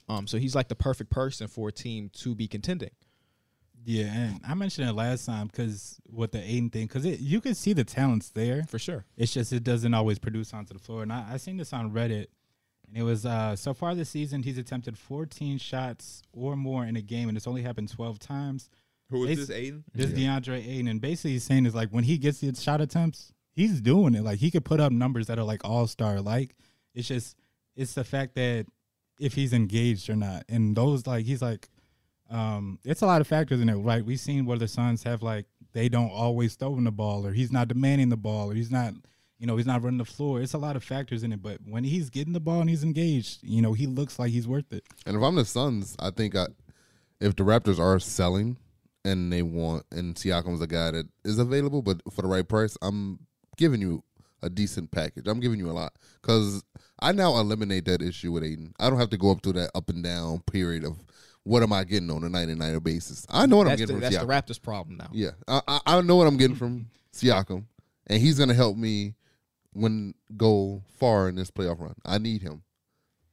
S3: Um, so he's like the perfect person for a team to be contending.
S4: Yeah, and I mentioned it last time because with the Aiden thing, because you can see the talents there.
S3: For sure.
S4: It's just it doesn't always produce onto the floor. And I, I seen this on Reddit, and it was uh, so far this season he's attempted 14 shots or more in a game, and it's only happened 12 times.
S2: who is
S4: It's-
S2: this Aiden?
S4: This DeAndre Aiden, and basically he's saying is like when he gets his shot attempts, he's doing it. Like he could put up numbers that are like all star. Like it's just it's the fact that if he's engaged or not, and those like he's like, um, it's a lot of factors in it. Right, we've seen where the Suns have like they don't always throw him the ball, or he's not demanding the ball, or he's not. You know, he's not running the floor. It's a lot of factors in it, but when he's getting the ball and he's engaged, you know, he looks like he's worth it.
S1: And if I'm the Suns, I think I, if the Raptors are selling and they want and Siakam's a guy that is available, but for the right price, I'm giving you a decent package. I'm giving you a lot because I now eliminate that issue with Aiden. I don't have to go up through that up and down period of what am I getting on a night and night basis. I know what I'm
S3: That's, the,
S1: getting
S3: that's the
S1: from Siakam.
S3: Raptors' problem now.
S1: yeah, I, I I know what I'm getting from Siakam, and he's gonna help me when go far in this playoff run. I need him.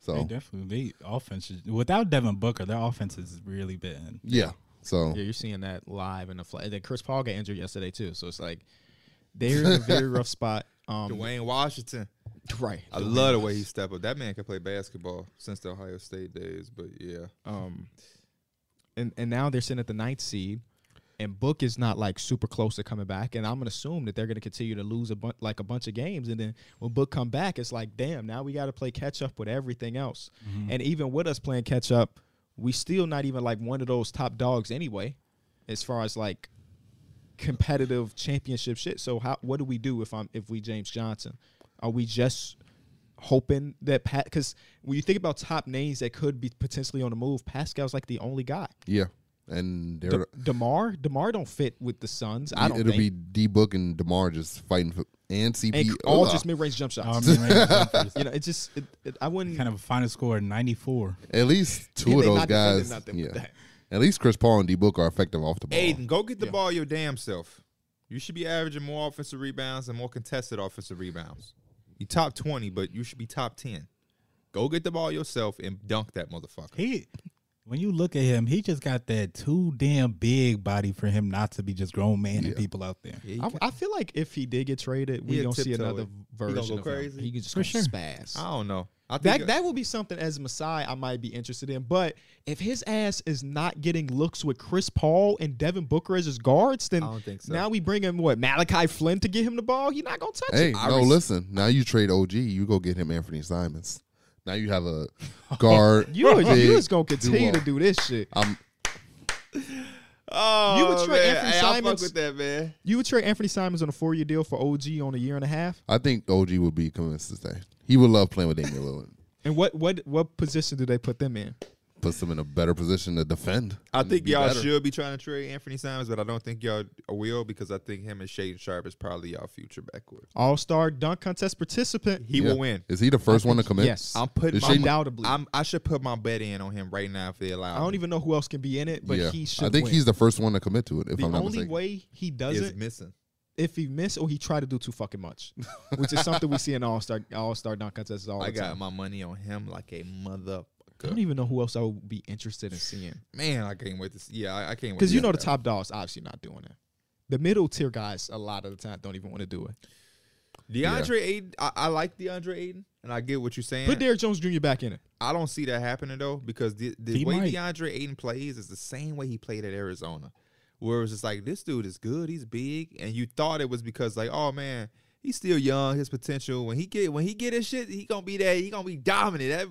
S4: They
S1: So
S4: definitely, they offense is- without Devin Booker, their offense is really bad.
S1: yeah, so
S3: Yeah, you're seeing that live in the flag. And then Chris Paul got injured yesterday too, so it's like they're in a very rough spot. Um,
S2: Dwayne Washington.
S3: right.
S2: I love the way he stepped up. That man can play basketball since the Ohio State days. But yeah,
S3: Um, and and now they're sitting at the ninth seed, and Book is not like super close to coming back. And I'm gonna assume that they're gonna continue to lose a bunch like a bunch of games. And then when Book come back, it's like, damn, now we got to play catch up with everything else. And even with us playing catch up, we still not even like one of those top dogs anyway, as far as like competitive championship shit. So how what do we do if I'm if we James Johnson? Are we just hoping that Pat? Because when you think about top names that could be potentially on the move, Pascal's like the only guy.
S1: Yeah, and
S3: De-
S1: they're,
S3: Demar, Demar don't fit with the Suns. I don't
S1: it'll
S3: think.
S1: be D Book and Demar just fighting for and oh, CP.
S3: and all
S1: Ugh.
S3: just mid range jump shots.
S4: Um, Rangers
S3: you know, it just it, it, I wouldn't.
S4: kind of a final score of 94.
S1: at least two
S3: Yeah,
S1: of
S3: they
S1: those
S3: not defending
S1: guys.
S3: nothing with
S1: Yeah.
S3: that.
S1: At least Chris Paul and D Book are effective off the ball.
S2: Aiden, go get the
S3: Yeah.
S2: ball your damn self. You should be averaging more offensive rebounds and more contested offensive rebounds. You top twenty, but you should be top ten. Go get the ball yourself and dunk that motherfucker.
S4: He, when you look at him, he just got that too damn big body for him not to be just grown man and people out there.
S2: Yeah, he
S3: I,
S2: can-
S3: I feel like if he did get traded, we
S2: He'd
S3: don't see
S2: tiptoe
S3: another
S2: it. He gonna
S3: version
S2: go
S3: of
S2: crazy.
S3: him. He could just
S4: For
S3: gonna
S4: sure.
S3: spaz.
S2: I don't know. I think
S3: That that will be something as Masai I might be interested in. But if his ass is not getting looks with Chris Paul and Devin Booker as his guards, then
S2: I don't think so.
S3: now we bring him what Malachi Flynn to get him the ball. He's not gonna touch
S1: Hey,
S3: it.
S1: no, listen. Now you trade OG, you go get him Anthony Simons. Now you have a guard.
S3: You was-
S1: big
S3: you was gonna continue
S1: duo.
S3: to do this shit.
S1: I'm
S2: oh,
S3: You would trade
S2: man.
S3: Anthony
S2: Hey, I fuck
S3: Simons-
S2: with that man.
S3: You would trade Anthony Simons on a four year deal for OG on a year and a half.
S1: I think OG would be convinced to stay. He would love playing with Damian Lillard.
S3: And what what what position do they put them in?
S1: Puts him in a better position to defend.
S2: I
S1: and
S2: think
S1: be
S2: y'all
S1: better.
S2: should be trying to trade Anthony Simons, but I don't think y'all will because I think him and Shaden Sharp is probably y'all future backward.
S3: All star dunk contest participant.
S2: He
S1: Yeah.
S2: will win.
S1: Is he the first one to commit?
S3: Yes,
S2: I'm putting
S1: Is
S2: my
S1: Shaden-
S3: undoubtedly.
S2: I'm, I should put my bet in on him right now if they allow.
S3: I don't
S2: me.
S3: even know who else can be in it, but
S1: yeah.
S3: he should.
S1: I think
S3: win.
S1: he's the first one to commit to it. If
S3: the
S1: I'm not
S3: only
S1: mistaken.
S3: way he does
S2: is
S3: it
S2: missing.
S3: if he missed or he tried to do too fucking much, which is something we see in all star all star dunk contests all the
S2: I got
S3: time.
S2: my money on him like a
S3: I don't
S2: motherfucker.
S3: even know who else I would be interested in seeing
S2: Man, I can't wait to see. Yeah, I, I can't wait.
S3: because
S2: to
S3: you
S2: see
S3: know the
S2: that.
S3: top dogs obviously not doing it. The middle tier guys a lot of the time don't even want to do it.
S2: DeAndre Aiden. I, I like DeAndre Aiden, and I get what you're saying.
S3: Put Derrick Jones Jr. back in it.
S2: I don't see that happening though because the, the
S4: He
S2: way
S4: might.
S2: DeAndre Aiden plays is the same way he played at Arizona, where it was just like this dude is good, he's big, and you thought it was because like oh man, he's still young, his potential when he get when he get his shit, he gonna be that, he gonna be dominant. That,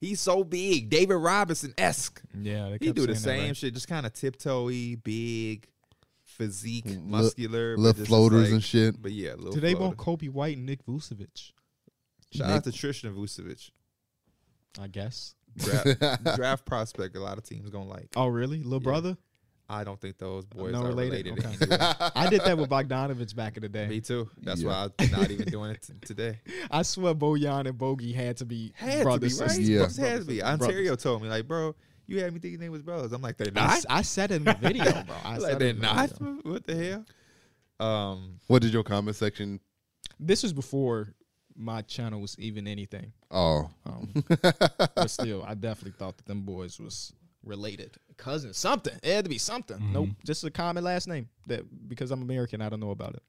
S2: he's so big, David Robinson esque.
S4: Yeah, they
S2: He do the same shit, just kind of tiptoey, big, physique, muscular, but just
S1: Little
S2: is
S1: floaters
S2: like-
S1: and shit.
S2: But yeah, little
S3: Do they
S2: floater.
S3: want Kobe White and Nick Vucevic?
S2: Shout out to Tristan Vucevic,
S3: I guess.
S2: draft, draft prospect. A lot of teams gonna like.
S3: Oh really, little brother?
S2: I don't think those boys
S3: No
S2: are
S3: related?
S2: related.
S3: Okay.
S2: in any way.
S3: I did that with Bogdanovich back in the
S2: Me
S3: day.
S2: too. That's
S1: Yeah.
S2: why I'm not even doing it t- today.
S3: I swear Bojan and Bogey had to be
S2: Had to be
S3: brothers.
S2: right.
S1: Yeah.
S2: Just had to be. Ontario told me like, bro, you had me thinking they was brothers. I'm like, they're
S3: I,
S2: not.
S3: I said it in the video, bro. I said
S2: like
S3: it
S2: they're
S3: in the
S2: not.
S3: video.
S2: What the hell? Um,
S1: What did your comment section?
S3: This was before my channel was even anything.
S1: Oh,
S3: Um, but still, I definitely thought that them boys was related, cousin, something. It had to be something. Nope, just a common last name. That because I'm American, I don't know about it.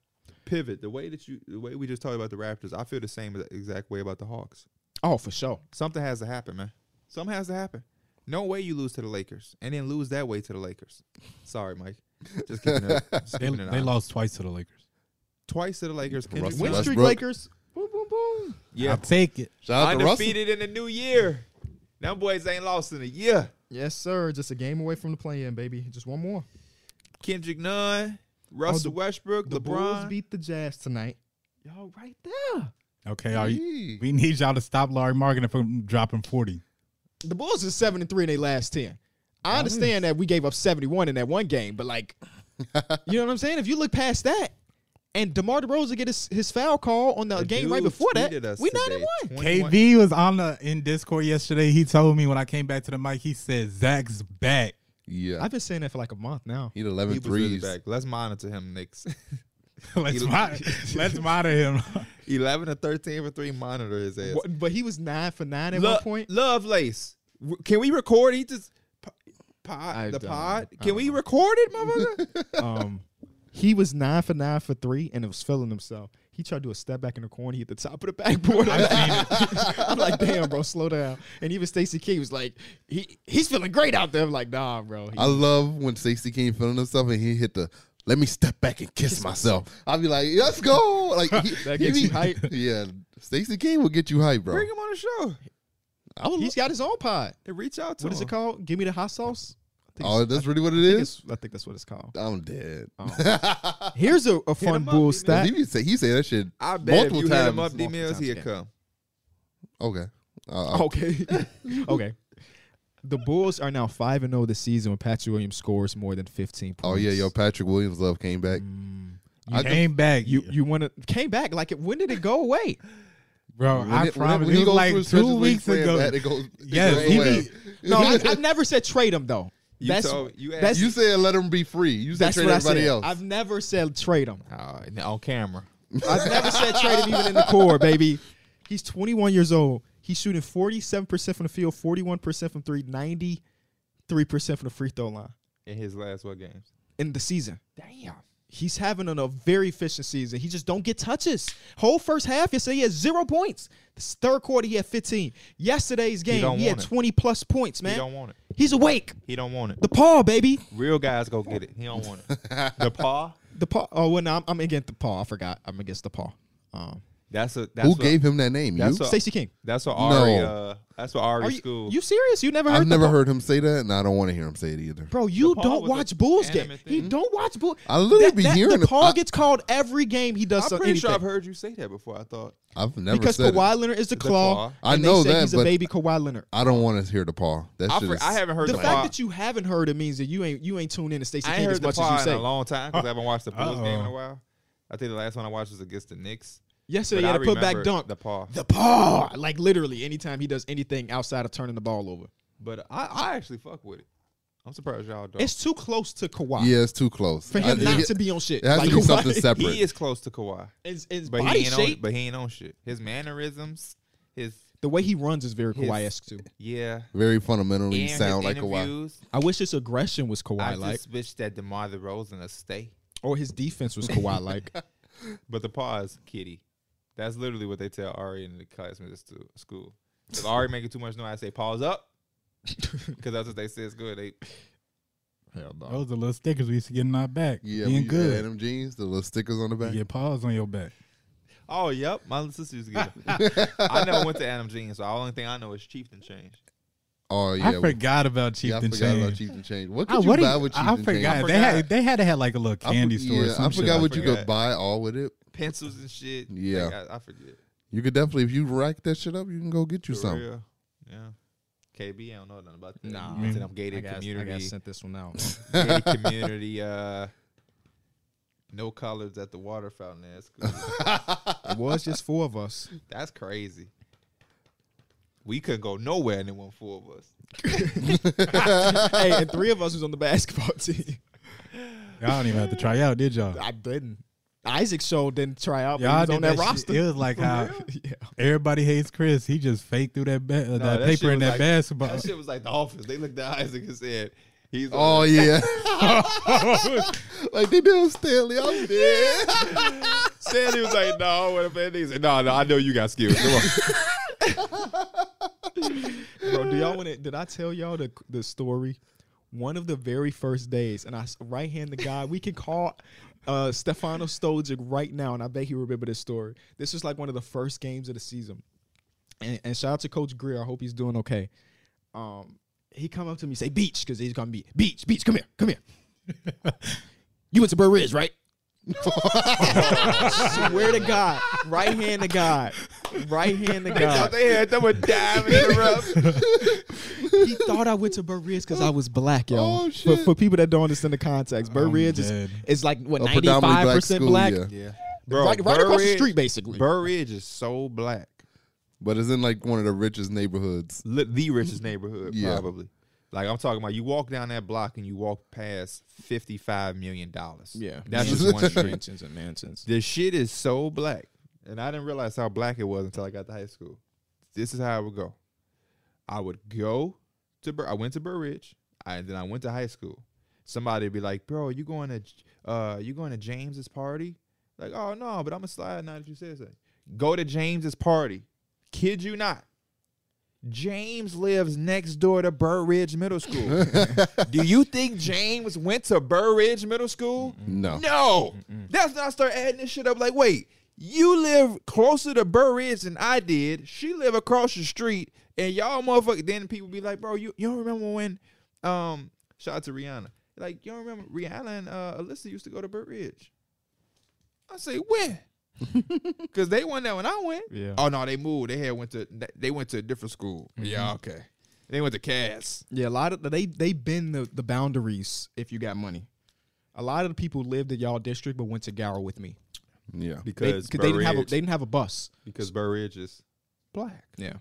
S2: pivot. The way that you, the way we just talked about the Raptors, I feel the same exact way about the Hawks.
S3: Oh, for sure.
S2: Something has to happen, man. Something has to happen. No way you lose to the Lakers and then lose that way to the Lakers. Sorry, Mike. Just keeping it. just
S4: They,
S2: keeping it
S4: they
S2: honest.
S4: lost twice to the Lakers.
S2: twice to the Lakers. Kendrick
S1: Russell
S2: Win
S3: Win
S1: Westbrook.
S3: streak Lakers. Boom, boom, boom.
S2: Yeah,
S4: I'll take it.
S1: shout out to
S2: undefeated in the new year. Them boys ain't lost in a year.
S3: Yes, sir. Just a game away from the play-in, baby. Just one more.
S2: Kendrick Nunn, Russell
S3: the-
S2: Westbrook,
S3: The Bulls
S2: LeBron.
S3: beat the Jazz tonight.
S2: Y'all right there.
S4: Okay, are
S1: Russell.
S4: you,
S1: Yee.
S4: we need y'all to stop Larry Markin from dropping 40.
S3: The Bulls is seven and three in their last ten. I understand that we gave up seventy one in that one game, but like, you know what I'm saying? If you look past that, and Demar Derozan get his, his foul call on the, game right
S2: dude
S3: before that,
S2: tweeted us
S3: we nine
S2: today.
S3: and one.
S2: 21
S4: KV was on the in Discord yesterday. He told me when I came back to the mic, he said Zach's back.
S1: Yeah,
S3: I've been saying that for like a month now.
S1: he had
S2: He
S1: 11
S2: was really
S1: threes.
S2: back. Let's monitor him, Knicks.
S4: let's
S2: He-
S4: monitor, let's monitor him.
S2: 11 or 13 for three, monitor his ass.
S3: What- but he was nine for nine at
S2: Lo-
S3: one point.
S2: Lovelace. W- Can we record? He just po- pod,
S3: I
S2: the
S3: don't
S2: pod.
S3: know. I
S2: Can we record it, motherfucker?
S3: Um, he was nine for nine for three, and it was feeling himself. He tried to do a step back in the corner. He hit the top of the backboard. I'm like, damn, bro, slow down. And even Stacey King was like, he he's feeling great out there. I'm like, nah, bro. He-
S1: I love when Stacey King feeling himself and he hit the. Let me step back and kiss myself. I'll be like, let's go. Like he,
S3: That
S1: he
S3: gets
S1: be-
S3: you hype.
S1: Yeah, Stacey King will get you hype, bro.
S2: Bring him on the show.
S1: I would
S3: he's got his own pod.
S2: And reach out to
S3: What
S2: him.
S3: is it called? Give me the hot sauce. I think
S1: Oh,
S3: it's-
S1: that's really what it
S3: I think
S1: is.
S3: it's- I think that's what it's called.
S1: I'm dead.
S3: Here's a, a fun
S2: him up,
S3: bull
S2: leave it.
S3: stat.
S1: he be say he say that shit
S2: I bet
S1: multiple
S2: if you hit him up,
S1: times.
S2: D Mills,
S3: multiple
S2: he'll
S3: times,
S2: come.
S1: Okay.
S3: Oh,
S1: Uh,
S3: Okay. okay. The Bulls are now 5 and 0 this season when Patrick Williams scores more than 15 points.
S1: oh yeah, yo, Patrick Williams love came back.
S4: You came back.
S3: You you want to came back like it, when did it go away?
S4: bro,
S1: When
S4: I
S1: it- when
S4: promise.
S1: when
S4: It was
S1: goes
S4: like
S1: through his
S4: two
S1: stretches where he
S4: weeks
S1: playing
S4: ago.
S1: bad, it goes- it
S4: Yes,
S1: goes
S4: he
S1: away.
S4: be-
S3: No, I, I've never said trade him though.
S2: You
S3: that's
S2: told- you asked-
S3: that's,
S1: you said let him be free. You said
S3: that's
S1: trade
S3: what I said.
S1: everybody else.
S3: I've never said trade him.
S2: Uh, on camera.
S3: I've never said trade him even in the core, baby. He's 21 years old. He's shooting 47% from the field, 41% from three, 93% from the free throw line
S2: In his last what games?
S3: in the season.
S2: Damn.
S3: He's having an- a very efficient season. He just don't get touches. Whole first half, yesterday he had zero points. This third quarter, he had 15. Yesterday's game,
S2: don't
S3: he, had
S2: want it.
S3: 20 plus points,
S2: He don't
S3: man.
S2: want it.
S3: He's awake.
S2: He don't want it.
S3: The paw, baby.
S2: Real guys go get it. He don't want it. the paw.
S3: The paw. Oh, well, no, I'm, I'm against the paw. I forgot. I'm against the paw. Um,
S2: That's a. That's
S1: Who
S2: a,
S1: gave him that name? You?
S2: That's a,
S3: Stacey King.
S2: That's what Ari.
S1: No.
S2: Uh, that's what Ari
S3: Are you,
S2: school.
S3: you serious? You never heard
S1: I've
S3: the
S1: never
S3: paw?
S1: heard him say that, and I don't want to hear him say it either.
S3: Bro, you
S2: paw
S3: don't
S2: was a
S3: watch Bulls game.
S2: animate
S3: He
S2: thing.
S3: don't watch Bulls.
S1: I literally be hearing
S3: the
S1: it.
S3: Paul
S1: I-
S3: gets called every game he does.
S2: I'm
S3: so-
S2: pretty sure I've
S3: anything.
S2: heard you say that before. I thought.
S1: I've never
S3: because
S1: said
S3: Kawhi
S1: it.
S3: Leonard is the,
S2: The
S3: claw.
S2: paw.
S3: and
S1: I
S3: they
S1: know
S3: say
S1: that,
S3: he's a
S1: but-
S3: baby Kawhi Leonard.
S1: I don't want to hear the Paul. That
S2: I,
S1: shit
S2: fr-
S1: is-
S2: I haven't heard
S3: the,
S2: the,
S3: fact
S2: paw.
S3: that you haven't heard it means that you ain't you ain't tuned in to Stacey
S2: I
S3: King
S2: ain't
S3: as
S2: heard the
S3: much as
S2: pod
S3: you
S2: in a
S3: say.
S2: long time because I haven't watched the Bulls game in a
S4: Uh-oh.
S2: while. I think the last one I watched was against the Knicks.
S3: Yesterday
S2: But
S3: he had
S2: I
S3: a put back
S2: remember
S3: dunk.
S2: The paw.
S3: The paw, like literally, anytime he does anything outside of turning the ball over,
S2: But I, I actually fuck with it. I'm surprised y'all don't.
S3: it's too close to Kawhi
S1: Yeah, it's too close.
S3: for
S1: I-
S3: him
S1: it-
S3: not
S1: it,
S3: to be on shit.
S1: it has
S3: like,
S1: to be
S3: Kawhi-
S1: something separate.
S2: he is close to Kawhi,
S3: His, his
S2: but
S3: body
S2: he ain't
S3: shape,
S2: on. But he ain't on shit. His mannerisms, his
S3: the way he runs is very
S2: His-
S3: Kawhi-esque too.
S2: yeah,
S1: Very fundamentally
S2: and
S1: sound
S2: his
S1: like Kawhi.
S2: interviews.
S3: I wish his aggression was
S2: I
S3: Kawhi
S2: just
S3: like,
S2: wish that DeMar DeRozan a stay.
S3: or his defense was Kawhi like.
S2: But the pause, kitty. That's literally what they tell Ari and the classmates to school. If Ari making too much noise, I say pause up because that's what they say is good. They
S3: Hell no.
S4: Those are little stickers we used to get in our back.
S1: Yeah,
S4: being
S1: we-
S4: good.
S1: yeah, them jeans, the little stickers on the
S4: You
S1: back.
S4: get paws on your back.
S2: oh yep, my little sister used to get. it. I never went to Adam Jeans, so the only thing I know is Chieftain change.
S1: Oh yeah,
S4: I forgot about Chief
S1: yeah, I
S4: and
S1: forgot
S4: Chain.
S1: about Chief and Change. What
S4: I,
S1: could
S4: what
S1: you
S4: do
S1: buy
S4: you-
S1: with Chief
S4: I
S1: and Change?
S4: forgot.
S2: I
S4: They had
S2: forgot.
S4: they had to have like a little
S1: I
S4: candy
S1: for-
S4: store. or
S1: yeah,
S4: some
S1: I
S4: shit
S1: forgot
S4: like
S1: what
S4: that.
S1: you could
S2: forgot.
S1: buy all with it.
S2: pencils and shit.
S1: Yeah.
S2: Like, I, I forget.
S1: You could definitely, if you rack that shit up, you can go get you
S2: For
S1: some.
S2: real. Yeah. KB, I don't know nothing about that.
S4: Mm.
S2: It's in them
S3: I
S2: gated
S3: got, I got
S2: community.
S3: sent this one out.
S2: gated community. Uh, no colors at the water fountain. That's cool.
S3: it was just four of us.
S2: That's crazy. We couldn't go nowhere and it wasn't four of us.
S3: hey, and three of us was on the basketball team.
S4: Y'all don't even have to try out, did y'all?
S3: I didn't. Isaac show didn't try out, but he
S4: Y'all
S3: was on
S4: did
S3: that,
S4: that shit.
S3: roster.
S4: It was like how
S3: yeah.
S4: everybody hates Chris. He just faked through that ba- uh, that
S2: that shit
S4: paper in
S2: was
S4: that
S2: like-
S4: basketball.
S2: That shit was like the office. They looked at Isaac and said, "He's
S1: oh yeah, like they do Stanley. I'm dead.
S2: Sandy was like, no, what if Andy said, no, no, I know you got skills. Come on.
S3: Bro, do y'all want to? Did I tell y'all the the story? One of the very first days, and I right hand the guy. We can call uh, Stefano Stojic right now, and I bet he remember this story. This was like one of the first games of the season, and, and shout out to Coach Greer. I hope he's doing okay. Um, he come up to me say Beach because he's gonna be Beach Beach. Come here, come here. you went to Burr Ridge, right? Swear to God, right hand to God, right hand to God.
S2: they had them a dime in the rough.
S3: he thought I went to Burr Ridge because I was black, yo.
S1: Oh,
S3: For,
S1: shit.
S3: for people that don't understand the context, Burr
S4: I'm
S3: Ridge is,
S4: dead.
S3: is like what
S1: A
S3: ninety
S1: predominantly
S3: five
S1: black
S3: percent
S1: school,
S3: black,
S1: yeah.
S2: Yeah.
S3: right, right across the
S2: Burridge-
S3: street, basically.
S2: Burridge is so black.
S1: But it's in like one of the richest neighborhoods.
S2: Li- The richest neighborhood,
S1: Yeah.
S2: probably. Like I'm talking about, you walk down that block and you walk past fifty-five million dollars.
S3: yeah,
S2: that's
S1: Yeah.
S2: just one street.
S3: mansions and mansions.
S2: The shit is so black, and I didn't realize how black it was until I got to high school. This is how I would go. I would go to Bur- I went to Burr Ridge, I, then I went to high school. Somebody would be like, "Bro, you going to J- uh, you going to James's party?" Like, "Oh no, but I'm a slide now that you said something." Go to James's party. Kid you not. James lives next door to Burr Ridge Middle School. Do you think James went to Burr Ridge Middle School?
S1: No.
S2: No. That's when I start adding this shit up. Like, wait, you live closer to Burr Ridge than I did. She live across the street, and y'all motherfucker. Then people be like, bro, you, you don't remember when? Um, shout out to Rihanna. Like, you don't remember Rihanna and uh, Alyssa used to go to Burr Ridge. I say when? Cause they went there when I went.
S4: Yeah.
S2: Oh no, they moved. They had went to they went to a different school. Yeah, okay. They went to Cass.
S3: Yeah, a lot of they they bend the, the boundaries if you got money. A lot of the people lived in y'all district but went to Gower with me
S1: Yeah.
S3: They-
S2: Because
S3: they didn't have a, they didn't have a bus.
S2: because Burr Ridge is black.
S3: Yeah,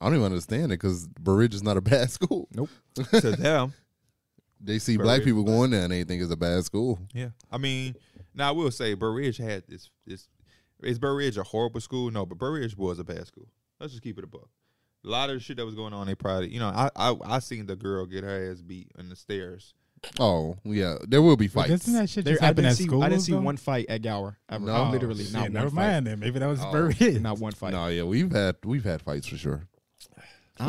S1: I don't even understand it because Burridge is not a bad school.
S3: Nope.
S2: to them.
S1: They see
S2: Burr
S1: black
S2: Ridge
S1: people going there and they think it's a bad school.
S2: Yeah. I mean, now I will say Burr Ridge had this this is Burr Ridge a horrible school? No, but Burr Ridge was a bad school. Let's just keep it above. A lot of the shit that was going on, they probably you know, I I, I seen the girl get her ass beat on the stairs.
S1: Oh yeah, there will be
S4: But
S1: fights.
S4: Doesn't that shit
S3: There-
S4: just
S3: I
S4: happen
S3: didn't
S4: at
S3: see
S4: school?
S3: I didn't see one fight at Gower ever.
S1: No.
S3: literally not one
S4: never
S3: fight.
S4: mind then. Maybe that was
S1: Oh.
S4: oh, Burridge.
S3: Not one fight.
S1: No, yeah, we've had we've had fights for sure.
S3: I,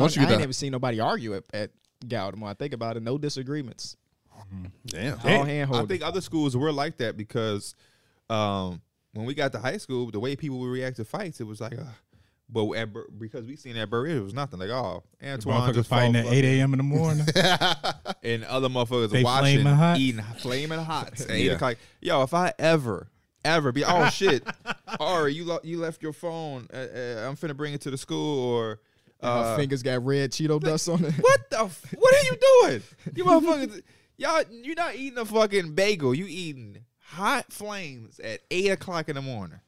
S1: Once
S3: Once
S1: you get
S3: I ain't
S1: that-
S3: never seen nobody argue at, at Gower. The more I think about it, no disagreements.
S1: Damn.
S3: All hand
S2: I
S3: holding.
S2: think other schools were like that because um, when we got to high school, the way people would react to fights, it was like, uh, but at, Bur- because we seen that Burr Ridge, it was nothing. Like, oh, Antoine
S4: Motherfuckers
S2: just
S4: fighting at
S2: fought-
S4: 8 a.m. in the morning.
S2: and other motherfuckers
S4: They
S2: watching,
S4: flaming hot.
S2: eating flaming hot at eight
S1: Yeah.
S2: o'clock. Yo, if I ever, ever be, oh shit, Ari, you lo- you left your phone. Uh, uh, I'm finna bring it to the school or.
S3: Her
S2: Uh,
S3: fingers got red Cheeto dust on it.
S2: what the? F- what are you doing? You motherfuckers, y'all, you're not eating a fucking bagel. You eating hot flames at eight o'clock in the morning.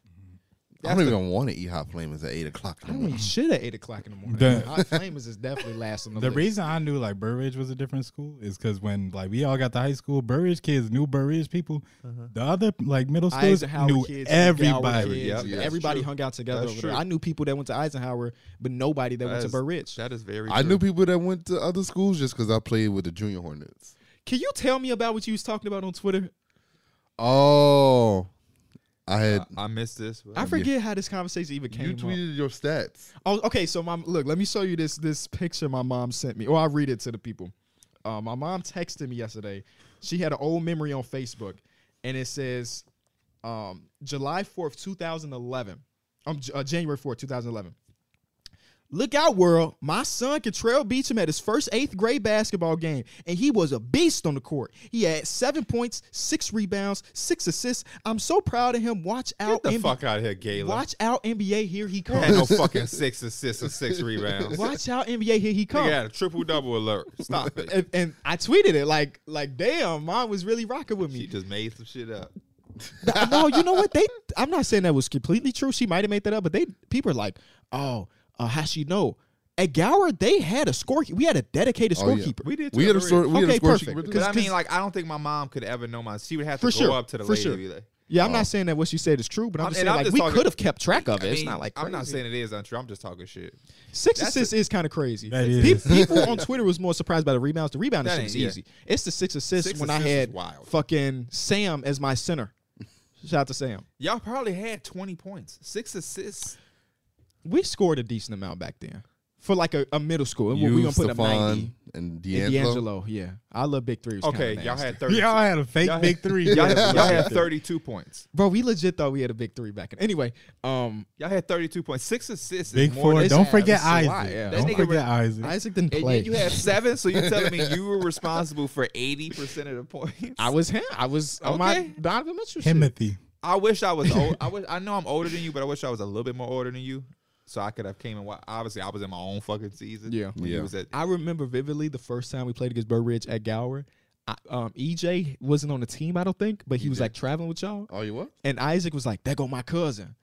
S1: I don't even want to eat hot flamers at eight o'clock. In
S3: I
S1: the
S3: don't
S1: morning.
S3: eat shit at eight o'clock in the morning.
S4: The-
S3: Hot flamers is definitely last on the,
S4: The
S3: list.
S4: reason I knew like Burridge was a different school is because when like we all got to high school, Burridge kids knew Burridge people.
S2: Uh-huh.
S4: The other like middle schools
S3: Eisenhower
S4: knew
S3: kids,
S4: everybody.
S3: Gower kids,
S2: Yep, yeah, that's
S3: everybody
S2: true.
S3: hung out together
S2: That's
S3: over there.
S2: true.
S3: I knew people that went to Eisenhower, but nobody that, went to
S2: is-
S3: Burr Ridge.
S2: That is very.
S1: I
S2: true.
S1: knew people that went to other schools just because I played with the junior hornets.
S3: Can you tell me about what you was talking about on Twitter?
S1: Oh, I had
S2: I, I missed this. but-
S3: I forget how this conversation even came
S1: you
S3: up.
S1: tweeted your stats.
S3: Oh, okay. So my look, let me show you this this picture my mom sent me. Or I'll read it to the people. Uh, my mom texted me yesterday. She had an old memory on Facebook, and it says um, July fourth, two thousand eleven. Um, J- uh, January fourth, two thousand eleven. Look out, world. My son Contrell Beecham at his first eighth grade basketball game, and he was a beast on the court. He had seven points, six rebounds, six assists. I'm so proud of him. Watch out,
S2: Get the
S3: NBA.
S2: fuck out of here, Galen.
S3: Watch out, NBA. Here he
S2: Had
S3: comes.
S2: no fucking six assists or six rebounds.
S3: Watch out, NBA. Here he
S2: Nigga
S3: comes.
S2: had a triple double alert. Stop it.
S3: And, and I tweeted it like, like, damn, mom was really rocking with
S2: She
S3: me.
S2: just made some shit up.
S3: no, you know what? They, I'm not saying that was completely true. She might have made that up, but they, people are like, oh, uh, how she know? At Gower, they had a score. We had a dedicated
S1: Oh, yeah.
S3: scorekeeper.
S2: We did.
S1: We had a
S2: too,
S1: score. We had a
S3: Okay,
S1: score
S3: perfect.
S1: sheet.
S2: Because I mean,
S3: Cause-
S2: like, I don't think my mom could ever know my. She would have to
S3: For
S2: go
S3: sure,
S2: up to the
S3: for
S2: lady.
S3: sure.
S2: and be like-
S3: Yeah, I'm not saying that what she said is true, but I'm,
S2: Oh. I'm-
S3: just
S2: and
S3: saying
S2: I'm
S3: like
S2: just
S3: we
S2: talking-
S3: could have kept track of it.
S2: I
S3: it's
S2: mean,
S3: not like
S2: I'm not
S3: crazy.
S2: saying it is untrue. I'm just talking shit.
S3: six
S2: that's
S3: assists is kind of crazy.
S4: That
S3: Pe-
S4: is.
S3: People on Twitter was more surprised by the rebounds. The rebound
S2: That
S3: shit
S2: ain't-
S3: is
S2: yeah.
S3: easy. It's the six assists
S2: Six
S3: when I
S2: assists is
S3: had
S2: wild.
S3: fucking Sam as my center. Shout out to Sam.
S2: Y'all probably had 20 points, six assists.
S3: We scored a decent amount back then for like a, a middle school. And
S1: You,
S3: we gonna put up
S1: Stephon,
S3: ninety.
S1: and
S3: And
S1: D'Angelo.
S3: D'Angelo, yeah, I love big threes.
S2: Okay, y'all had 32.
S4: Y'all had a fake
S2: Y'all
S4: big
S2: had-
S4: three.
S2: Y'all had,
S4: bro.
S2: y'all had 32 points.
S3: bro. We legit thought we had a big three back in. Anyway, um,
S2: Y'all had 32 points. Six assists.
S4: Big
S2: is more
S4: four.
S2: Than,
S3: it's-
S4: Don't forget
S3: it's a lot,
S4: Isaac.
S3: yeah.
S2: That
S4: Don't
S2: nigga
S4: forget
S2: re-
S4: Isaac.
S3: Isaac didn't
S2: and
S3: play.
S2: yet you had seven, so you're telling me you were responsible for 80% of the points?
S3: I was him. I was on my
S2: Okay.
S3: Donovan Mitchell. shit.
S4: Timothy.
S2: I wish I was old. I wish I know I'm older than you, but I wish I was a little bit more older than you, so I could have came and wa- obviously I was in my own fucking season.
S3: Yeah.
S2: when you
S1: Yeah.
S2: was at-
S3: I remember vividly the first time we played against Burr Ridge at Gower. I, um, EJ wasn't on the team, I don't think, but
S2: E
S3: he was like traveling with y'all.
S1: Oh, you what?
S3: And Isaac was like, "There go my cousin,"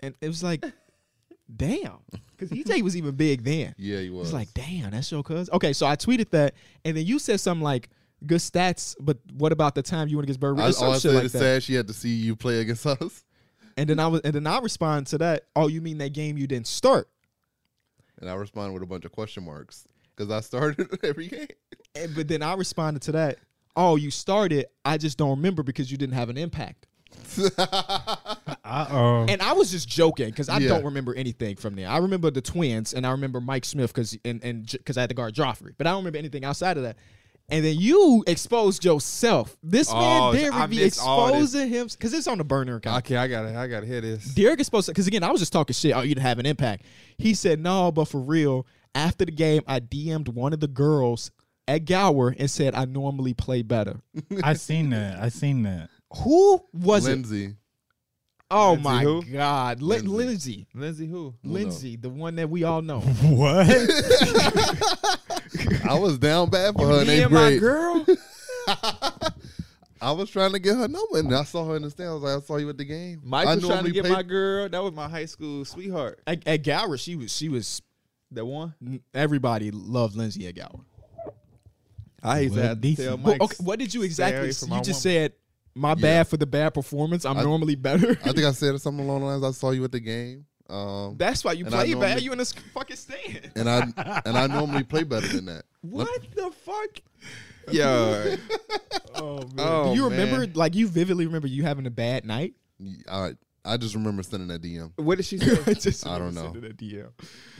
S3: and it was like, "Damn," because EJ was even big then.
S1: Yeah, you was.
S3: It's like, "Damn, that's your cousin." Okay, so I tweeted that, and then you said something like, "Good stats, but what about the time you went against Burr Ridge?"
S1: I,
S3: Or
S1: all
S3: Some
S1: I
S3: shit
S1: said
S3: like
S1: is
S3: that.
S1: sad she had to see you play against us,
S3: And then I was, and then I respond to that, "Oh, you mean that game you didn't start?"
S1: and I responded with a bunch of question marks because I started every game.
S3: And, but then I responded to that, "Oh, you started. I just don't remember because you didn't have an impact."
S4: Uh oh.
S3: And I was just joking because I
S1: Yeah.
S3: don't remember anything from there. I remember the twins, and I remember Mike Smith because and and because I had to guard Joffrey, but I don't remember anything outside of that. And then you exposed yourself. This
S2: Oh, I
S3: man Derrick be
S2: missed all this.
S3: exposing him because it's on the burner account.
S2: okay, I gotta, I gotta hear this.
S3: Derrick exposed because again, I was just talking shit. Oh, you didn't have an impact. He said no, but for real, after the game, I DM'd one of the girls at Gower and said I normally play better.
S4: I seen that. I seen that.
S3: Who was it?
S1: Lindsay,
S3: Oh
S2: Lindsay
S3: my
S2: who?
S3: God, Lin-
S1: Lindsay.
S3: Lindsay.
S2: Lindsay, who?
S1: Who knows?
S3: Lindsay, the one that we all know.
S4: What?
S1: I was down bad for her in
S2: Me
S1: eighth
S2: and my
S1: grade.
S2: girl.
S1: I was trying to get her number, and I saw her in the stand. I was like, I saw you at the game.
S2: Mike
S1: I
S2: was trying to
S1: normally
S2: get
S1: play-
S2: my girl. That was my high school sweetheart.
S3: at, at Gower, she was she was mm,
S2: That one.
S3: everybody loved Lindsay at Gower.
S2: I hate
S4: Well,
S2: to have to
S4: decent.
S2: tell
S4: Well,
S2: Mike.
S3: okay, what did you exactly?
S2: away
S3: s-
S2: from
S3: You
S2: my
S3: just
S2: woman.
S3: said my
S1: Yeah.
S3: bad for the bad performance. I'm
S1: I-
S3: normally better.
S1: I think I said something along the lines. I saw you at the game. Um,
S3: That's why you
S1: and I
S3: play bad.
S1: normally-
S3: You in this fucking stand.
S1: and I and I normally play better than that.
S2: What the fuck? Yo,
S3: Oh man.
S2: Oh,
S3: Do you remember?
S2: man.
S3: Like you vividly remember you having a bad night?
S1: I I just remember sending that DM.
S2: what did she say?
S3: just
S1: I don't
S3: remember
S1: know.
S3: sending a DM.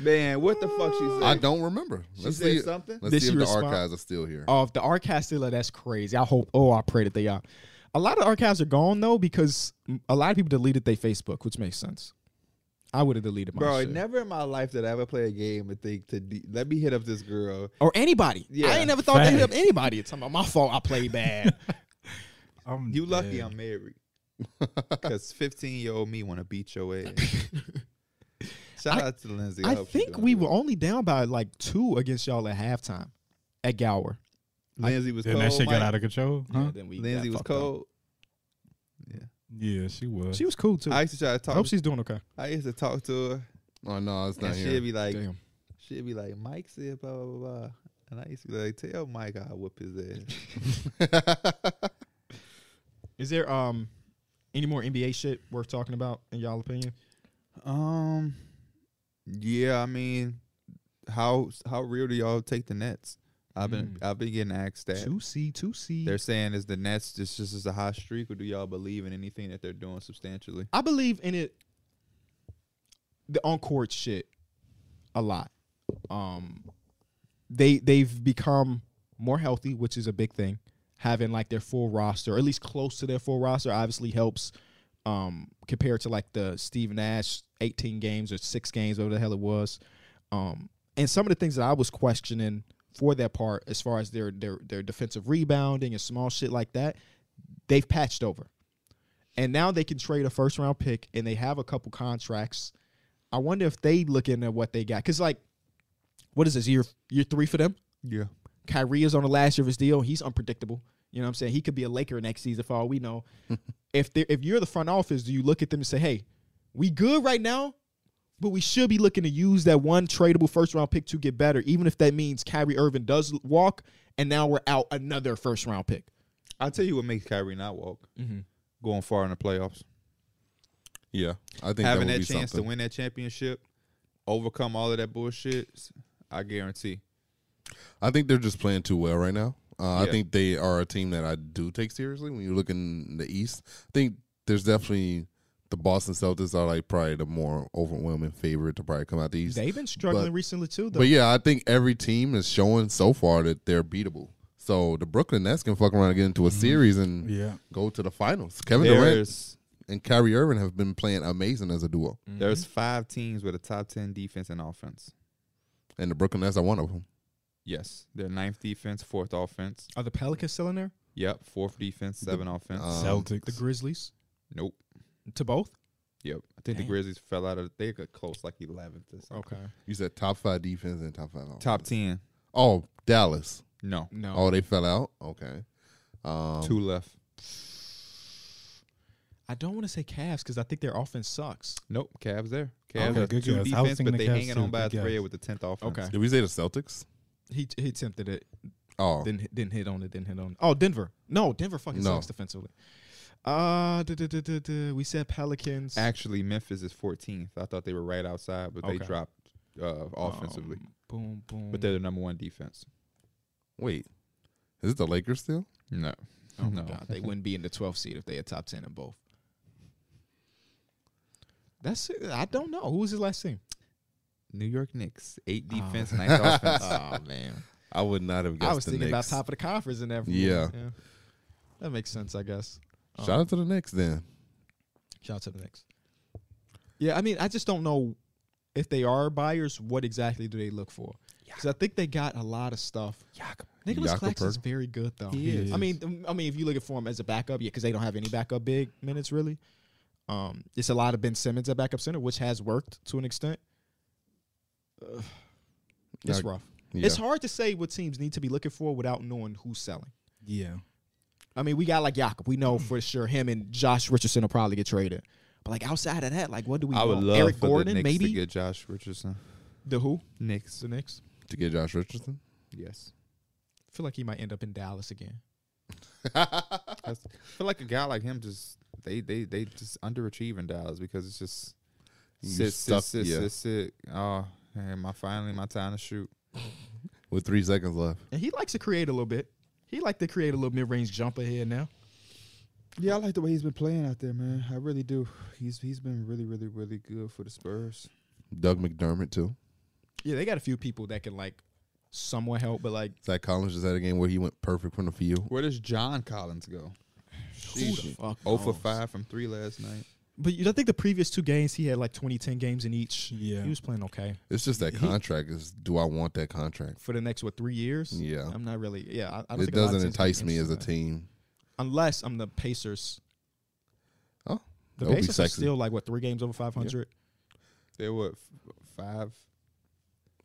S2: Man, what the fuck she said?
S1: I don't remember.
S2: She
S1: Let's
S2: said
S1: see.
S2: something?
S1: Let's
S3: Did
S1: see
S3: she
S1: if the
S3: respond?
S1: archives are still here.
S3: Oh, if the archives still are, that's crazy. I hope. Oh, I pray that they are. A lot of archives are gone though because a lot of people deleted their Facebook, which makes sense. I would have deleted my
S2: Bro,
S3: shit.
S2: never in my life did I ever play a game and think to de- let me hit up this girl.
S3: or anybody.
S2: Yeah.
S3: I ain't never thought they hit up
S4: Facts.
S3: anybody. It's about my fault. I played bad.
S4: I'm
S2: You lucky
S4: dead.
S2: I'm married. Cause fifteen year old me wanna beat your ass. Shout
S3: I-
S2: out to Lindsay.
S3: I
S2: hope she
S3: think
S2: doing
S3: we
S2: good.
S3: were only down by like two against y'all at halftime at Gower.
S2: Lindsay was
S4: Then
S2: cold.
S4: that shit
S2: Mike.
S4: got out of control. Huh?
S3: then we
S2: Lindsay was cold.
S4: Yeah, she was.
S3: She was cool too.
S2: I
S3: I,
S2: used to try to talk.
S3: hope she's doing okay.
S2: I used to talk to her,
S1: Oh no, it's not
S2: and she'd
S1: here.
S2: be like,
S3: Damn.
S2: she'd be like, Mike said blah blah blah, blah. and I used to be like, tell Mike I'll whoop his ass.
S3: Is there um any more NBA shit worth talking about in y'all opinion?
S2: Um, yeah, I mean, how how real do y'all take the Nets? I've been I've been getting asked that.
S3: C, two C.
S2: They're saying is the Nets just just is a hot streak, or do y'all believe in anything that they're doing substantially?
S3: I believe in it. The on court shit, a lot. Um, they they've become more healthy, which is a big thing. Having like their full roster, or at least close to their full roster, obviously helps. Um, compared to like the Steve Nash eighteen games or six games, whatever the hell it was. Um, and some of the things that I was questioning for that part, as far as their their their defensive rebounding and small shit like that, they've patched over, and now they can trade a first round pick, and they have a couple contracts. I wonder if they looking at what they got, because like, what is this year year three for them?
S2: Yeah.
S3: Kyrie is on the last year of his deal. He's unpredictable. You know what I'm saying? He could be a Laker next season for all we know. if they if you're the front office, do you look at them and say, "Hey, we good right now, but we should be looking to use that one tradable first round pick to get better, even if that means Kyrie Irving does walk and now we're out another first round pick."
S2: I'll tell you what makes Kyrie not walk.
S1: Mm-hmm.
S2: Going far in the playoffs.
S1: Yeah, I think that,
S2: Having that,
S1: would be
S2: chance
S1: something.
S2: to win that championship, overcome all of that bullshit, I guarantee.
S1: I think they're just playing too well right now. Uh, I
S2: Yeah.
S1: think they are a team that I do take seriously. When you look in the East, I think there's definitely the Boston Celtics are like probably the more overwhelming favorite to probably come out the East.
S3: They've been struggling
S1: But-
S3: recently too, though.
S1: But yeah, I think every team is showing so far that they're beatable. So the Brooklyn Nets can fuck around and get into a
S2: Mm-hmm.
S1: series and
S4: Yeah.
S1: go to the finals. Kevin Durant
S2: There's
S1: and Kyrie Irving have been playing amazing as a duo,
S3: Mm-hmm.
S2: there's five teams with a top ten defense and offense.
S1: and the Brooklyn Nets are one of them.
S2: Yes. They're ninth defense, fourth offense.
S3: Are the Pelicans still in there?
S2: Yep. Fourth defense, seven offense.
S1: Um,
S4: Celtics.
S3: The Grizzlies
S2: nope.
S3: to both?
S2: Yep. I think
S3: Damn.
S2: the Grizzlies fell out of they got close like eleventh or something.
S1: You said top five defense and top five. Offense.
S2: Top ten.
S1: Oh, Dallas.
S2: No.
S3: No.
S1: Oh, they fell out. Okay. Um,
S2: Two left.
S3: I don't want to say Cavs because I think their offense sucks.
S2: Nope. Cavs there. Cavs
S4: Okay,
S2: are
S4: good
S2: two
S4: guess. I was
S2: defense,
S4: thinking
S2: but
S4: the
S2: they
S4: Cavs
S2: hanging
S4: too.
S2: on by a
S4: Good
S2: thread
S4: guess.
S2: with the tenth offense.
S3: Okay.
S1: Did we say the Celtics?
S3: He he attempted it.
S1: Oh,
S3: Didn't didn't hit on it. Didn't hit on. It. Oh, Denver. No, Denver fucking
S1: No.
S3: sucks defensively. Uh, duh, duh, duh, duh, duh. we said Pelicans.
S2: Actually, Memphis is 14th. I thought they were right outside, but
S3: Okay.
S2: they dropped uh, offensively.
S3: Um, boom, boom.
S2: but they're the number one defense.
S1: wait. Is it the Lakers still?
S2: No,
S3: oh
S2: no.
S3: my god, they wouldn't be in the 12th seed if they had top 10 in both. That's it. I don't know who was his last team.
S2: New York Knicks, eight
S3: Oh.
S2: defense, ninth offense.
S3: man,
S1: I would not have guessed.
S3: I was
S1: the
S3: thinking
S1: Knicks.
S3: about top of the conference in that.
S1: Yeah.
S3: that makes sense, I guess. Um,
S1: Shout out to the Knicks then.
S3: Shout out to the Knicks. Yeah, I mean, I just don't know if they are buyers. What exactly do they look for? Because I think they got a lot of stuff. Nicholas
S1: Jakob
S3: Claxton's
S1: Purtle?
S3: very good though.
S2: He
S4: is.
S3: I mean, th- I mean, if you look at for him as a backup, yeah, because they don't have any backup big minutes really. Um, it's a lot of Ben Simmons at backup center, which has worked to an extent. Ugh. it's
S1: Like,
S3: rough.
S1: Yeah.
S3: It's hard to say what teams need to be looking for without knowing who's selling.
S4: Yeah.
S3: I mean, we got like Jakob. We know for sure him and Josh Richardson will probably get traded. But like outside of that, like what do we?
S2: I would
S3: know?
S2: love
S3: Eric
S2: for
S3: Gordon,
S2: the Knicks
S3: maybe
S2: to get Josh Richardson.
S3: the who?
S2: Knicks,
S3: The Knicks.
S1: to get Josh Richardson.
S2: yes.
S3: I feel like he might end up in Dallas again.
S2: That's, I feel like a guy like him just they they they just underachieve in Dallas because it's just
S1: You
S2: sit
S1: stuck,
S2: sit sit
S1: yeah.
S2: sit sit. Oh, man, my finally my time to shoot.
S1: With three seconds left.
S3: And he likes to create a little bit. He like to create a little mid range jumper here now.
S2: Yeah, I like the way he's been playing out there, man. I really do. He's he's been really, really, really good for the Spurs.
S1: Doug McDermott too.
S3: Yeah, they got a few people that can like somewhat help, but like
S1: Zach Collins just had a game where he went perfect from the field.
S2: Where does John Collins go?
S3: who the fuck?
S2: Oh for
S3: knows?
S2: five from three last night.
S3: But you don't think the previous two games he had like 20, 10 games in each.
S4: Yeah.
S3: He was playing okay
S1: It's just that contract is. Do I want that contract?
S3: for the next what three years.
S1: Yeah.
S3: I'm not really. Yeah, I, I don't
S1: It
S3: think a lot of
S1: doesn't
S3: teams gonna be
S1: entice me as a
S3: interested in
S1: team.
S3: that. unless I'm the Pacers.
S1: Oh,
S3: The
S1: that would be
S3: Pacers are
S1: sexy.
S3: still like what three games over 500,
S2: They were f- five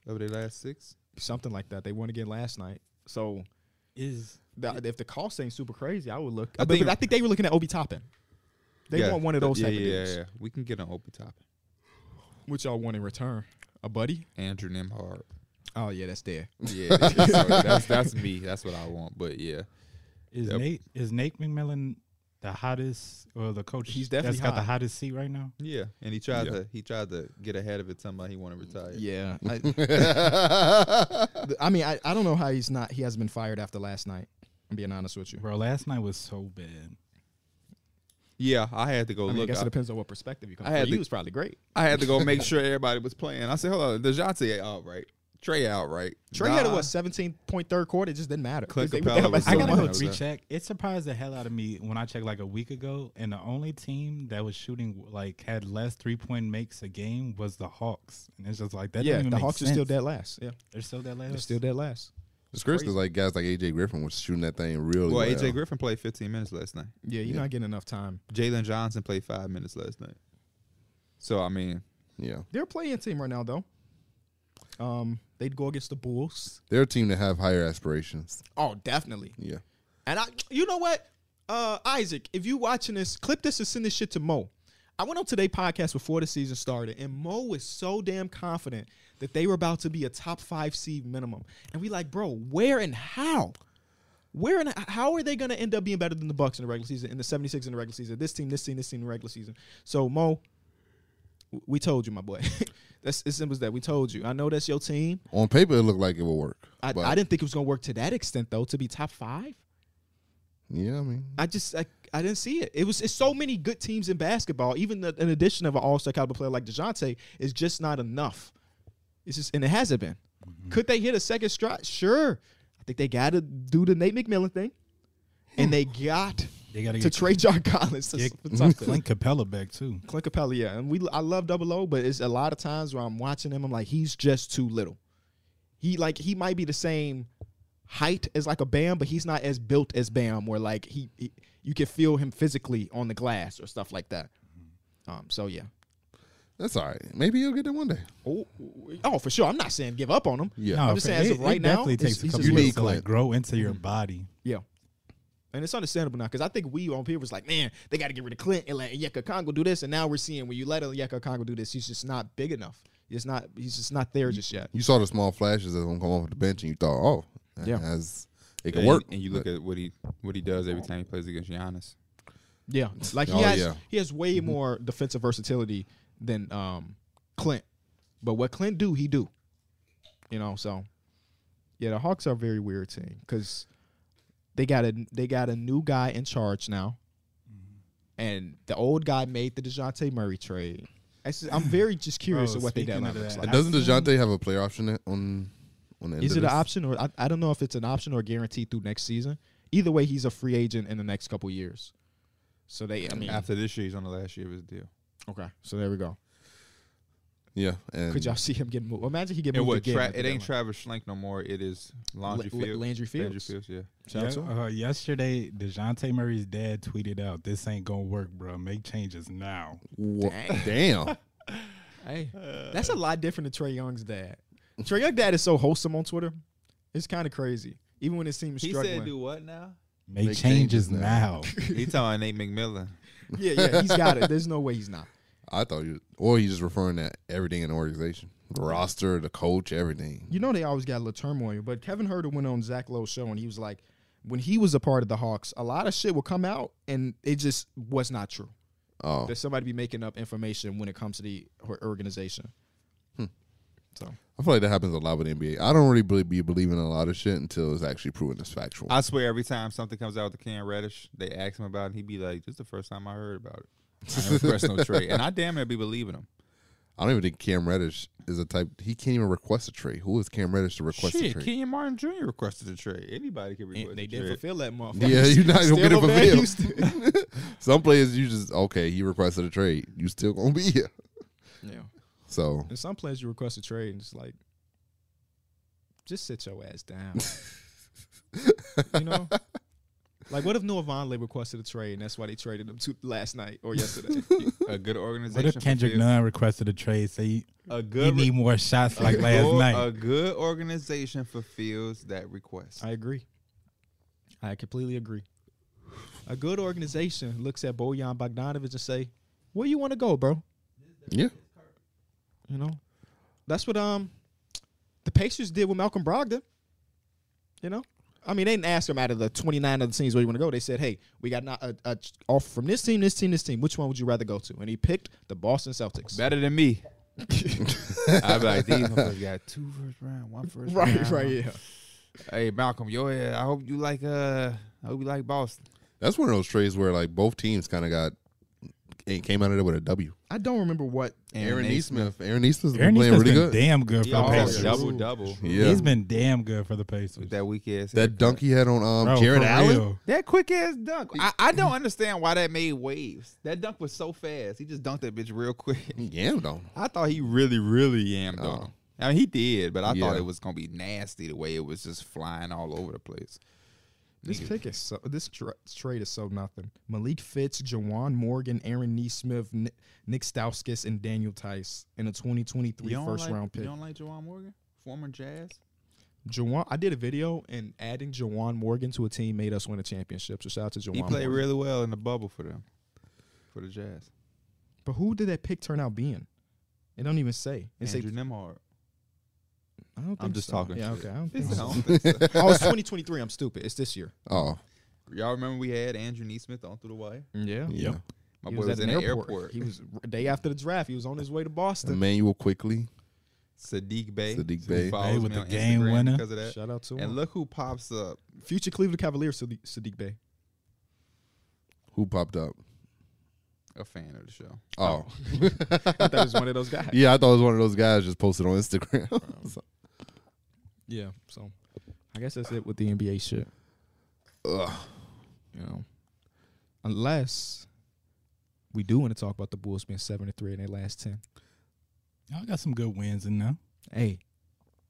S2: over their last six.
S3: something like that. They won again last night, so.
S4: Is
S3: that- if the cost ain't super crazy, I would look.
S2: I
S3: but- but
S2: think-
S3: I think they were looking at Obi Toppin. They
S2: Yeah,
S3: want one of those
S2: yeah, yeah,
S3: type of dudes.
S2: Yeah, yeah. We can get an Opie top.
S3: What y'all want in return? A buddy?
S2: Andrew Nimhard.
S3: Oh yeah, that's there.
S2: Yeah, sorry, that's that's me. That's what I want. But yeah,
S4: is
S2: Yep.
S4: Nate is Nate McMillan the hottest or the coach
S3: He's definitely
S4: that's got the
S3: hot.
S4: hottest seat right now?
S2: yeah. And he tried
S1: Yeah.
S2: to he tried to get ahead of it. Somebody he want to retire.
S3: Yeah. I, th- I mean, I, I don't know how he's not. He hasn't been fired after last night. I'm being honest with you.
S4: Bro, last night was so bad.
S2: Yeah, I had to go
S3: I, mean, I
S2: look.
S3: guess
S2: I,
S3: it depends on what perspective you come.
S2: I
S3: from.
S2: had
S3: For you,
S2: to-
S3: it's probably great.
S2: I had to go make sure everybody was playing. I said, hold on, Dejounte all right. Trey out, right?
S3: Trey had a
S2: Nah.
S3: what seventeen point third quarter. It just didn't matter.
S2: Clint
S3: They went
S2: Capella
S3: down by
S2: was
S3: so
S4: I gotta
S2: Someone
S4: go
S3: much.
S2: knows that.
S4: recheck. It surprised the hell out of me when I checked like a week ago, and the only team that was shooting like had less three point makes a game was the Hawks, and it's just like that.
S3: Yeah,
S4: doesn't even
S3: the
S4: make
S3: Hawks
S4: sense.
S3: are still dead last. Yeah,
S4: They're still dead last.
S3: they're still dead last.
S1: It's crazy because like guys like AJ Griffin was shooting that thing really
S2: Well,
S1: well.
S2: AJ Griffin played 15 minutes last night.
S3: Yeah, you're
S1: Yeah.
S3: not getting enough time.
S2: Jalen Johnson played five minutes last night. So I mean,
S1: yeah,
S3: They're a playing team right now though. Um, they'd go against the Bulls.
S1: they're a team that have higher aspirations.
S3: Oh, definitely.
S1: Yeah,
S3: And I, you know what, uh, Isaac, if you watching this, clip this and send this shit to Mo. I went on today podcast before the season started, and Mo was so damn confident that they were about to be a top five seed minimum. And we like, bro, where and how? Where and how are they going to end up being better than the Bucks in the regular season, and the 76 in the regular season, this team, this team, this team in the regular season? So Mo, w- we told you, my boy. That's as simple as that. We told you. I know that's your team.
S1: on paper it looked like it would work.
S3: I,
S1: but,
S3: I didn't think it was going to work to that extent, though, to be top five.
S1: Yeah, I mean,
S3: I just I, I didn't see it. It was it's so many good teams in basketball. Even the, an addition of an All Star caliber player like Dejounte is just not enough. It's just and it hasn't been. Could they hit a second stride? Sure. I think they got to do the Nate McMillan thing, and they got
S4: They gotta
S3: to
S4: get-
S3: trade John Collins to,
S4: Yeah,
S3: for something.
S4: Clint Capella back too.
S3: Clint Capella, yeah. And we I love Double O, but it's a lot of times where I'm watching him, I'm like, he's just too little. He like he might be the same height as like a Bam, but he's not as built as Bam, where like he, he you can feel him physically on the glass or stuff like that. Um, so yeah.
S1: that's all right. Maybe you'll get there one day.
S3: Oh, oh, for sure. I'm not saying give up on him.
S1: Yeah,
S4: No,
S3: I'm just saying, as
S4: it-
S3: of right
S4: it
S3: now,
S4: definitely
S3: it's-
S4: takes a
S3: he's
S4: couple
S3: just
S4: years
S1: weak.
S4: to like grow into
S3: Mm-hmm.
S4: your body.
S3: Yeah. And it's understandable now because I think we on people was like, man, they got to get rid of Clint and let Yeka Congo do this. And now we're seeing when you let Yeka Congo do this, he's just not big enough. He's not. He's just not there just yet.
S1: you saw the small flashes of him come off the bench, and you thought, oh, that
S3: Yeah.
S1: has- it
S2: and
S1: can
S2: you-
S1: work.
S2: And you look at what he what he does every time he plays against Giannis.
S3: Yeah, like he
S1: Oh,
S3: has
S1: yeah.
S3: he has way
S4: Mm-hmm.
S3: more defensive versatility than um Clint. But what Clint do, he do. You know, so yeah, the Hawks are a very weird team because they got a they got a new guy in charge now,
S4: Mm-hmm.
S3: and the old guy made the Dejounte Murray trade. It's just- I'm very just curious
S4: Bro,
S3: of what they did.
S4: speaking of that,
S1: And
S4: I've
S1: doesn't
S4: seen-
S1: Dejounte have a player option at- on on the end
S3: Is
S1: of
S3: it an
S1: this?
S3: option or I, I don't know if it's an option or guaranteed through next season. Either way, he's a free agent in the next couple years. So they, I mean,
S2: After this year, he's on the last year of his deal.
S3: okay. So there we go.
S1: Yeah, and
S3: Could y'all see him get moved? Imagine he get
S2: And
S3: moved
S2: what?
S3: again.
S2: Tra-
S3: at the
S2: it ain't
S3: deadline.
S2: Travis Schlenk no more. It is Laundry
S3: La- La-
S2: Fields.
S3: Landry Fields.
S2: Landry Fields. Yeah.
S3: Shout out to him.
S4: Yeah, uh, yesterday, Dejounte Murray's dad tweeted out, "This ain't gonna work, bro. Make changes now."
S1: Wha- damn.
S3: Hey, that's a lot different than Trey Young's dad. Trey Uh, Young's dad is so wholesome on Twitter. It's kind of crazy. Even when his team is struggling.
S2: what now?"
S4: Make,
S1: Make
S4: changes,
S1: changes now.
S4: now.
S2: he talking about Nate McMillan.
S3: yeah, yeah, he's got it. There's no way he's not.
S1: I thought you, or he's just referring to everything in the organization, the roster, the coach, everything.
S3: You know they always got a little turmoil, but Kevin Herter went on Zach Lowe's show and he was like, when he was a part of the Hawks, a lot of shit would come out and it just was not true.
S1: Oh,
S3: That somebody be making up information when it comes to the or- organization.
S2: Hmm.
S3: So
S1: I feel like that happens a lot with the NBA. I don't really be, be believing a lot of shit until it's actually proven it's factual.
S2: I swear, every time something comes out with Cam Reddish, they ask him about it, and he'd be like, "This is the first time I heard about it." I never pressed no trade, and I damn near be believing him.
S1: I don't even think Cam Reddish is a type. He can't even request a trade. Who is Cam Reddish to request a
S2: Shit,
S1: trade?
S2: Kenyon Martin Jr. requested a trade. Anybody can request.
S3: they
S2: a
S3: did
S2: trade.
S3: fulfill that motherfucker.
S1: yeah, you're not
S3: Still
S1: gonna get
S3: over there in
S1: it
S3: Houston.
S1: for Phil. Some players, you just okay. He requested a trade. You still gonna be here.
S3: Yeah.
S1: So
S3: And some players you request a trade and it's like, just sit your ass down. you know? Like, what if Noah Vonleh requested a trade and that's why they traded him to last night or yesterday?
S2: a good
S4: What
S2: organization.
S4: if Kendrick
S2: fulfills-
S4: Nunn requested a trade? Say you,
S2: A
S4: you
S2: good uh,
S4: need more shots like
S2: a
S4: last
S2: good-
S4: night.
S2: A good organization fulfills that request.
S3: I agree. I completely agree. A good organization looks at Bojan Bogdanovic and say, where you want to go, bro?
S1: yeah,
S3: You know? That's what um the Pacers did with Malcolm Brogdon. You know? I mean, they didn't ask him out of the 29 other teams where you want to go. They said, hey, we got not a, a ch- offer from this team, this team, this team. Which one would you rather go to? And he picked the Boston Celtics.
S2: Better than me. I'd be like, these motherfuckers got two first round, one first round.
S3: yeah.
S2: Hey, Malcolm, yo, yeah, I hope you like uh I hope you like Boston.
S1: that's one of those trades where like both teams kind of got and came out of there with a W.
S3: I don't remember what
S1: Aaron Neesmith. Aaron Neesmith's been
S4: Aaron
S1: playing
S4: Neesmith's
S1: really
S4: been
S1: good.
S4: damn good for
S2: He
S4: the
S1: always
S2: almost
S4: Pacers.
S1: does.
S2: oh, double double
S1: Yeah,
S4: He's been damn good for the Pacers.
S2: with that weak ass.
S1: that
S2: haircut.
S1: dunk he had on um,
S4: Bro,
S1: Jared
S4: for
S1: Allen.
S4: real.
S2: That quick ass dunk. I, I don't understand why that made waves. That dunk was so fast. He just dunked that bitch real quick.
S1: Yeah, no.
S2: I thought he really, really yammed on
S1: Oh.
S2: him. I mean, he did, but I thought
S1: Yeah.
S2: it was gonna be nasty the way it was just flying all over the place.
S3: This pick is so. This tra- trade is so nothing. Malik Fitz, Jawan Morgan, Aaron Neesmith, Ni- Nick Stauskas, and Daniel Tice in a 2023 first round pick.
S2: You don't like Jawan Morgan, former Jazz?
S3: Jawan, I did a video and adding Jawan Morgan to a team made us win a championship. So shout out to Jawan.
S2: He played
S3: Morgan.
S2: really well in the bubble for them, for the Jazz.
S3: But who did that pick turn out being? It don't even say. It's
S2: Andrew
S3: like,
S2: Nemhard.
S3: I don't think
S2: I'm just
S3: so.
S2: talking
S3: Yeah,
S2: shit.
S3: okay. I don't think
S2: It's- I
S3: so.
S2: don't think so.
S3: oh, it's 2023. I'm stupid. It's this year.
S1: Oh,
S2: Y'all remember we had Andrew Neesmith on through the wire?
S3: Yeah.
S1: yeah.
S2: My
S3: He
S2: boy was, in
S3: an
S2: the airport.
S3: He was day after the draft. He was on his way to Boston.
S1: Emmanuel quickly.
S2: Sadiq Bay.
S1: Sadiq
S2: He
S1: Bey.
S2: follows
S4: Bey with
S2: me
S4: the
S2: on
S4: game
S2: Instagram
S4: winner.
S2: because of that.
S3: Shout out to
S2: And
S3: him.
S2: look who pops up.
S3: Future Cleveland Cavaliers, Sadiq, Sadiq Bay.
S1: Who popped up?
S2: A fan of the show.
S1: Oh,
S3: I thought he was one of those guys.
S1: yeah. I thought it was one of those guys just posted on Instagram. So,
S3: Yeah. So I guess that's it with the NBA shit.
S1: ugh.
S3: You know. Unless we do want to talk about the Bulls being seven to three in their last ten.
S4: Y'all got some good wins in there.
S3: Hey.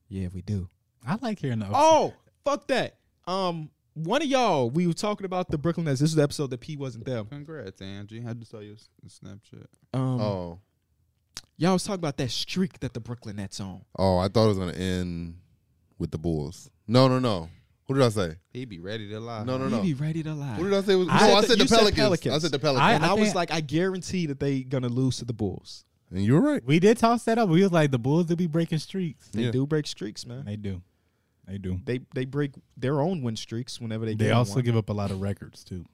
S3: Yeah, we do.
S4: I like hearing the
S3: Oh, fuck that. Um one of y'all, we were talking about the Brooklyn Nets. This is the episode that P wasn't there.
S2: Congrats, Angie. I just saw your s- Snapchat.
S3: Um
S1: oh,
S3: y'all was talking about that streak that the Brooklyn Nets on.
S1: oh. I thought it was gonna end with the Bulls. No, no, no. Who did I say?
S2: He be ready to lie.
S1: No, no,
S3: You
S1: no.
S3: be ready to lie.
S1: Who did I say? Was,
S3: I
S1: no,
S3: said
S1: I
S3: the-
S1: said the
S3: you said
S1: Pelicans.
S3: Pelicans.
S1: I said the Pelicans.
S3: and I,
S4: I
S3: was
S4: think-
S3: like, I guarantee that they gonna lose to the Bulls.
S1: and you were right.
S4: We did toss that up. We was like the Bulls do be breaking streaks.
S3: They
S1: Yeah.
S3: do break streaks, man.
S4: They do. They do.
S3: They they break their own win streaks whenever they.
S4: They
S3: get on
S4: also
S3: one.
S4: give up a lot of records too.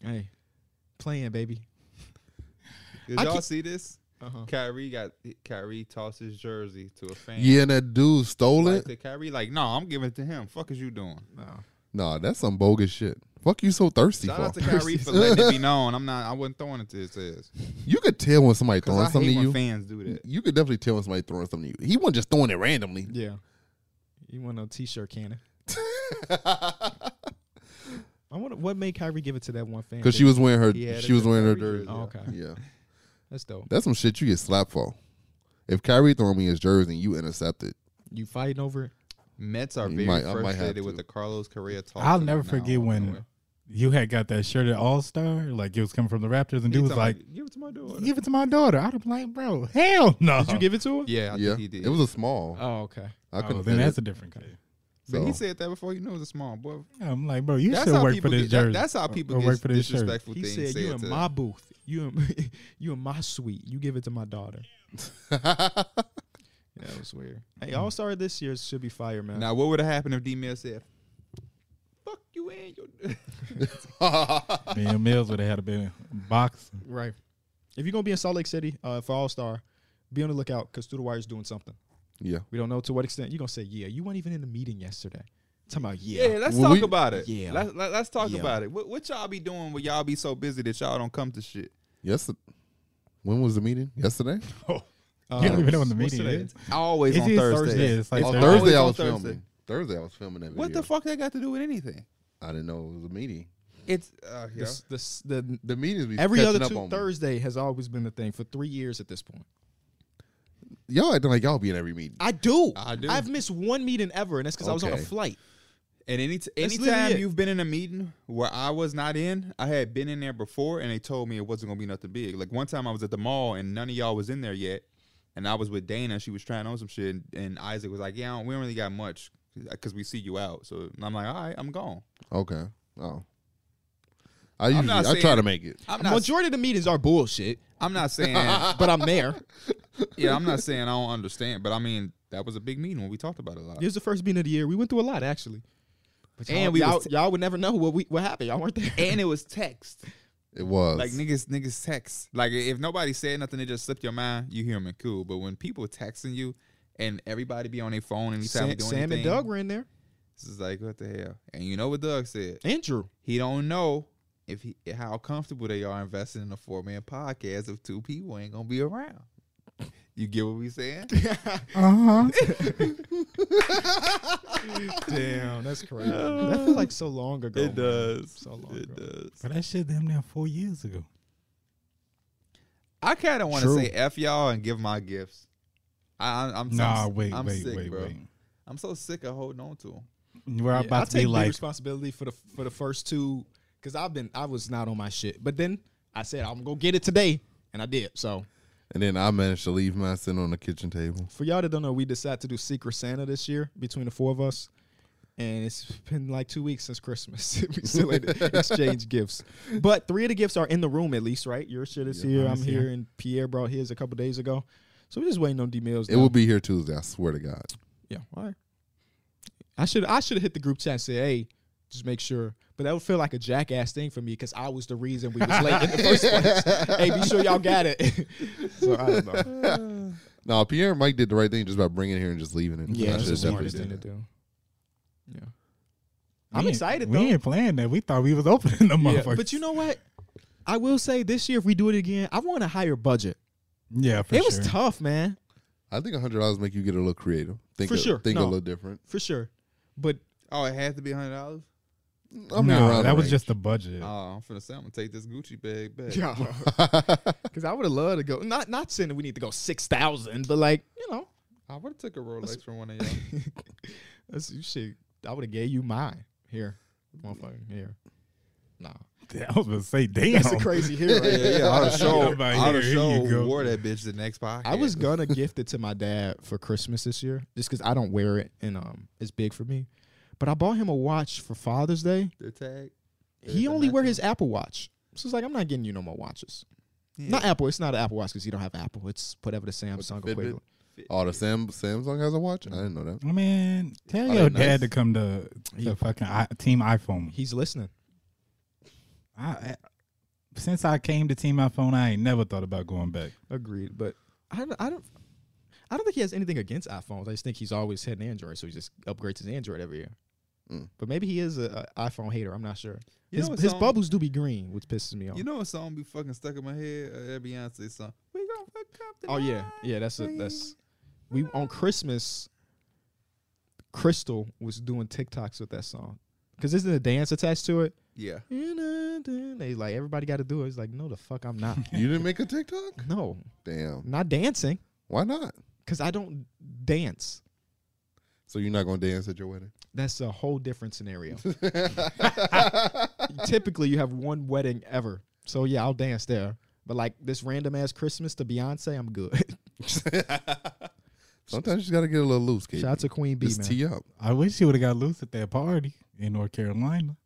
S3: hey, playing baby.
S2: Did
S3: I
S2: y'all
S3: keep-
S2: see this?
S3: Uh-huh.
S2: Kyrie got Kyrie tossed his jersey to a fan.
S1: Yeah, and that dude stole
S2: Like,
S1: it.
S2: to Kyrie, like, no, I'm giving it to him. Fuck is you doing?
S1: Nah, that's some bogus shit. Fuck you so thirsty
S2: Shout out
S1: for.
S2: to Kyrie for letting it be known. I'm not. I wasn't throwing it to his ass.
S1: you could tell when somebody
S2: Cause
S1: throwing
S2: I
S1: something
S2: hate
S1: to
S2: when
S1: you.
S2: fans do that.
S1: You could definitely tell when somebody throwing something to you. He wasn't just throwing it randomly.
S3: Yeah, you want a t-shirt cannon? I wonder what made Kyrie give it to that one fan.
S1: Because she was wearing her,
S2: Yeah,
S1: she was wearing her
S2: Kyrie
S1: jersey.
S2: jersey.
S3: Oh, okay,
S1: Yeah,
S3: that's dope.
S1: that's some shit you get slapped for. If Kyrie throwing me his jersey and you intercept it,
S3: You fighting over it?
S2: Mets are
S1: You
S2: very
S1: might- I might have
S2: frustrated with
S1: to.
S2: the Carlos Correa talk.
S4: I'll
S2: from
S4: never
S2: now
S4: forget
S2: on,
S4: when
S2: boy.
S4: you had got that shirt at All Star. Like it was coming from the Raptors, and
S2: He
S4: dude was
S2: talking
S4: like,
S2: about, "Give it to my daughter."
S4: "Give it to my daughter." I'd be like, "Bro, hell no."
S3: Did you give it to her?
S2: Yeah, I
S1: yeah,
S2: think he did. Uh,
S1: it was a small.
S3: Oh, okay.
S1: I couldn't.
S4: Oh, then
S1: fit
S4: that's
S1: it,
S4: a different case.
S2: but he
S1: so.
S2: said that before. You know, it was a small boy.
S4: Yeah, I'm like, bro, you
S2: that's
S4: should
S2: how
S4: work for
S2: people
S4: this
S2: get, that-
S4: jersey.
S2: that's how
S4: Or-
S2: people
S4: or
S2: get
S4: work for this shirt.
S2: disrespectful
S3: He
S2: things
S3: said,
S2: said
S3: "You
S2: to
S3: in
S2: them."
S3: my booth. You in you in my suite. You give it to my daughter." Yeah, that was weird. Hey,
S4: Hmm.
S3: All Star this year should be fire, man.
S2: Now, what would have happened if D Mill said, "Fuck you and your"?
S4: Me and Mills would have had to been boxing.
S3: Right. If you're gonna be in Salt Lake City uh, for All Star, be on the lookout because Through the Wire's doing something.
S1: yeah,
S3: We don't know to what extent you're gonna say yeah. You weren't even in the meeting yesterday. Talking about yeah.
S2: Yeah, let's
S1: Well,
S2: talk
S1: we-
S2: about it.
S3: Yeah.
S2: let's, let, us talk
S3: Yeah.
S2: about it. What, what y'all be doing when y'all be so busy that y'all don't come to shit?
S1: yes. When was the meeting? Yesterday.
S3: Uh,
S4: You don't even know when the
S3: what's
S4: meeting
S3: today?
S4: is.
S2: Always
S4: It
S2: on
S4: is
S2: Thursday.
S4: Thursday. It's like
S1: Oh,
S4: Thursday.
S1: Thursday I was
S2: Always on Thursday.
S1: filming. Thursday I was filming that video.
S2: What the fuck that got to do with anything?
S1: I didn't know it was a meeting.
S2: It's uh, yeah.
S3: This- this- the-
S1: The meetings be
S3: every
S1: catching
S3: other
S1: up
S3: two
S1: on me.
S3: Thursday has always been the thing for three years at this point.
S1: Y'all acting like y'all be in every meeting.
S3: I do.
S2: I do.
S3: I've missed one meeting ever, and that's because I was on a
S1: Okay.
S3: flight.
S2: and any t-
S3: That's
S2: anytime
S3: literally it.
S2: you've been in a meeting where I was not in, I had been in there before, and they told me it wasn't gonna be nothing big. Like one time I was at the mall and none of y'all was in there yet, and I was with Dana. She was trying on some shit, and, and Isaac was like, "Yeah, I don't- we don't really got much because we see you out." So and I'm like, "All right, I'm gone."
S1: Okay. Oh. I usually
S2: not
S1: I try
S2: saying-
S1: to make it.
S2: I'm not.
S3: Majority of the meetings are bullshit,
S2: I'm not saying
S3: but I'm there.
S2: yeah, I'm not saying I don't understand, but I mean that was a big meeting when we talked about it a lot.
S3: It was the first meeting of the year. We went through a lot actually,
S2: But y'all-
S3: and we
S2: y'all-
S3: y'all, y'all would never know what we what happened. Y'all weren't there.
S2: and it was text.
S1: It was
S2: Like niggas, niggas text. Like if nobody said nothing, it just slipped your mind. You hear them and cool. But when people texting you, and everybody be on their phone anytime we
S3: Sam,
S2: do
S3: Sam and
S2: anything,
S3: Doug were in there.
S2: This is like what the hell. And you know what Doug said?
S3: Andrew.
S2: He don't know if he how comfortable they are investing in a four man podcast if two people ain't gonna be around. You get what we saying?
S4: Uh huh.
S3: Damn, that's crazy. that feels like so long ago. man.
S2: it does.
S3: So long
S2: it
S3: ago.
S2: does.
S4: but that shit damn near four years ago.
S2: I kind of want to
S3: True.
S2: say f y'all and give my gifts. I, I'm, I'm
S4: Nah,
S2: I'm,
S4: wait,
S2: I'm
S4: wait,
S2: sick,
S4: wait,
S2: bro.
S4: wait.
S2: I'm so sick of holding on to them.
S4: We're
S3: Yeah, I
S4: about to
S3: take
S4: be
S3: big
S4: like,
S3: responsibility for the for the first two because I've been I was not on my shit, but then I said I'm gonna get it today, and I did. So
S1: And then I managed to leave mine sitting on the kitchen table.
S3: for y'all that don't know, we decided to do Secret Santa this year between the four of us, and it's been like two weeks since Christmas. we still ain't exchange gifts, but three of the gifts are in the room at least, right? Your shit is here. I'm here, and Pierre brought his a couple days ago, so we're just waiting on D Mills.
S1: It will be here Tuesday. I swear to God.
S3: Yeah, all right. I should I should have hit the group chat and said, "Hey, just make sure." But that would feel like a jackass thing for me because I was the reason we was late in the first place. hey, be sure y'all got it. so I don't know.
S1: No, Pierre and Mike did the right thing just by bringing it here and just leaving it. I
S3: Yeah, that's
S1: should've
S3: the
S1: definitely
S3: smartest
S1: did
S3: thing
S1: that.
S3: to do. Yeah,
S4: we
S3: I'm
S4: ain't-
S3: excited
S4: We
S3: though.
S4: ain't playing that. We thought we was opening the
S3: Yeah,
S4: motherfucker.
S3: but you know what? I will say this year, if we do it again, I want a higher budget.
S4: yeah, for
S3: it
S4: sure.
S3: was tough, man,
S1: I think hundred dollars make you get a little creative. Think
S3: For
S1: a,
S3: sure.
S1: Think a
S3: No.
S1: little different.
S3: for sure. But
S2: Oh, it had to be hundred dollars.
S1: I mean,
S4: no,
S1: around
S4: that
S1: the
S4: was
S1: range.
S4: just the budget.
S3: Uh,
S2: Oh, I'm finna say I'm gonna take this Gucci bag back.
S3: yeah, because I would have loved to go. Not not saying that we need to go six thousand, but like you know,
S2: I would have took a Rolex from one of y'all.
S3: That's you shit. I would have gave you mine here, motherfucker. Here, nah,
S4: I was gonna say, damn.
S3: that's a crazy here. Right
S2: yeah, yeah. I'd have showed.
S4: Nobody
S2: I'd have
S4: here. Here you
S2: showed.
S4: go.
S2: Wore that bitch the next podcast.
S3: I was gonna gift it to my dad for Christmas this year, just because I don't wear it and um, it's big for me. But I bought him a watch for Father's Day.
S2: the tag.
S3: he
S2: Yeah,
S3: only
S2: that's
S3: wear
S2: a-
S3: his Apple Watch, so it's like I'm not getting you no more watches.
S2: Yeah.
S3: Not Apple. It's not an Apple Watch because you don't have Apple. It's whatever the Samsung
S1: Fitbit?
S3: equivalent.
S1: Oh, the Sam Samsung has a watch. I didn't know that.
S4: Man, tell
S1: Are
S4: your
S1: they nice?
S4: dad to come to
S3: Yeah.
S4: the fucking I, team iPhone.
S3: He's listening.
S4: I, I, since I came to team iPhone, I ain't never thought about going back.
S3: Agreed. But I don't. I don't I don't think he has anything against iPhones. I just think he's always had an Android, so he just upgrades his Android every year.
S1: Mm.
S3: But maybe he is a, a iPhone hater. I'm not sure.
S2: You
S3: his
S2: know what
S3: his
S2: song-
S3: bubbles do be green, which pisses me off.
S2: You know what song be fucking stuck in my head? Uh, that Beyonce song. We gonna fuck up tonight.
S3: oh yeah, yeah. That's a, that's we on Christmas. Crystal was doing TikToks with that song because isn't a dance attached to it?
S2: Yeah.
S3: They like everybody got to do it. It's like no, the fuck I'm not.
S1: You didn't make a TikTok?
S3: no,
S1: Damn.
S3: not dancing
S1: Why not?
S3: because I don't dance.
S1: So you're not gonna dance at your wedding?
S3: That's a whole different scenario. Typically, you have one wedding ever. So, yeah, I'll dance there. But, like, this random ass Christmas to Beyonce, I'm good.
S1: Sometimes you gotta get a little loose, kid.
S3: Shout out to Queen B,
S1: Just
S3: man.
S1: tee up.
S4: I wish you would have got loose at that party in North Carolina.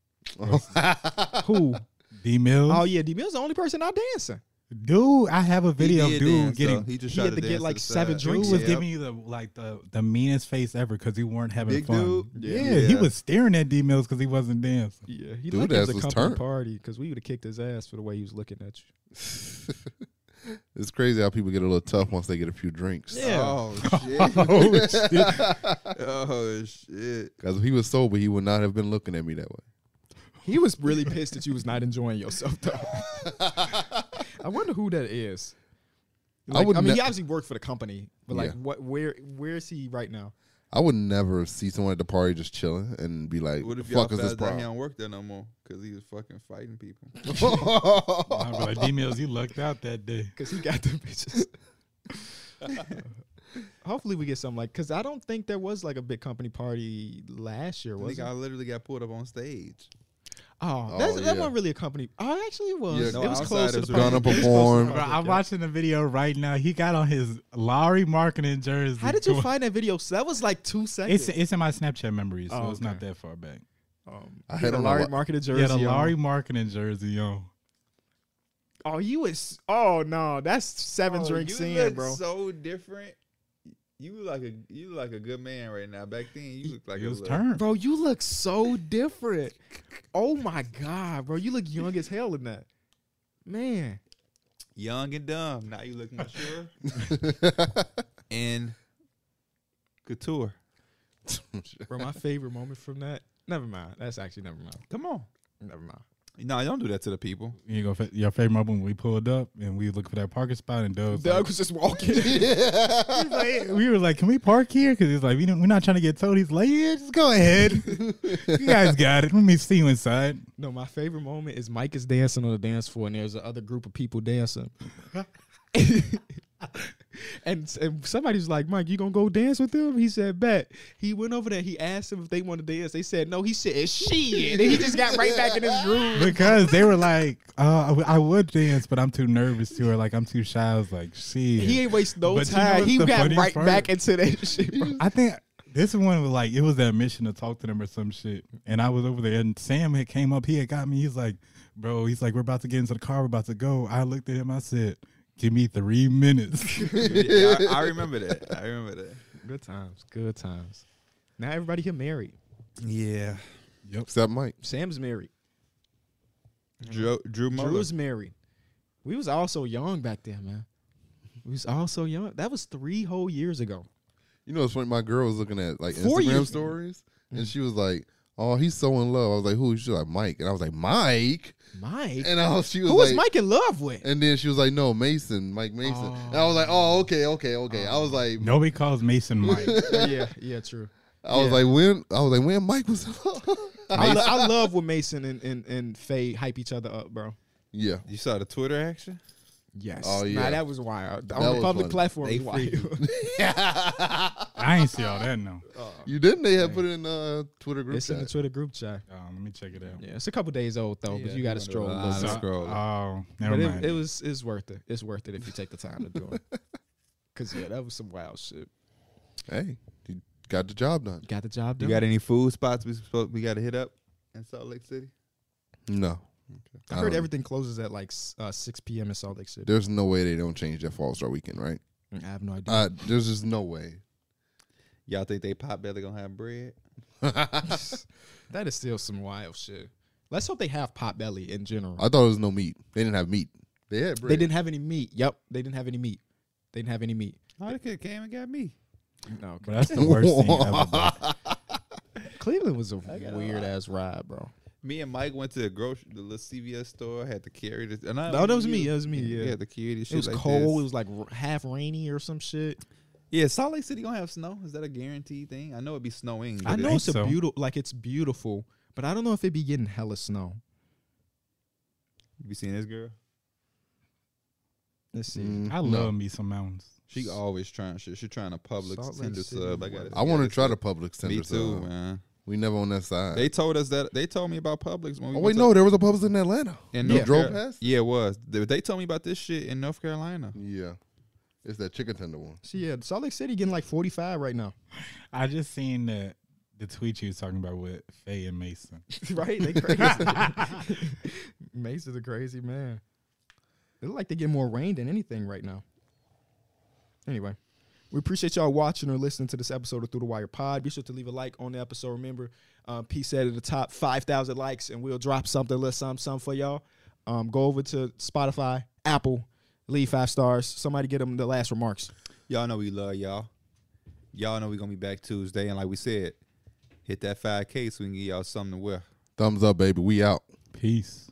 S3: Who?
S4: D Mills,
S3: Oh, yeah, D Mill's the only person out dancing.
S4: dude, I have a video
S2: He
S4: of
S2: did
S4: dude
S2: dance,
S4: getting.
S2: though. He just
S3: he
S2: tried
S3: had
S2: to
S3: to get,
S2: dance
S3: like,
S2: the
S3: seven
S2: side.
S3: drinks
S4: Dude was
S2: Yep.
S4: giving me the like the, the meanest face ever because he weren't having
S2: Big
S4: fun.
S2: dude?
S4: Yeah,
S2: Yeah.
S4: he was staring at D Mills because he wasn't dancing.
S3: Yeah, he
S1: Dude,
S3: lucky it was
S1: that's
S3: a
S1: his
S3: company
S1: turn.
S3: party because we would have kicked his ass for the way he was looking at you.
S1: it's crazy how people get a little tough once they get a few drinks.
S2: Oh shit.
S4: Oh, shit.
S2: oh shit.
S1: Because if he was sober, he would not have been looking at me that way.
S3: He was really pissed that you was not enjoying yourself, though. I wonder who that is.
S1: I
S3: Like, I,
S1: would
S3: mean,
S1: ne-
S3: he obviously worked for the company, but like,
S1: Yeah.
S3: what? Where? Where is he right now?
S1: I would never see someone at the party just chilling and be like, "What
S2: What
S1: the
S2: if y'all
S1: fuck is this
S2: found out he
S1: problem?"
S2: don't work there no more? Cause he was fucking fighting people.
S4: I was like, D Mills, you lucked out that day.
S3: because he got the bitches. Hopefully we get something like because I don't think there was like a big company party last year, was
S2: Nigga,
S3: it?
S2: I literally got pulled up on stage.
S3: Oh,
S1: Oh,
S3: that's, that
S1: yeah.
S3: wasn't really a company. Oh, actually it was.
S1: Yeah,
S2: no,
S3: it was close to
S2: outsiders
S3: the
S2: were-
S1: Gonna
S3: party. It was close to the
S1: perform.
S4: Bro,
S3: party,
S4: I'm
S3: yeah.
S4: watching the video right now. He got on his Lowry marketing jersey.
S3: How did you find that video? So that was like two seconds.
S4: It's it's in my Snapchat memories, so
S3: Oh,
S4: it's not
S3: okay.
S4: that far back.
S3: um,
S1: I
S3: he
S1: had
S3: had a
S1: on a
S3: Larry
S1: wa-
S3: marketed jersey.
S4: yeah, the
S3: on.
S4: Lowry marketing jersey on.
S3: Oh, you was. Oh no, that's seven drinks
S2: Oh, you
S3: in,
S2: look
S3: bro.
S2: So different. You look like a you look like a good man right now. Back then, you looked like
S4: It
S2: a
S4: was
S2: little-
S4: turned.
S3: Bro, you look so different. Oh my god, bro, you look young as hell in that. Man,
S2: young and dumb. Now you look mature and couture.
S3: bro, my favorite moment from that. Never mind. That's actually never mind.
S2: Come on,
S3: Never mind.
S2: No, nah, don't do that to the people.
S4: You go, fa- your favorite moment when we pulled up and we looked for that parking spot and Doug.
S3: Doug was just walking.
S4: like, we were like, can we park here? Because he's like, we don't, we're not trying to get towed. He's like, yeah, just go ahead. you guys got it. Let me see you inside.
S3: no, my favorite moment is Mike is dancing on the dance floor, and there's another group of people dancing. and, and somebody's like, Mike, you gonna go dance with them? He said, Bet. He went over there. He asked them if they want to dance. They said no. He said, Shit. And he just got right back in his groove.
S4: Because they were like, uh, I, w- I would dance, but I'm too nervous to, or like, I'm too shy. I was like, shit.
S3: He ain't waste no
S4: But you know
S3: time.
S4: what's
S3: he
S4: the
S3: got
S4: funniest
S3: right
S4: part?
S3: back into that shit. Bro.
S4: I think this one was like it was that mission to talk to them or some shit. And I was over there, and Sam had came up. He had got me. He's like, bro. He's like, we're about to get into the car. We're about to go. I looked at him. I said, give me three minutes.
S2: Yeah, I, I remember that. I remember that.
S3: Good times. Good times. Now everybody here married.
S2: Yeah.
S1: Except Mike.
S3: Sam's married.
S2: Drew Drew Muller.
S3: Drew's married. We was all so young back then, man. We was all so young. That was three whole years ago.
S1: You know, it's funny. My girl was looking at like
S3: Four
S1: Instagram
S3: years. Mm.
S1: stories, and she was like, "Oh, he's so in love." I was like, "Who?" She was like, "Mike," and I was like, "Mike."
S3: Mike.
S1: And I was, she was
S3: Who was
S1: like,
S3: Mike in love with?
S1: And then she was like, "No, Mason, Mike Mason." And I was like, "Oh, okay, okay, okay." I was like,
S4: Nobody calls Mason Mike.
S3: yeah, yeah, true.
S1: I was
S3: yeah.
S1: like, "When?" I was like, "When Mike was?"
S3: I, lo- I love when Mason and, and, and Faye hype each other up, bro.
S1: yeah,
S2: You saw the Twitter action?
S3: Yes.
S1: Oh, yeah.
S3: Nah, that was wild.
S1: That
S3: On the
S1: was
S3: public
S1: funny.
S3: platform,
S2: They
S3: was wild.
S4: I ain't see all that no.
S1: you didn't. They had put it in uh, Twitter group
S3: it's in the
S1: chat.
S3: Twitter group chat.
S4: Um, let me check it out.
S3: Yeah, it's a couple days old though, but you got to stroll a
S2: lot
S3: little
S2: of
S3: bit.
S2: scroll. Scroll.
S4: Oh, never
S3: But
S4: mind.
S3: it, it was it's worth it. It's worth it if you take the time to do it. Cause yeah, that was some wild shit.
S1: hey, you got the job done.
S3: Got the job
S2: You
S3: done.
S2: got any food spots we supposed we gotta hit up in Salt Lake City?
S1: No,
S3: I
S1: Um,
S3: heard everything closes at like s- uh, 6 p.m. in Salt Lake City.
S1: There's no way they don't change that Fall Star weekend, right?
S3: I have no idea.
S1: Uh, there's just no way.
S2: Y'all think they pot belly gonna have bread?
S3: that is still some wild shit. Let's hope they have pot belly in general.
S1: I thought it was no meat. They didn't have meat. They had bread.
S3: they didn't have any meat. Yep, they didn't have any meat. They didn't have any meat.
S2: Oh, they could came and got me.
S3: No,
S4: but that's the worst thing ever. bro.
S3: Cleveland was a weird ass ride, bro.
S2: Me and Mike went to the grocery, the little CVS store. Had to carry this. And I,
S3: No, Oh, that was
S2: you-
S3: me. That was me, yeah.
S2: had to carry this.
S3: It was
S2: shit like
S3: cold. It
S2: this.
S3: was like r- half rainy or some shit.
S2: Yeah, Salt Lake City gonna have snow. Is that a guaranteed thing? I know it'd be snowing.
S3: I
S2: but it-
S3: know
S4: think
S3: it's a
S4: so.
S3: beautiful, like it's beautiful, but I don't know if it be getting hella snow.
S2: You be seeing this girl?
S3: Let's see.
S1: Mm,
S4: I
S1: no.
S4: love me some mountains.
S2: She always trying shit. She trying to public
S3: Salt Lake
S2: tender
S3: City
S2: sub. I
S3: weather.
S2: got
S1: I want to try the public center.
S2: Me too,
S1: so
S2: man.
S1: We never on that side.
S2: They told us that. They told me about Publix when we.
S1: oh
S2: went
S1: wait,
S2: to-
S1: no, there was a Publix in Atlanta.
S2: In
S1: You
S2: North
S1: drove
S2: Carol-
S1: past?
S2: Yeah, it was. They, they told me about this shit in North Carolina.
S1: Yeah, it's that chicken tender one.
S3: So yeah, Salt Lake City getting like 45 right now.
S4: I just seen the the tweet you was talking about with Faye and Mason.
S3: right? They crazy. Mace is a crazy man. They look like they get more rain than anything right now. Anyway, we appreciate y'all watching or listening to this episode of Through the Wire Pod. Be sure to leave a like on the episode. Remember, um, P said at the top, 5,000 likes, and we'll drop something, little something, something for y'all. Um, go over to Spotify, Apple, leave five stars. Somebody get them the last remarks.
S2: Y'all know we love y'all. Y'all know we gonna be back Tuesday, and like we said, hit that five K so we can give y'all something to wear.
S1: Thumbs up, baby. We out.
S4: Peace.